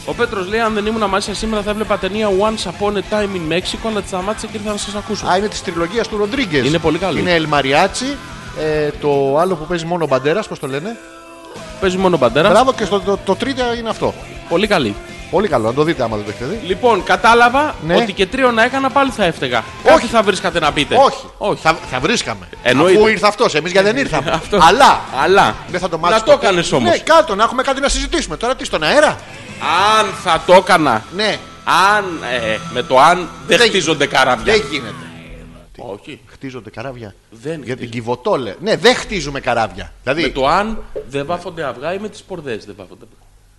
B: Ο Πέτρος λέει: Αν δεν ήμουν μαζί σας σήμερα, θα έβλεπα ταινία Once Upon a Time in Mexico, αλλά τη σταμάτησα και ήρθα να σας ακούσω.
A: Α, είναι της τριλογίας του Ροντρίγκες.
B: Είναι πολύ καλή.
A: Είναι Ελμαριάτσι. Ε, το άλλο που παίζει μόνο ο Μπαντέρας, πώς το λένε.
B: Παίζει μόνο μπαντέρας.
A: Μπράβο και στο, το, το τρίτο είναι αυτό.
B: Πολύ καλή.
A: Πολύ καλό, να το δείτε άμα δεν το έχετε δει.
B: Λοιπόν, κατάλαβα
A: Ναι.
B: ότι και τρίο να έκανα πάλι θα έφταιγα. Κάτι θα βρίσκατε να πείτε.
A: Όχι.
B: Όχι.
A: Θα, θα βρίσκαμε.
B: Εννοείται.
A: Αφού ήρθε αυτός, εμείς γιατί δεν ήρθαμε.
B: Αυτό.
A: Αλλά.
B: Αλλά.
A: Δεν θα το μάθεις
B: να το
A: ποτέ.
B: έκανε όμως.
A: Ναι, κάτω, να έχουμε κάτι να συζητήσουμε. Τώρα τι στον αέρα.
B: Αν θα το έκανα.
A: Ναι,
B: Αν. Ε, με το αν δεν
A: Δεν-
B: χτίζονται καράβια.
A: δεν γίνεται.
B: Όχι.
A: Χτίζονται καράβια.
B: Δεν
A: Για την κυβωτόλε. Ναι, δεν χτίζουμε καράβια. Δηλαδή,
B: Με το αν δεν βάφονται αυγά ή με τις πορδές δεν βάφονται.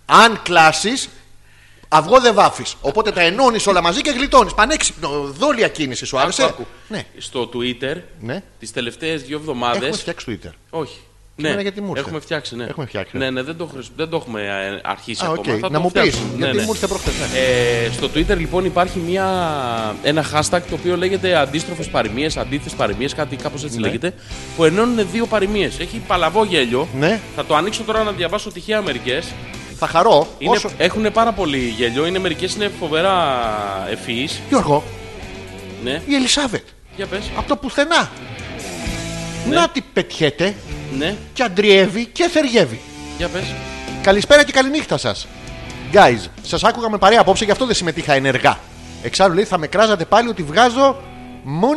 A: αν κλάσεις, αυγό δεν βάφεις. Οπότε τα ενώνεις όλα μαζί και γλιτώνεις. Πανέξυπνο, δόλια κίνηση σου άρεσε.
B: Άκου, άκου.
A: Ναι,
B: Στο Twitter
A: ναι.
B: τις τελευταίες δύο
A: Έχουμε
B: εβδομάδε.
A: φτιάξει Twitter.
B: Όχι.
A: Κείμενα γιατί μου ήρθε.
B: έχουμε φτιάξει, ναι.
A: Έχουμε φτιάξει, ναι.
B: Ναι, ναι, δεν το, χρησι- δεν το έχουμε ε, αρχίσει
A: Α, οκ.
B: ακόμα. Θα
A: Να
B: το
A: μου πει.
B: φτιάξουμε.
A: Γιατί
B: Ναι, ναι.
A: μου ήρθε προχθές. Ναι.
B: Ε, στο Twitter λοιπόν υπάρχει μια, ένα hashtag το οποίο λέγεται αντίστροφες παροιμίες, αντίθετες παροιμίες, κάτι κάπως
A: Ναι.
B: έτσι λέγεται, που ενώνουν δύο παροιμίες. Έχει παλαβό γέλιο.
A: Ναι.
B: Θα το ανοίξω τώρα να διαβάσω τυχαία μερικές.
A: Θα χαρώ. Όσο...
B: Έχουν πάρα πολύ γέλιο, είναι μερικές είναι φοβερά ευφυείς.
A: Γιώργο,
B: Ναι,
A: η Ελισάβετ.
B: για πες.
A: Από το πουθενά. Να τη πετιέται
B: Ναι,
A: και αντριεύει και θεριεύει.
B: για πες.
A: Καλησπέρα και καληνύχτα σας. Guys, σας άκουγα με παρέα απόψε, γι' αυτό δεν συμμετείχα ενεργά. Εξάλλου λέει, θα με κράζατε πάλι ότι βγάζω μουν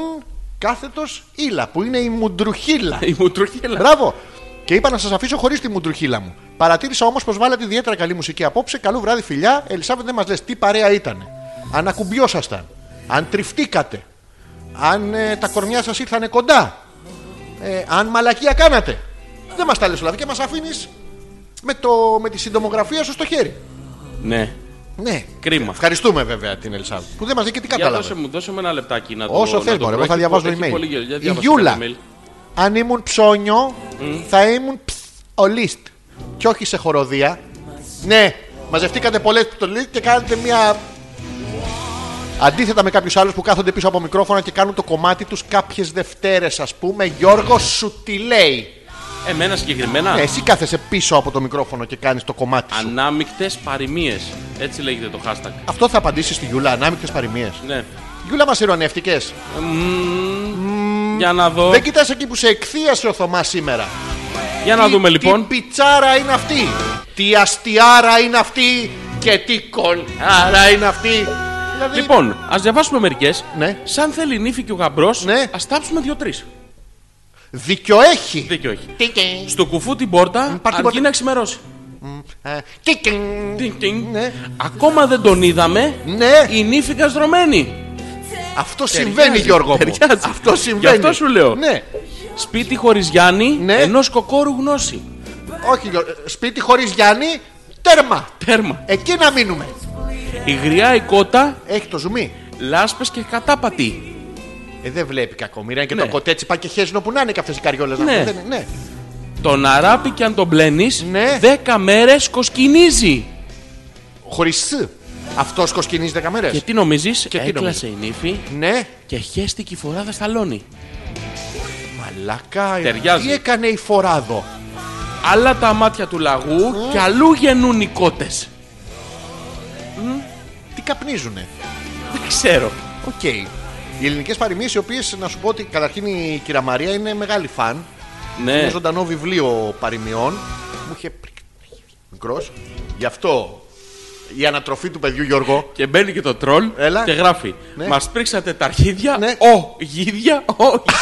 A: κάθετος ήλα, που είναι η μουντρουχίλα.
B: Η μουτροχέλα.
A: Μπράβο! Και είπα να σας αφήσω χωρίς τη μουντρουχίλα μου. Παρατήρησα όμως πως βάλατε ιδιαίτερα καλή μουσική απόψε. Καλό βράδυ, φιλιά. Ελισάβετ, δεν μας λες τι παρέα ήταν. Αν ακουμπιόσασταν. Αν τριφτήκατε. Αν ε, τα κορμιά σας ήρθανε κοντά. Ε, αν μαλακία κάνατε. Δεν μας τα λες όλα και μας αφήνεις με, το- με τη συντομογραφία σου στο χέρι.
B: Ναι,
A: Ναι.
B: κρίμα.
A: Ευχαριστούμε βέβαια την Ελισάβετ που δεν μας λέει και τι
B: Για
A: κατάλαβε.
B: δώσε μου, δώσε μου ένα λεπτάκι να το
A: Όσο
B: να
A: θες,
B: το
A: μωρέ,
B: βρω.
A: εγώ θα
B: Έχει
A: διαβάζω
B: πο- έχει
A: email.
B: πολύ γέλιο. Για
A: Η
B: διάβασε
A: Γιούλα.
B: κάποιο email.
A: Αν ήμουν ψώνιο, θα ήμουν ψολίστ. Και όχι σε χοροδία. Ναι, μαζευτήκατε πολλές ψολίστ και κάνετε μια. Αντίθετα με κάποιους άλλους που κάθονται πίσω από μικρόφωνα και κάνουν το κομμάτι τους κάποιες Δευτέρες, ας πούμε, Γιώργο σου τι λέει.
B: Εμένα συγκεκριμένα.
A: Ναι, εσύ κάθεσαι πίσω από το μικρόφωνο και κάνεις το κομμάτι σου.
B: Ανάμεικτες παροιμίες. Έτσι λέγεται το hashtag.
A: Αυτό θα απαντήσεις στη Γιούλα, ανάμεικτες παροιμίες.
B: Ναι.
A: Γιούλα μας ειρωνεύτηκε.
B: Για να δω.
A: Δεν κοιτάς εκεί που σε εκθίασε ο Θωμάς σήμερα.
B: Για να
A: Τι-
B: δούμε λοιπόν.
A: Τι πιτσάρα είναι αυτή. Τι αστιάρα είναι αυτή. Και τι κολάρα είναι αυτή. Δηλαδή,
B: Λοιπόν, ας διαβάσουμε μερικές.
A: Ναι.
B: Σαν θέλει η νύφη και ο γαμπρός,
A: Ναι.
B: ας τάψουμε δύο-τρει.
A: δίκιο έχει.
B: Δίκιο έχει.
A: Τίκιν.
B: Στο κουφού την πόρτα,
A: Πάρ' την
B: αρκεί
A: πόρτα.
B: να ξημερώσει.
A: Ε, τίκιν.
B: Τιν, τιν.
A: Ναι.
B: Ακόμα δεν τον είδαμε.
A: Ναι.
B: Η νύφη καστρωμένη.
A: Αυτό συμβαίνει, Γιώργο. μου.
B: Ταιριάζει.
A: Αυτό συμβαίνει.
B: Γι' αυτό σου λέω.
A: Ναι.
B: Σπίτι χωρίς Γιάννη,
A: Ναι.
B: ενός κοκόρου γνώση.
A: Όχι, Γιώργο. Σπίτι χωρίς Γιάννη, τέρμα.
B: Τέρμα.
A: Εκεί να μείνουμε.
B: Η γριά η κότα,
A: Έχει το ζουμί.
B: λάσπες και κατάπατη.
A: Ε, δεν βλέπει κακομοίρα. Είναι και
B: Ναι.
A: το κοτέτσι πάει και χέζινο που να είναι και αυτές οι καριόλες.
B: Ναι.
A: Δεν, ναι.
B: Τον αράπη και αν τον μπλένεις,
A: Ναι.
B: δέκα μέρες κοσκινίζει.
A: Χωρίς Αυτός κοσκινίζει 10 μέρες.
B: Και τι νομίζεις,
A: τι
B: έκλασε η νύφη
A: Ναι.
B: και χέστηκε η φοράδα σταλόνι.
A: Μαλάκα,
B: Ταιριάζει.
A: ε, τι έκανε η φοράδο.
B: Άλλα τα μάτια του λαγού και αλλού γεννούν οι κότες.
A: Τι καπνίζουνε.
B: Δεν ξέρω.
A: Οκ. Οι ελληνικές παροιμίες, οι οποίες να σου πω ότι καταρχήν η κυρία Μαρία είναι μεγάλη φαν.
B: Ναι,
A: Είναι ζωντανό βιβλίο παροιμιών. Μου είχε πει μικρός. Γι' αυτό η ανατροφή του παιδιού Γιώργο.
B: και μπαίνει και το τρολ
A: Έλα.
B: και γράφει.
A: Ναι.
B: Μας Μα πρίξατε τα αρχίδια,
A: Ναι.
B: ο γίδια, ο γίδια».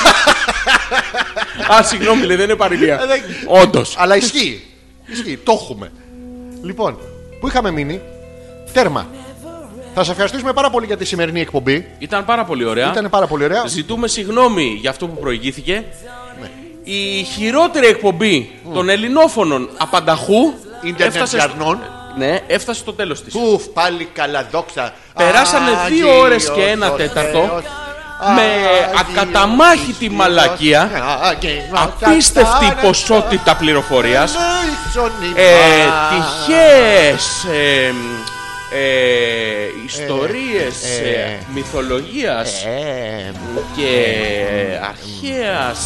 B: Α, συγγνώμη, λέει, δεν είναι παροιμία.
A: Ε, δεν-
B: Όντως.
A: Αλλά ισχύει. Ισχύει. Το έχουμε. Λοιπόν, που είχαμε μείνει. Τέρμα. Θα σα ευχαριστήσουμε πάρα πολύ για τη σημερινή εκπομπή.
B: Ήταν πάρα πολύ ωραία.
A: Ήταν πάρα πολύ ωραία.
B: Ζητούμε συγγνώμη για αυτό που προηγήθηκε.
A: Ναι.
B: Η χειρότερη εκπομπή των ελληνόφωνων απανταχού
A: Ίντερνετ
B: στο...
A: Γιαρνών.
B: Ναι, έφτασε στο τέλος της.
A: Ουφ, πάλι καλά, δόξα.
B: Περάσανε δύο
A: Άγιος
B: ώρες και ένα
A: ο
B: τέταρτο
A: Θεός.
B: με
A: Άγιος
B: ακαταμάχητη
A: Χριστός.
B: μαλακία.
A: Άγιος
B: Απίστευτη
A: Σατάνας.
B: ποσότητα πληροφορίας.
A: Ελέησον
B: ε,
A: ημάς.
B: τυχαίες ε, ε, ιστορίες
A: ε,
B: ε, μυθολογίας
A: Ε,
B: και αρχαίας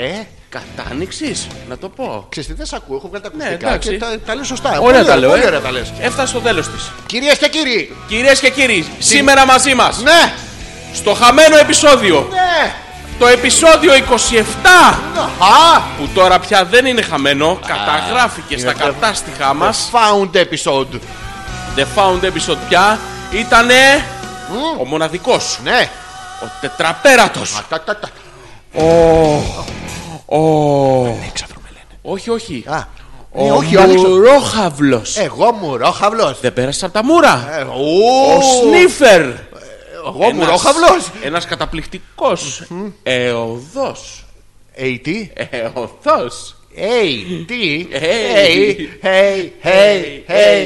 A: ε,
B: κατάνοιξης, να το πω.
A: Ξέρεις τι δεν σ' ακούω, έχω βγάλει τα
B: Ναι,
A: ακουστικά
B: εντάξει.
A: και τα, τα λέω σωστά.
B: Ωραία
A: Πολύ
B: τα λέω,
A: πολύ
B: ε.
A: ωραία τα λες.
B: Έφτασε στο τέλος της.
A: Κυρίες και κύριοι,
B: Κυρίες και κύριοι, σήμερα μαζί μας,
A: ναι,
B: στο χαμένο επεισόδιο,
A: ναι,
B: το επεισόδιο 27,
A: α,
B: που τώρα πια δεν είναι χαμένο, καταγράφηκε στα
A: το-
B: κατάστιχά μας,
A: found episode.
B: The Found Episode πια, ήτανε
A: Μμ.
B: ο μοναδικός,
A: Ναι,
B: ο τετραπέρατος.
A: Α, τα, τα, τα.
B: Αλέξανδρο με λένε. Όχι, όχι.
A: Α, ναι,
B: Ο
A: όχι, ο Αλέξανδρος.
B: μουρόχαυλος.
A: Εγώ μουρόχαυλος.
B: Δεν πέρασε από τα μούρα.
A: Ε, ου,
B: Ο σνίφερ.
A: Εγώ μουρόχαυλος.
B: Ένας καταπληκτικός. Εωδός.
A: Ε, τι,
B: Εωδός.
A: Hey, D,
B: Hey.
A: hey, hey, hey, hey,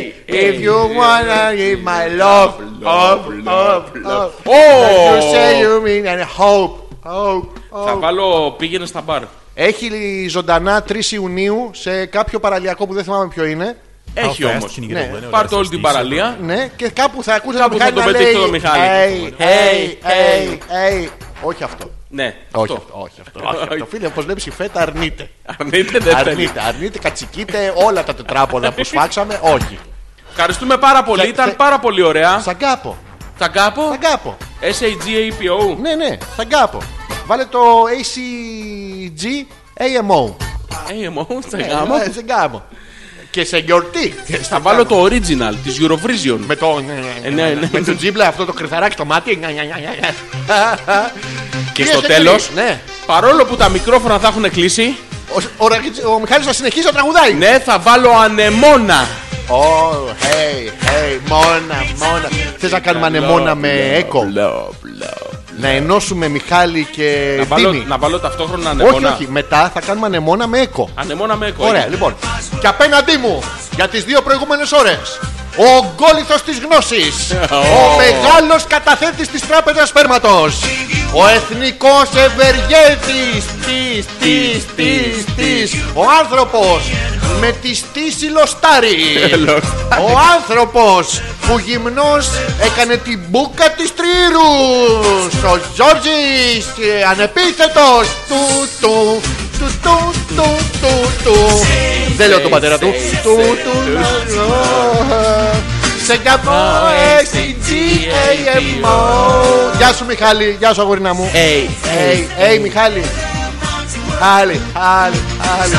A: if you wanna give my love, love, love, love,
B: Oh.
A: you say you mean and hope, hope,
B: Θα
A: hope.
B: βάλω πήγαινε στα μπαρ.
A: Έχει ζωντανά 3 Ιουνίου σε κάποιο παραλιακό που δεν θυμάμαι ποιο είναι.
B: Έχει
E: fast
B: όμως.
E: can you get
A: Ναι,
E: away with
B: Πάρτε
E: that?
B: όλη την παραλία.
A: Ναι, και κάπου θα ακούτε τον
B: Κάπου θα
A: Μιχάλη
B: τον
A: να
B: πετύχει
A: λέει
B: το Μιχάλη.
A: Hey, hey, hey, hey. Όχι αυτό.
B: Ναι,
A: Όχι
B: αυτό.
A: αυτό, όχι αυτό. όχι αυτό. Φίλε, όπως βλέπεις η φέτα αρνείται.
B: Αρνείται, δεν θέλει.
A: Αρνείται, αρνείται, κατσικείται όλα τα τετράποδα που σφάξαμε. Όχι.
B: Ευχαριστούμε πάρα πολύ.
A: Θε-
B: Ήταν
A: θε-
B: πάρα πολύ ωραία.
A: Σαν κάπω.
B: Θα κάπω.
A: Σαν κάπω.
B: S-A-G-A-P-O.
A: Ναι, ναι, θα κάπω. Βάλε το ACG AMO.
B: AMO, θα
A: Ναι,
B: γάμο.
A: ε, Σε γάμο. Και σε γιορτή.
B: Θα βάλω το original της Eurovision.
A: Με το.
B: Ε, ναι, ναι.
A: Με το τζίμπλα αυτό το κρυθαράκι το μάτι. Νια, νια, νια, νια.
B: Και
A: Κυρίες
B: στο
A: κύριοι,
B: τέλος,
A: Ναι.
B: παρόλο που τα μικρόφωνα θα έχουν κλείσει,
A: Ο- Ο, Ρακίτς- ο Μιχάλης θα συνεχίσει να τραγουδάει.
B: ναι, θα βάλω ανεμόνα.
A: Oh, hey, hey, μόνα, μόνα. Θες να κάνουμε ανεμόνα με έκο. Να ενώσουμε Μιχάλη και
B: Να βάλω,
A: Ε, Τίμη.
B: να βάλω ταυτόχρονα
A: Όχι,
B: ανεμόνα.
A: όχι. Μετά θα κάνουμε ανεμόνα με έκο.
B: Ανεμόνα με έκο.
A: Ωραία,
B: ε.
A: λοιπόν. Και απέναντί μου για τις δύο προηγούμενες ώρες ο γκόλιθος της γνώσης, ο μεγάλος καταθέτης της τράπεζας σπέρματος, ο εθνικός ευεργέτης της, της, της, της, ο άνθρωπος με τη στήση λοστάρι, ο άνθρωπος που γυμνός έκανε την μπούκα της Τρύρους, ο Γιώργης ε, ανεπίθετος, του, του, του, του, του, του, του. Δεν λέω τον πατέρα του. Του, του, λαλό. Σε καπό, G-A-M-O. Γεια σου Μιχάλη, γεια σου αγορίνα μου.
B: Hey,
A: Hey, hey Μιχάλη. Άλλη, άλλη, άλλη.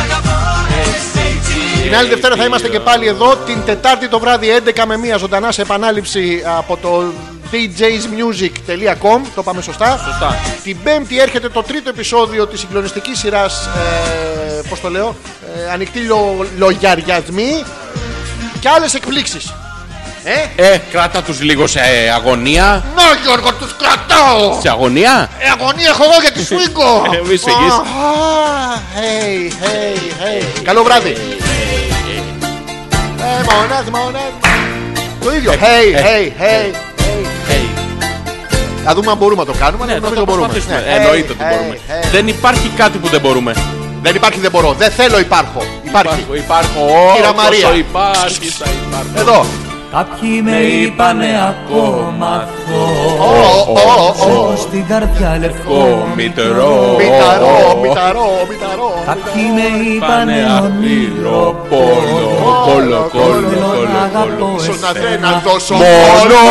A: Την άλλη Δευτέρα θα είμαστε και πάλι εδώ την Τετάρτη το βράδυ 11 με 1 ζωντανά σε επανάληψη από το djsmusic.com Το πάμε σωστά.
B: Σωστά.
A: Την Πέμπτη έρχεται το τρίτο επεισόδιο της συγκλονιστικής σειράς ε, πώς το λέω, ε, ανοιχτή λο, λογιαριασμή και άλλες εκπλήξεις. Ε,
B: Ε, κράτα τους λίγο σε ε, αγωνία.
A: να Γιώργο τους κρατάω!
B: Σε αγωνία.
A: Ε, αγωνία έχω εγώ για τη σουίκο!
B: Ε, μη σε γης.
A: Αχα, hey, hey, hey. Καλό βράδυ! Ε, μονάδι, μονάδι. Το ίδιο.
B: Ε,
A: Hey, hey, hey.
B: Hey,
A: Θα δούμε αν μπορούμε να το κάνουμε.
B: Ναι,
A: αλλά
B: θα
A: νομίζω
B: το
A: μπορούμε.
B: προσπαθήσουμε.
A: Ναι.
B: Ε, Εννοείται ότι
A: Hey,
B: μπορούμε.
A: hey, hey.
B: Δεν υπάρχει κάτι που δεν μπορούμε.
A: Δεν υπάρχει, δεν μπορώ. Δεν θέλω, υπάρχω. Υπάρχει.
B: Υπάρχω, υπάρχω.
A: Κύρα
B: Ω,
A: Μαρία.
B: πόσο Υπάρχει, θα υπάρχω.
A: Εδώ.
F: Κάποιοι με είπανε ακόμα
A: Ω,
F: θώ
A: ω, ω, ω.
F: Στην καρδιά
B: Ο
F: λευκό
B: μητερό.
A: Μηταρό, μηταρό, μηταρό.
F: Κάποιοι με
B: Πάνε
F: είπανε όνειρο
B: άπειρο πόλο, κόλο, κόλο,
F: Θέλω να
B: κόλο,
F: αγαπώ
A: Ίσως να
B: ε,
A: θέλω να
F: εσένα
A: δώσω
B: κόλο.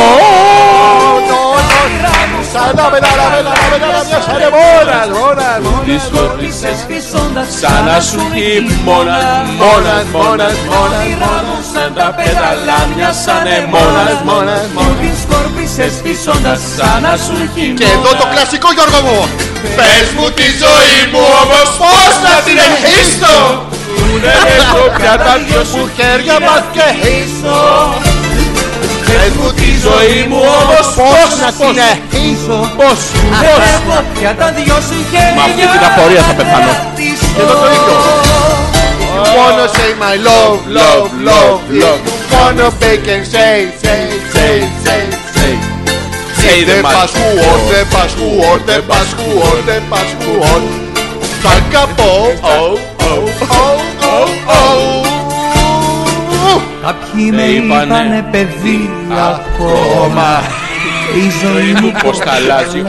A: Σαν να πετάρα, πετάρα, πετάρα, μια σαρεμόνα, μόνα, μόνα.
B: Τις
F: Είσαι
B: ώρες
F: φυσώντας
B: σαν να σου χειμώνας, μόνας, μόνας, μόνας,
F: Όνειρά μου
B: σαν τα πεταλάμια σαν εμόνας, μόνας,
F: Μου την σκόρπισες γύρισες πισώντας σαν να σου χειμώνα
A: Και εδώ το κλασικό Γιώργο μου. Πες μου τη ζωή μου όμως πώς να συνεχίσω.
B: έχω πια τα δυο
A: Που
B: σου
A: χέρια μας και χίσω. Πες μου τη
B: ζωή μου όμως
A: πώς να συνεχίσω.
B: Πώς, πώς
F: Έχω πια τα δυο σου χέρια
B: Με αυτή την απορία θα πεθάνω.
A: Και εδώ το ίδιο. You wanna say my love, love, love, love. You wanna bake and say, say, say, say, say.
B: Say
A: The
B: the mask
A: passport, the passport, the passport, the passport. Πακαπό, oh, oh, oh, oh, oh.
F: Κάποιοι με
B: είπανε
F: είπανε παιδί ακόμα Η ζωή μου
B: Πώς τα αλλάζει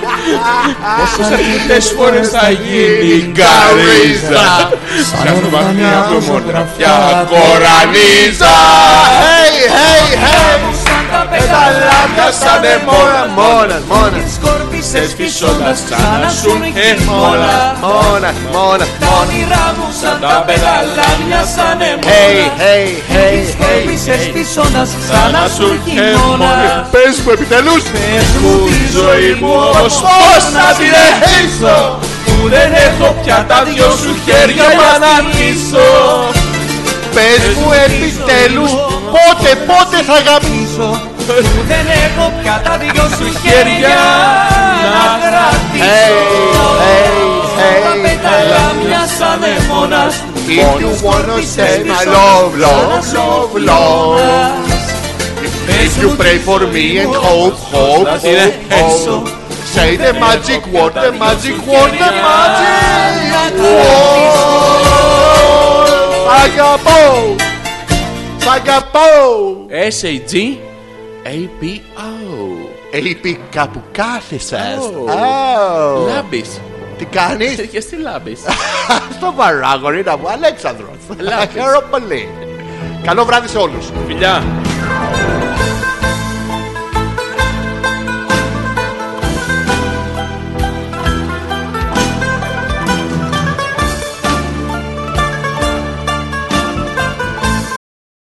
B: Πόσες αρκετές φορές θα γίνει καρίζα Σαν βαθιά φωτογραφιά κορανίζα
A: Hey, hey, hey. ε,
F: Σαν τα πεταλάκια σαν εμόνα
A: Μόνα, μόνα, μόνα.
F: Σκόρπισες πισώντας σαν να σου χειμώνα
A: Μόνα, μόνα.
F: Τα μοιρά μου σαν τα πεταλάκια σαν
A: Hey,
F: εμόνα
A: hey, hey, hey.
F: Σκόρπισες πισώντας σαν να σου
A: Μόνα.
F: χειμώνα
A: Πες μου επιτελούς
F: Μου τη ζωή μου όμως πώς να την
A: συνεχίσω
F: Που δεν έχω πια τα δυο σου χέρια για να αρνήσω
A: Πες μου επιτέλους πότε πότε θα γαμίσω
F: Που δεν έχω πια τα δυο σου χέρια να
A: Hey,
F: κρατήσω
A: hey,
F: Τα
A: hey
F: πεταλάμια σαν εμόνας
A: If you wanna say my love, love, love, love If you pray for me and hope, hope, hope, hope Say the magic word, the magic word, the magic word Αγαπώ, σ' αγαπώ
B: S-A-G A-P-O
A: Έλειπε κάπου κάθεσαι.
B: Oh.
A: Αου.
B: Λάμπης
A: Τι κάνει,
B: Και στη λάμπης
A: στο παράγοντα να μου, Αλέξανδρος.
B: Λάμπης.
A: Χαίρομαι πολύ. Καλό βράδυ σε όλους.
B: Φιλιά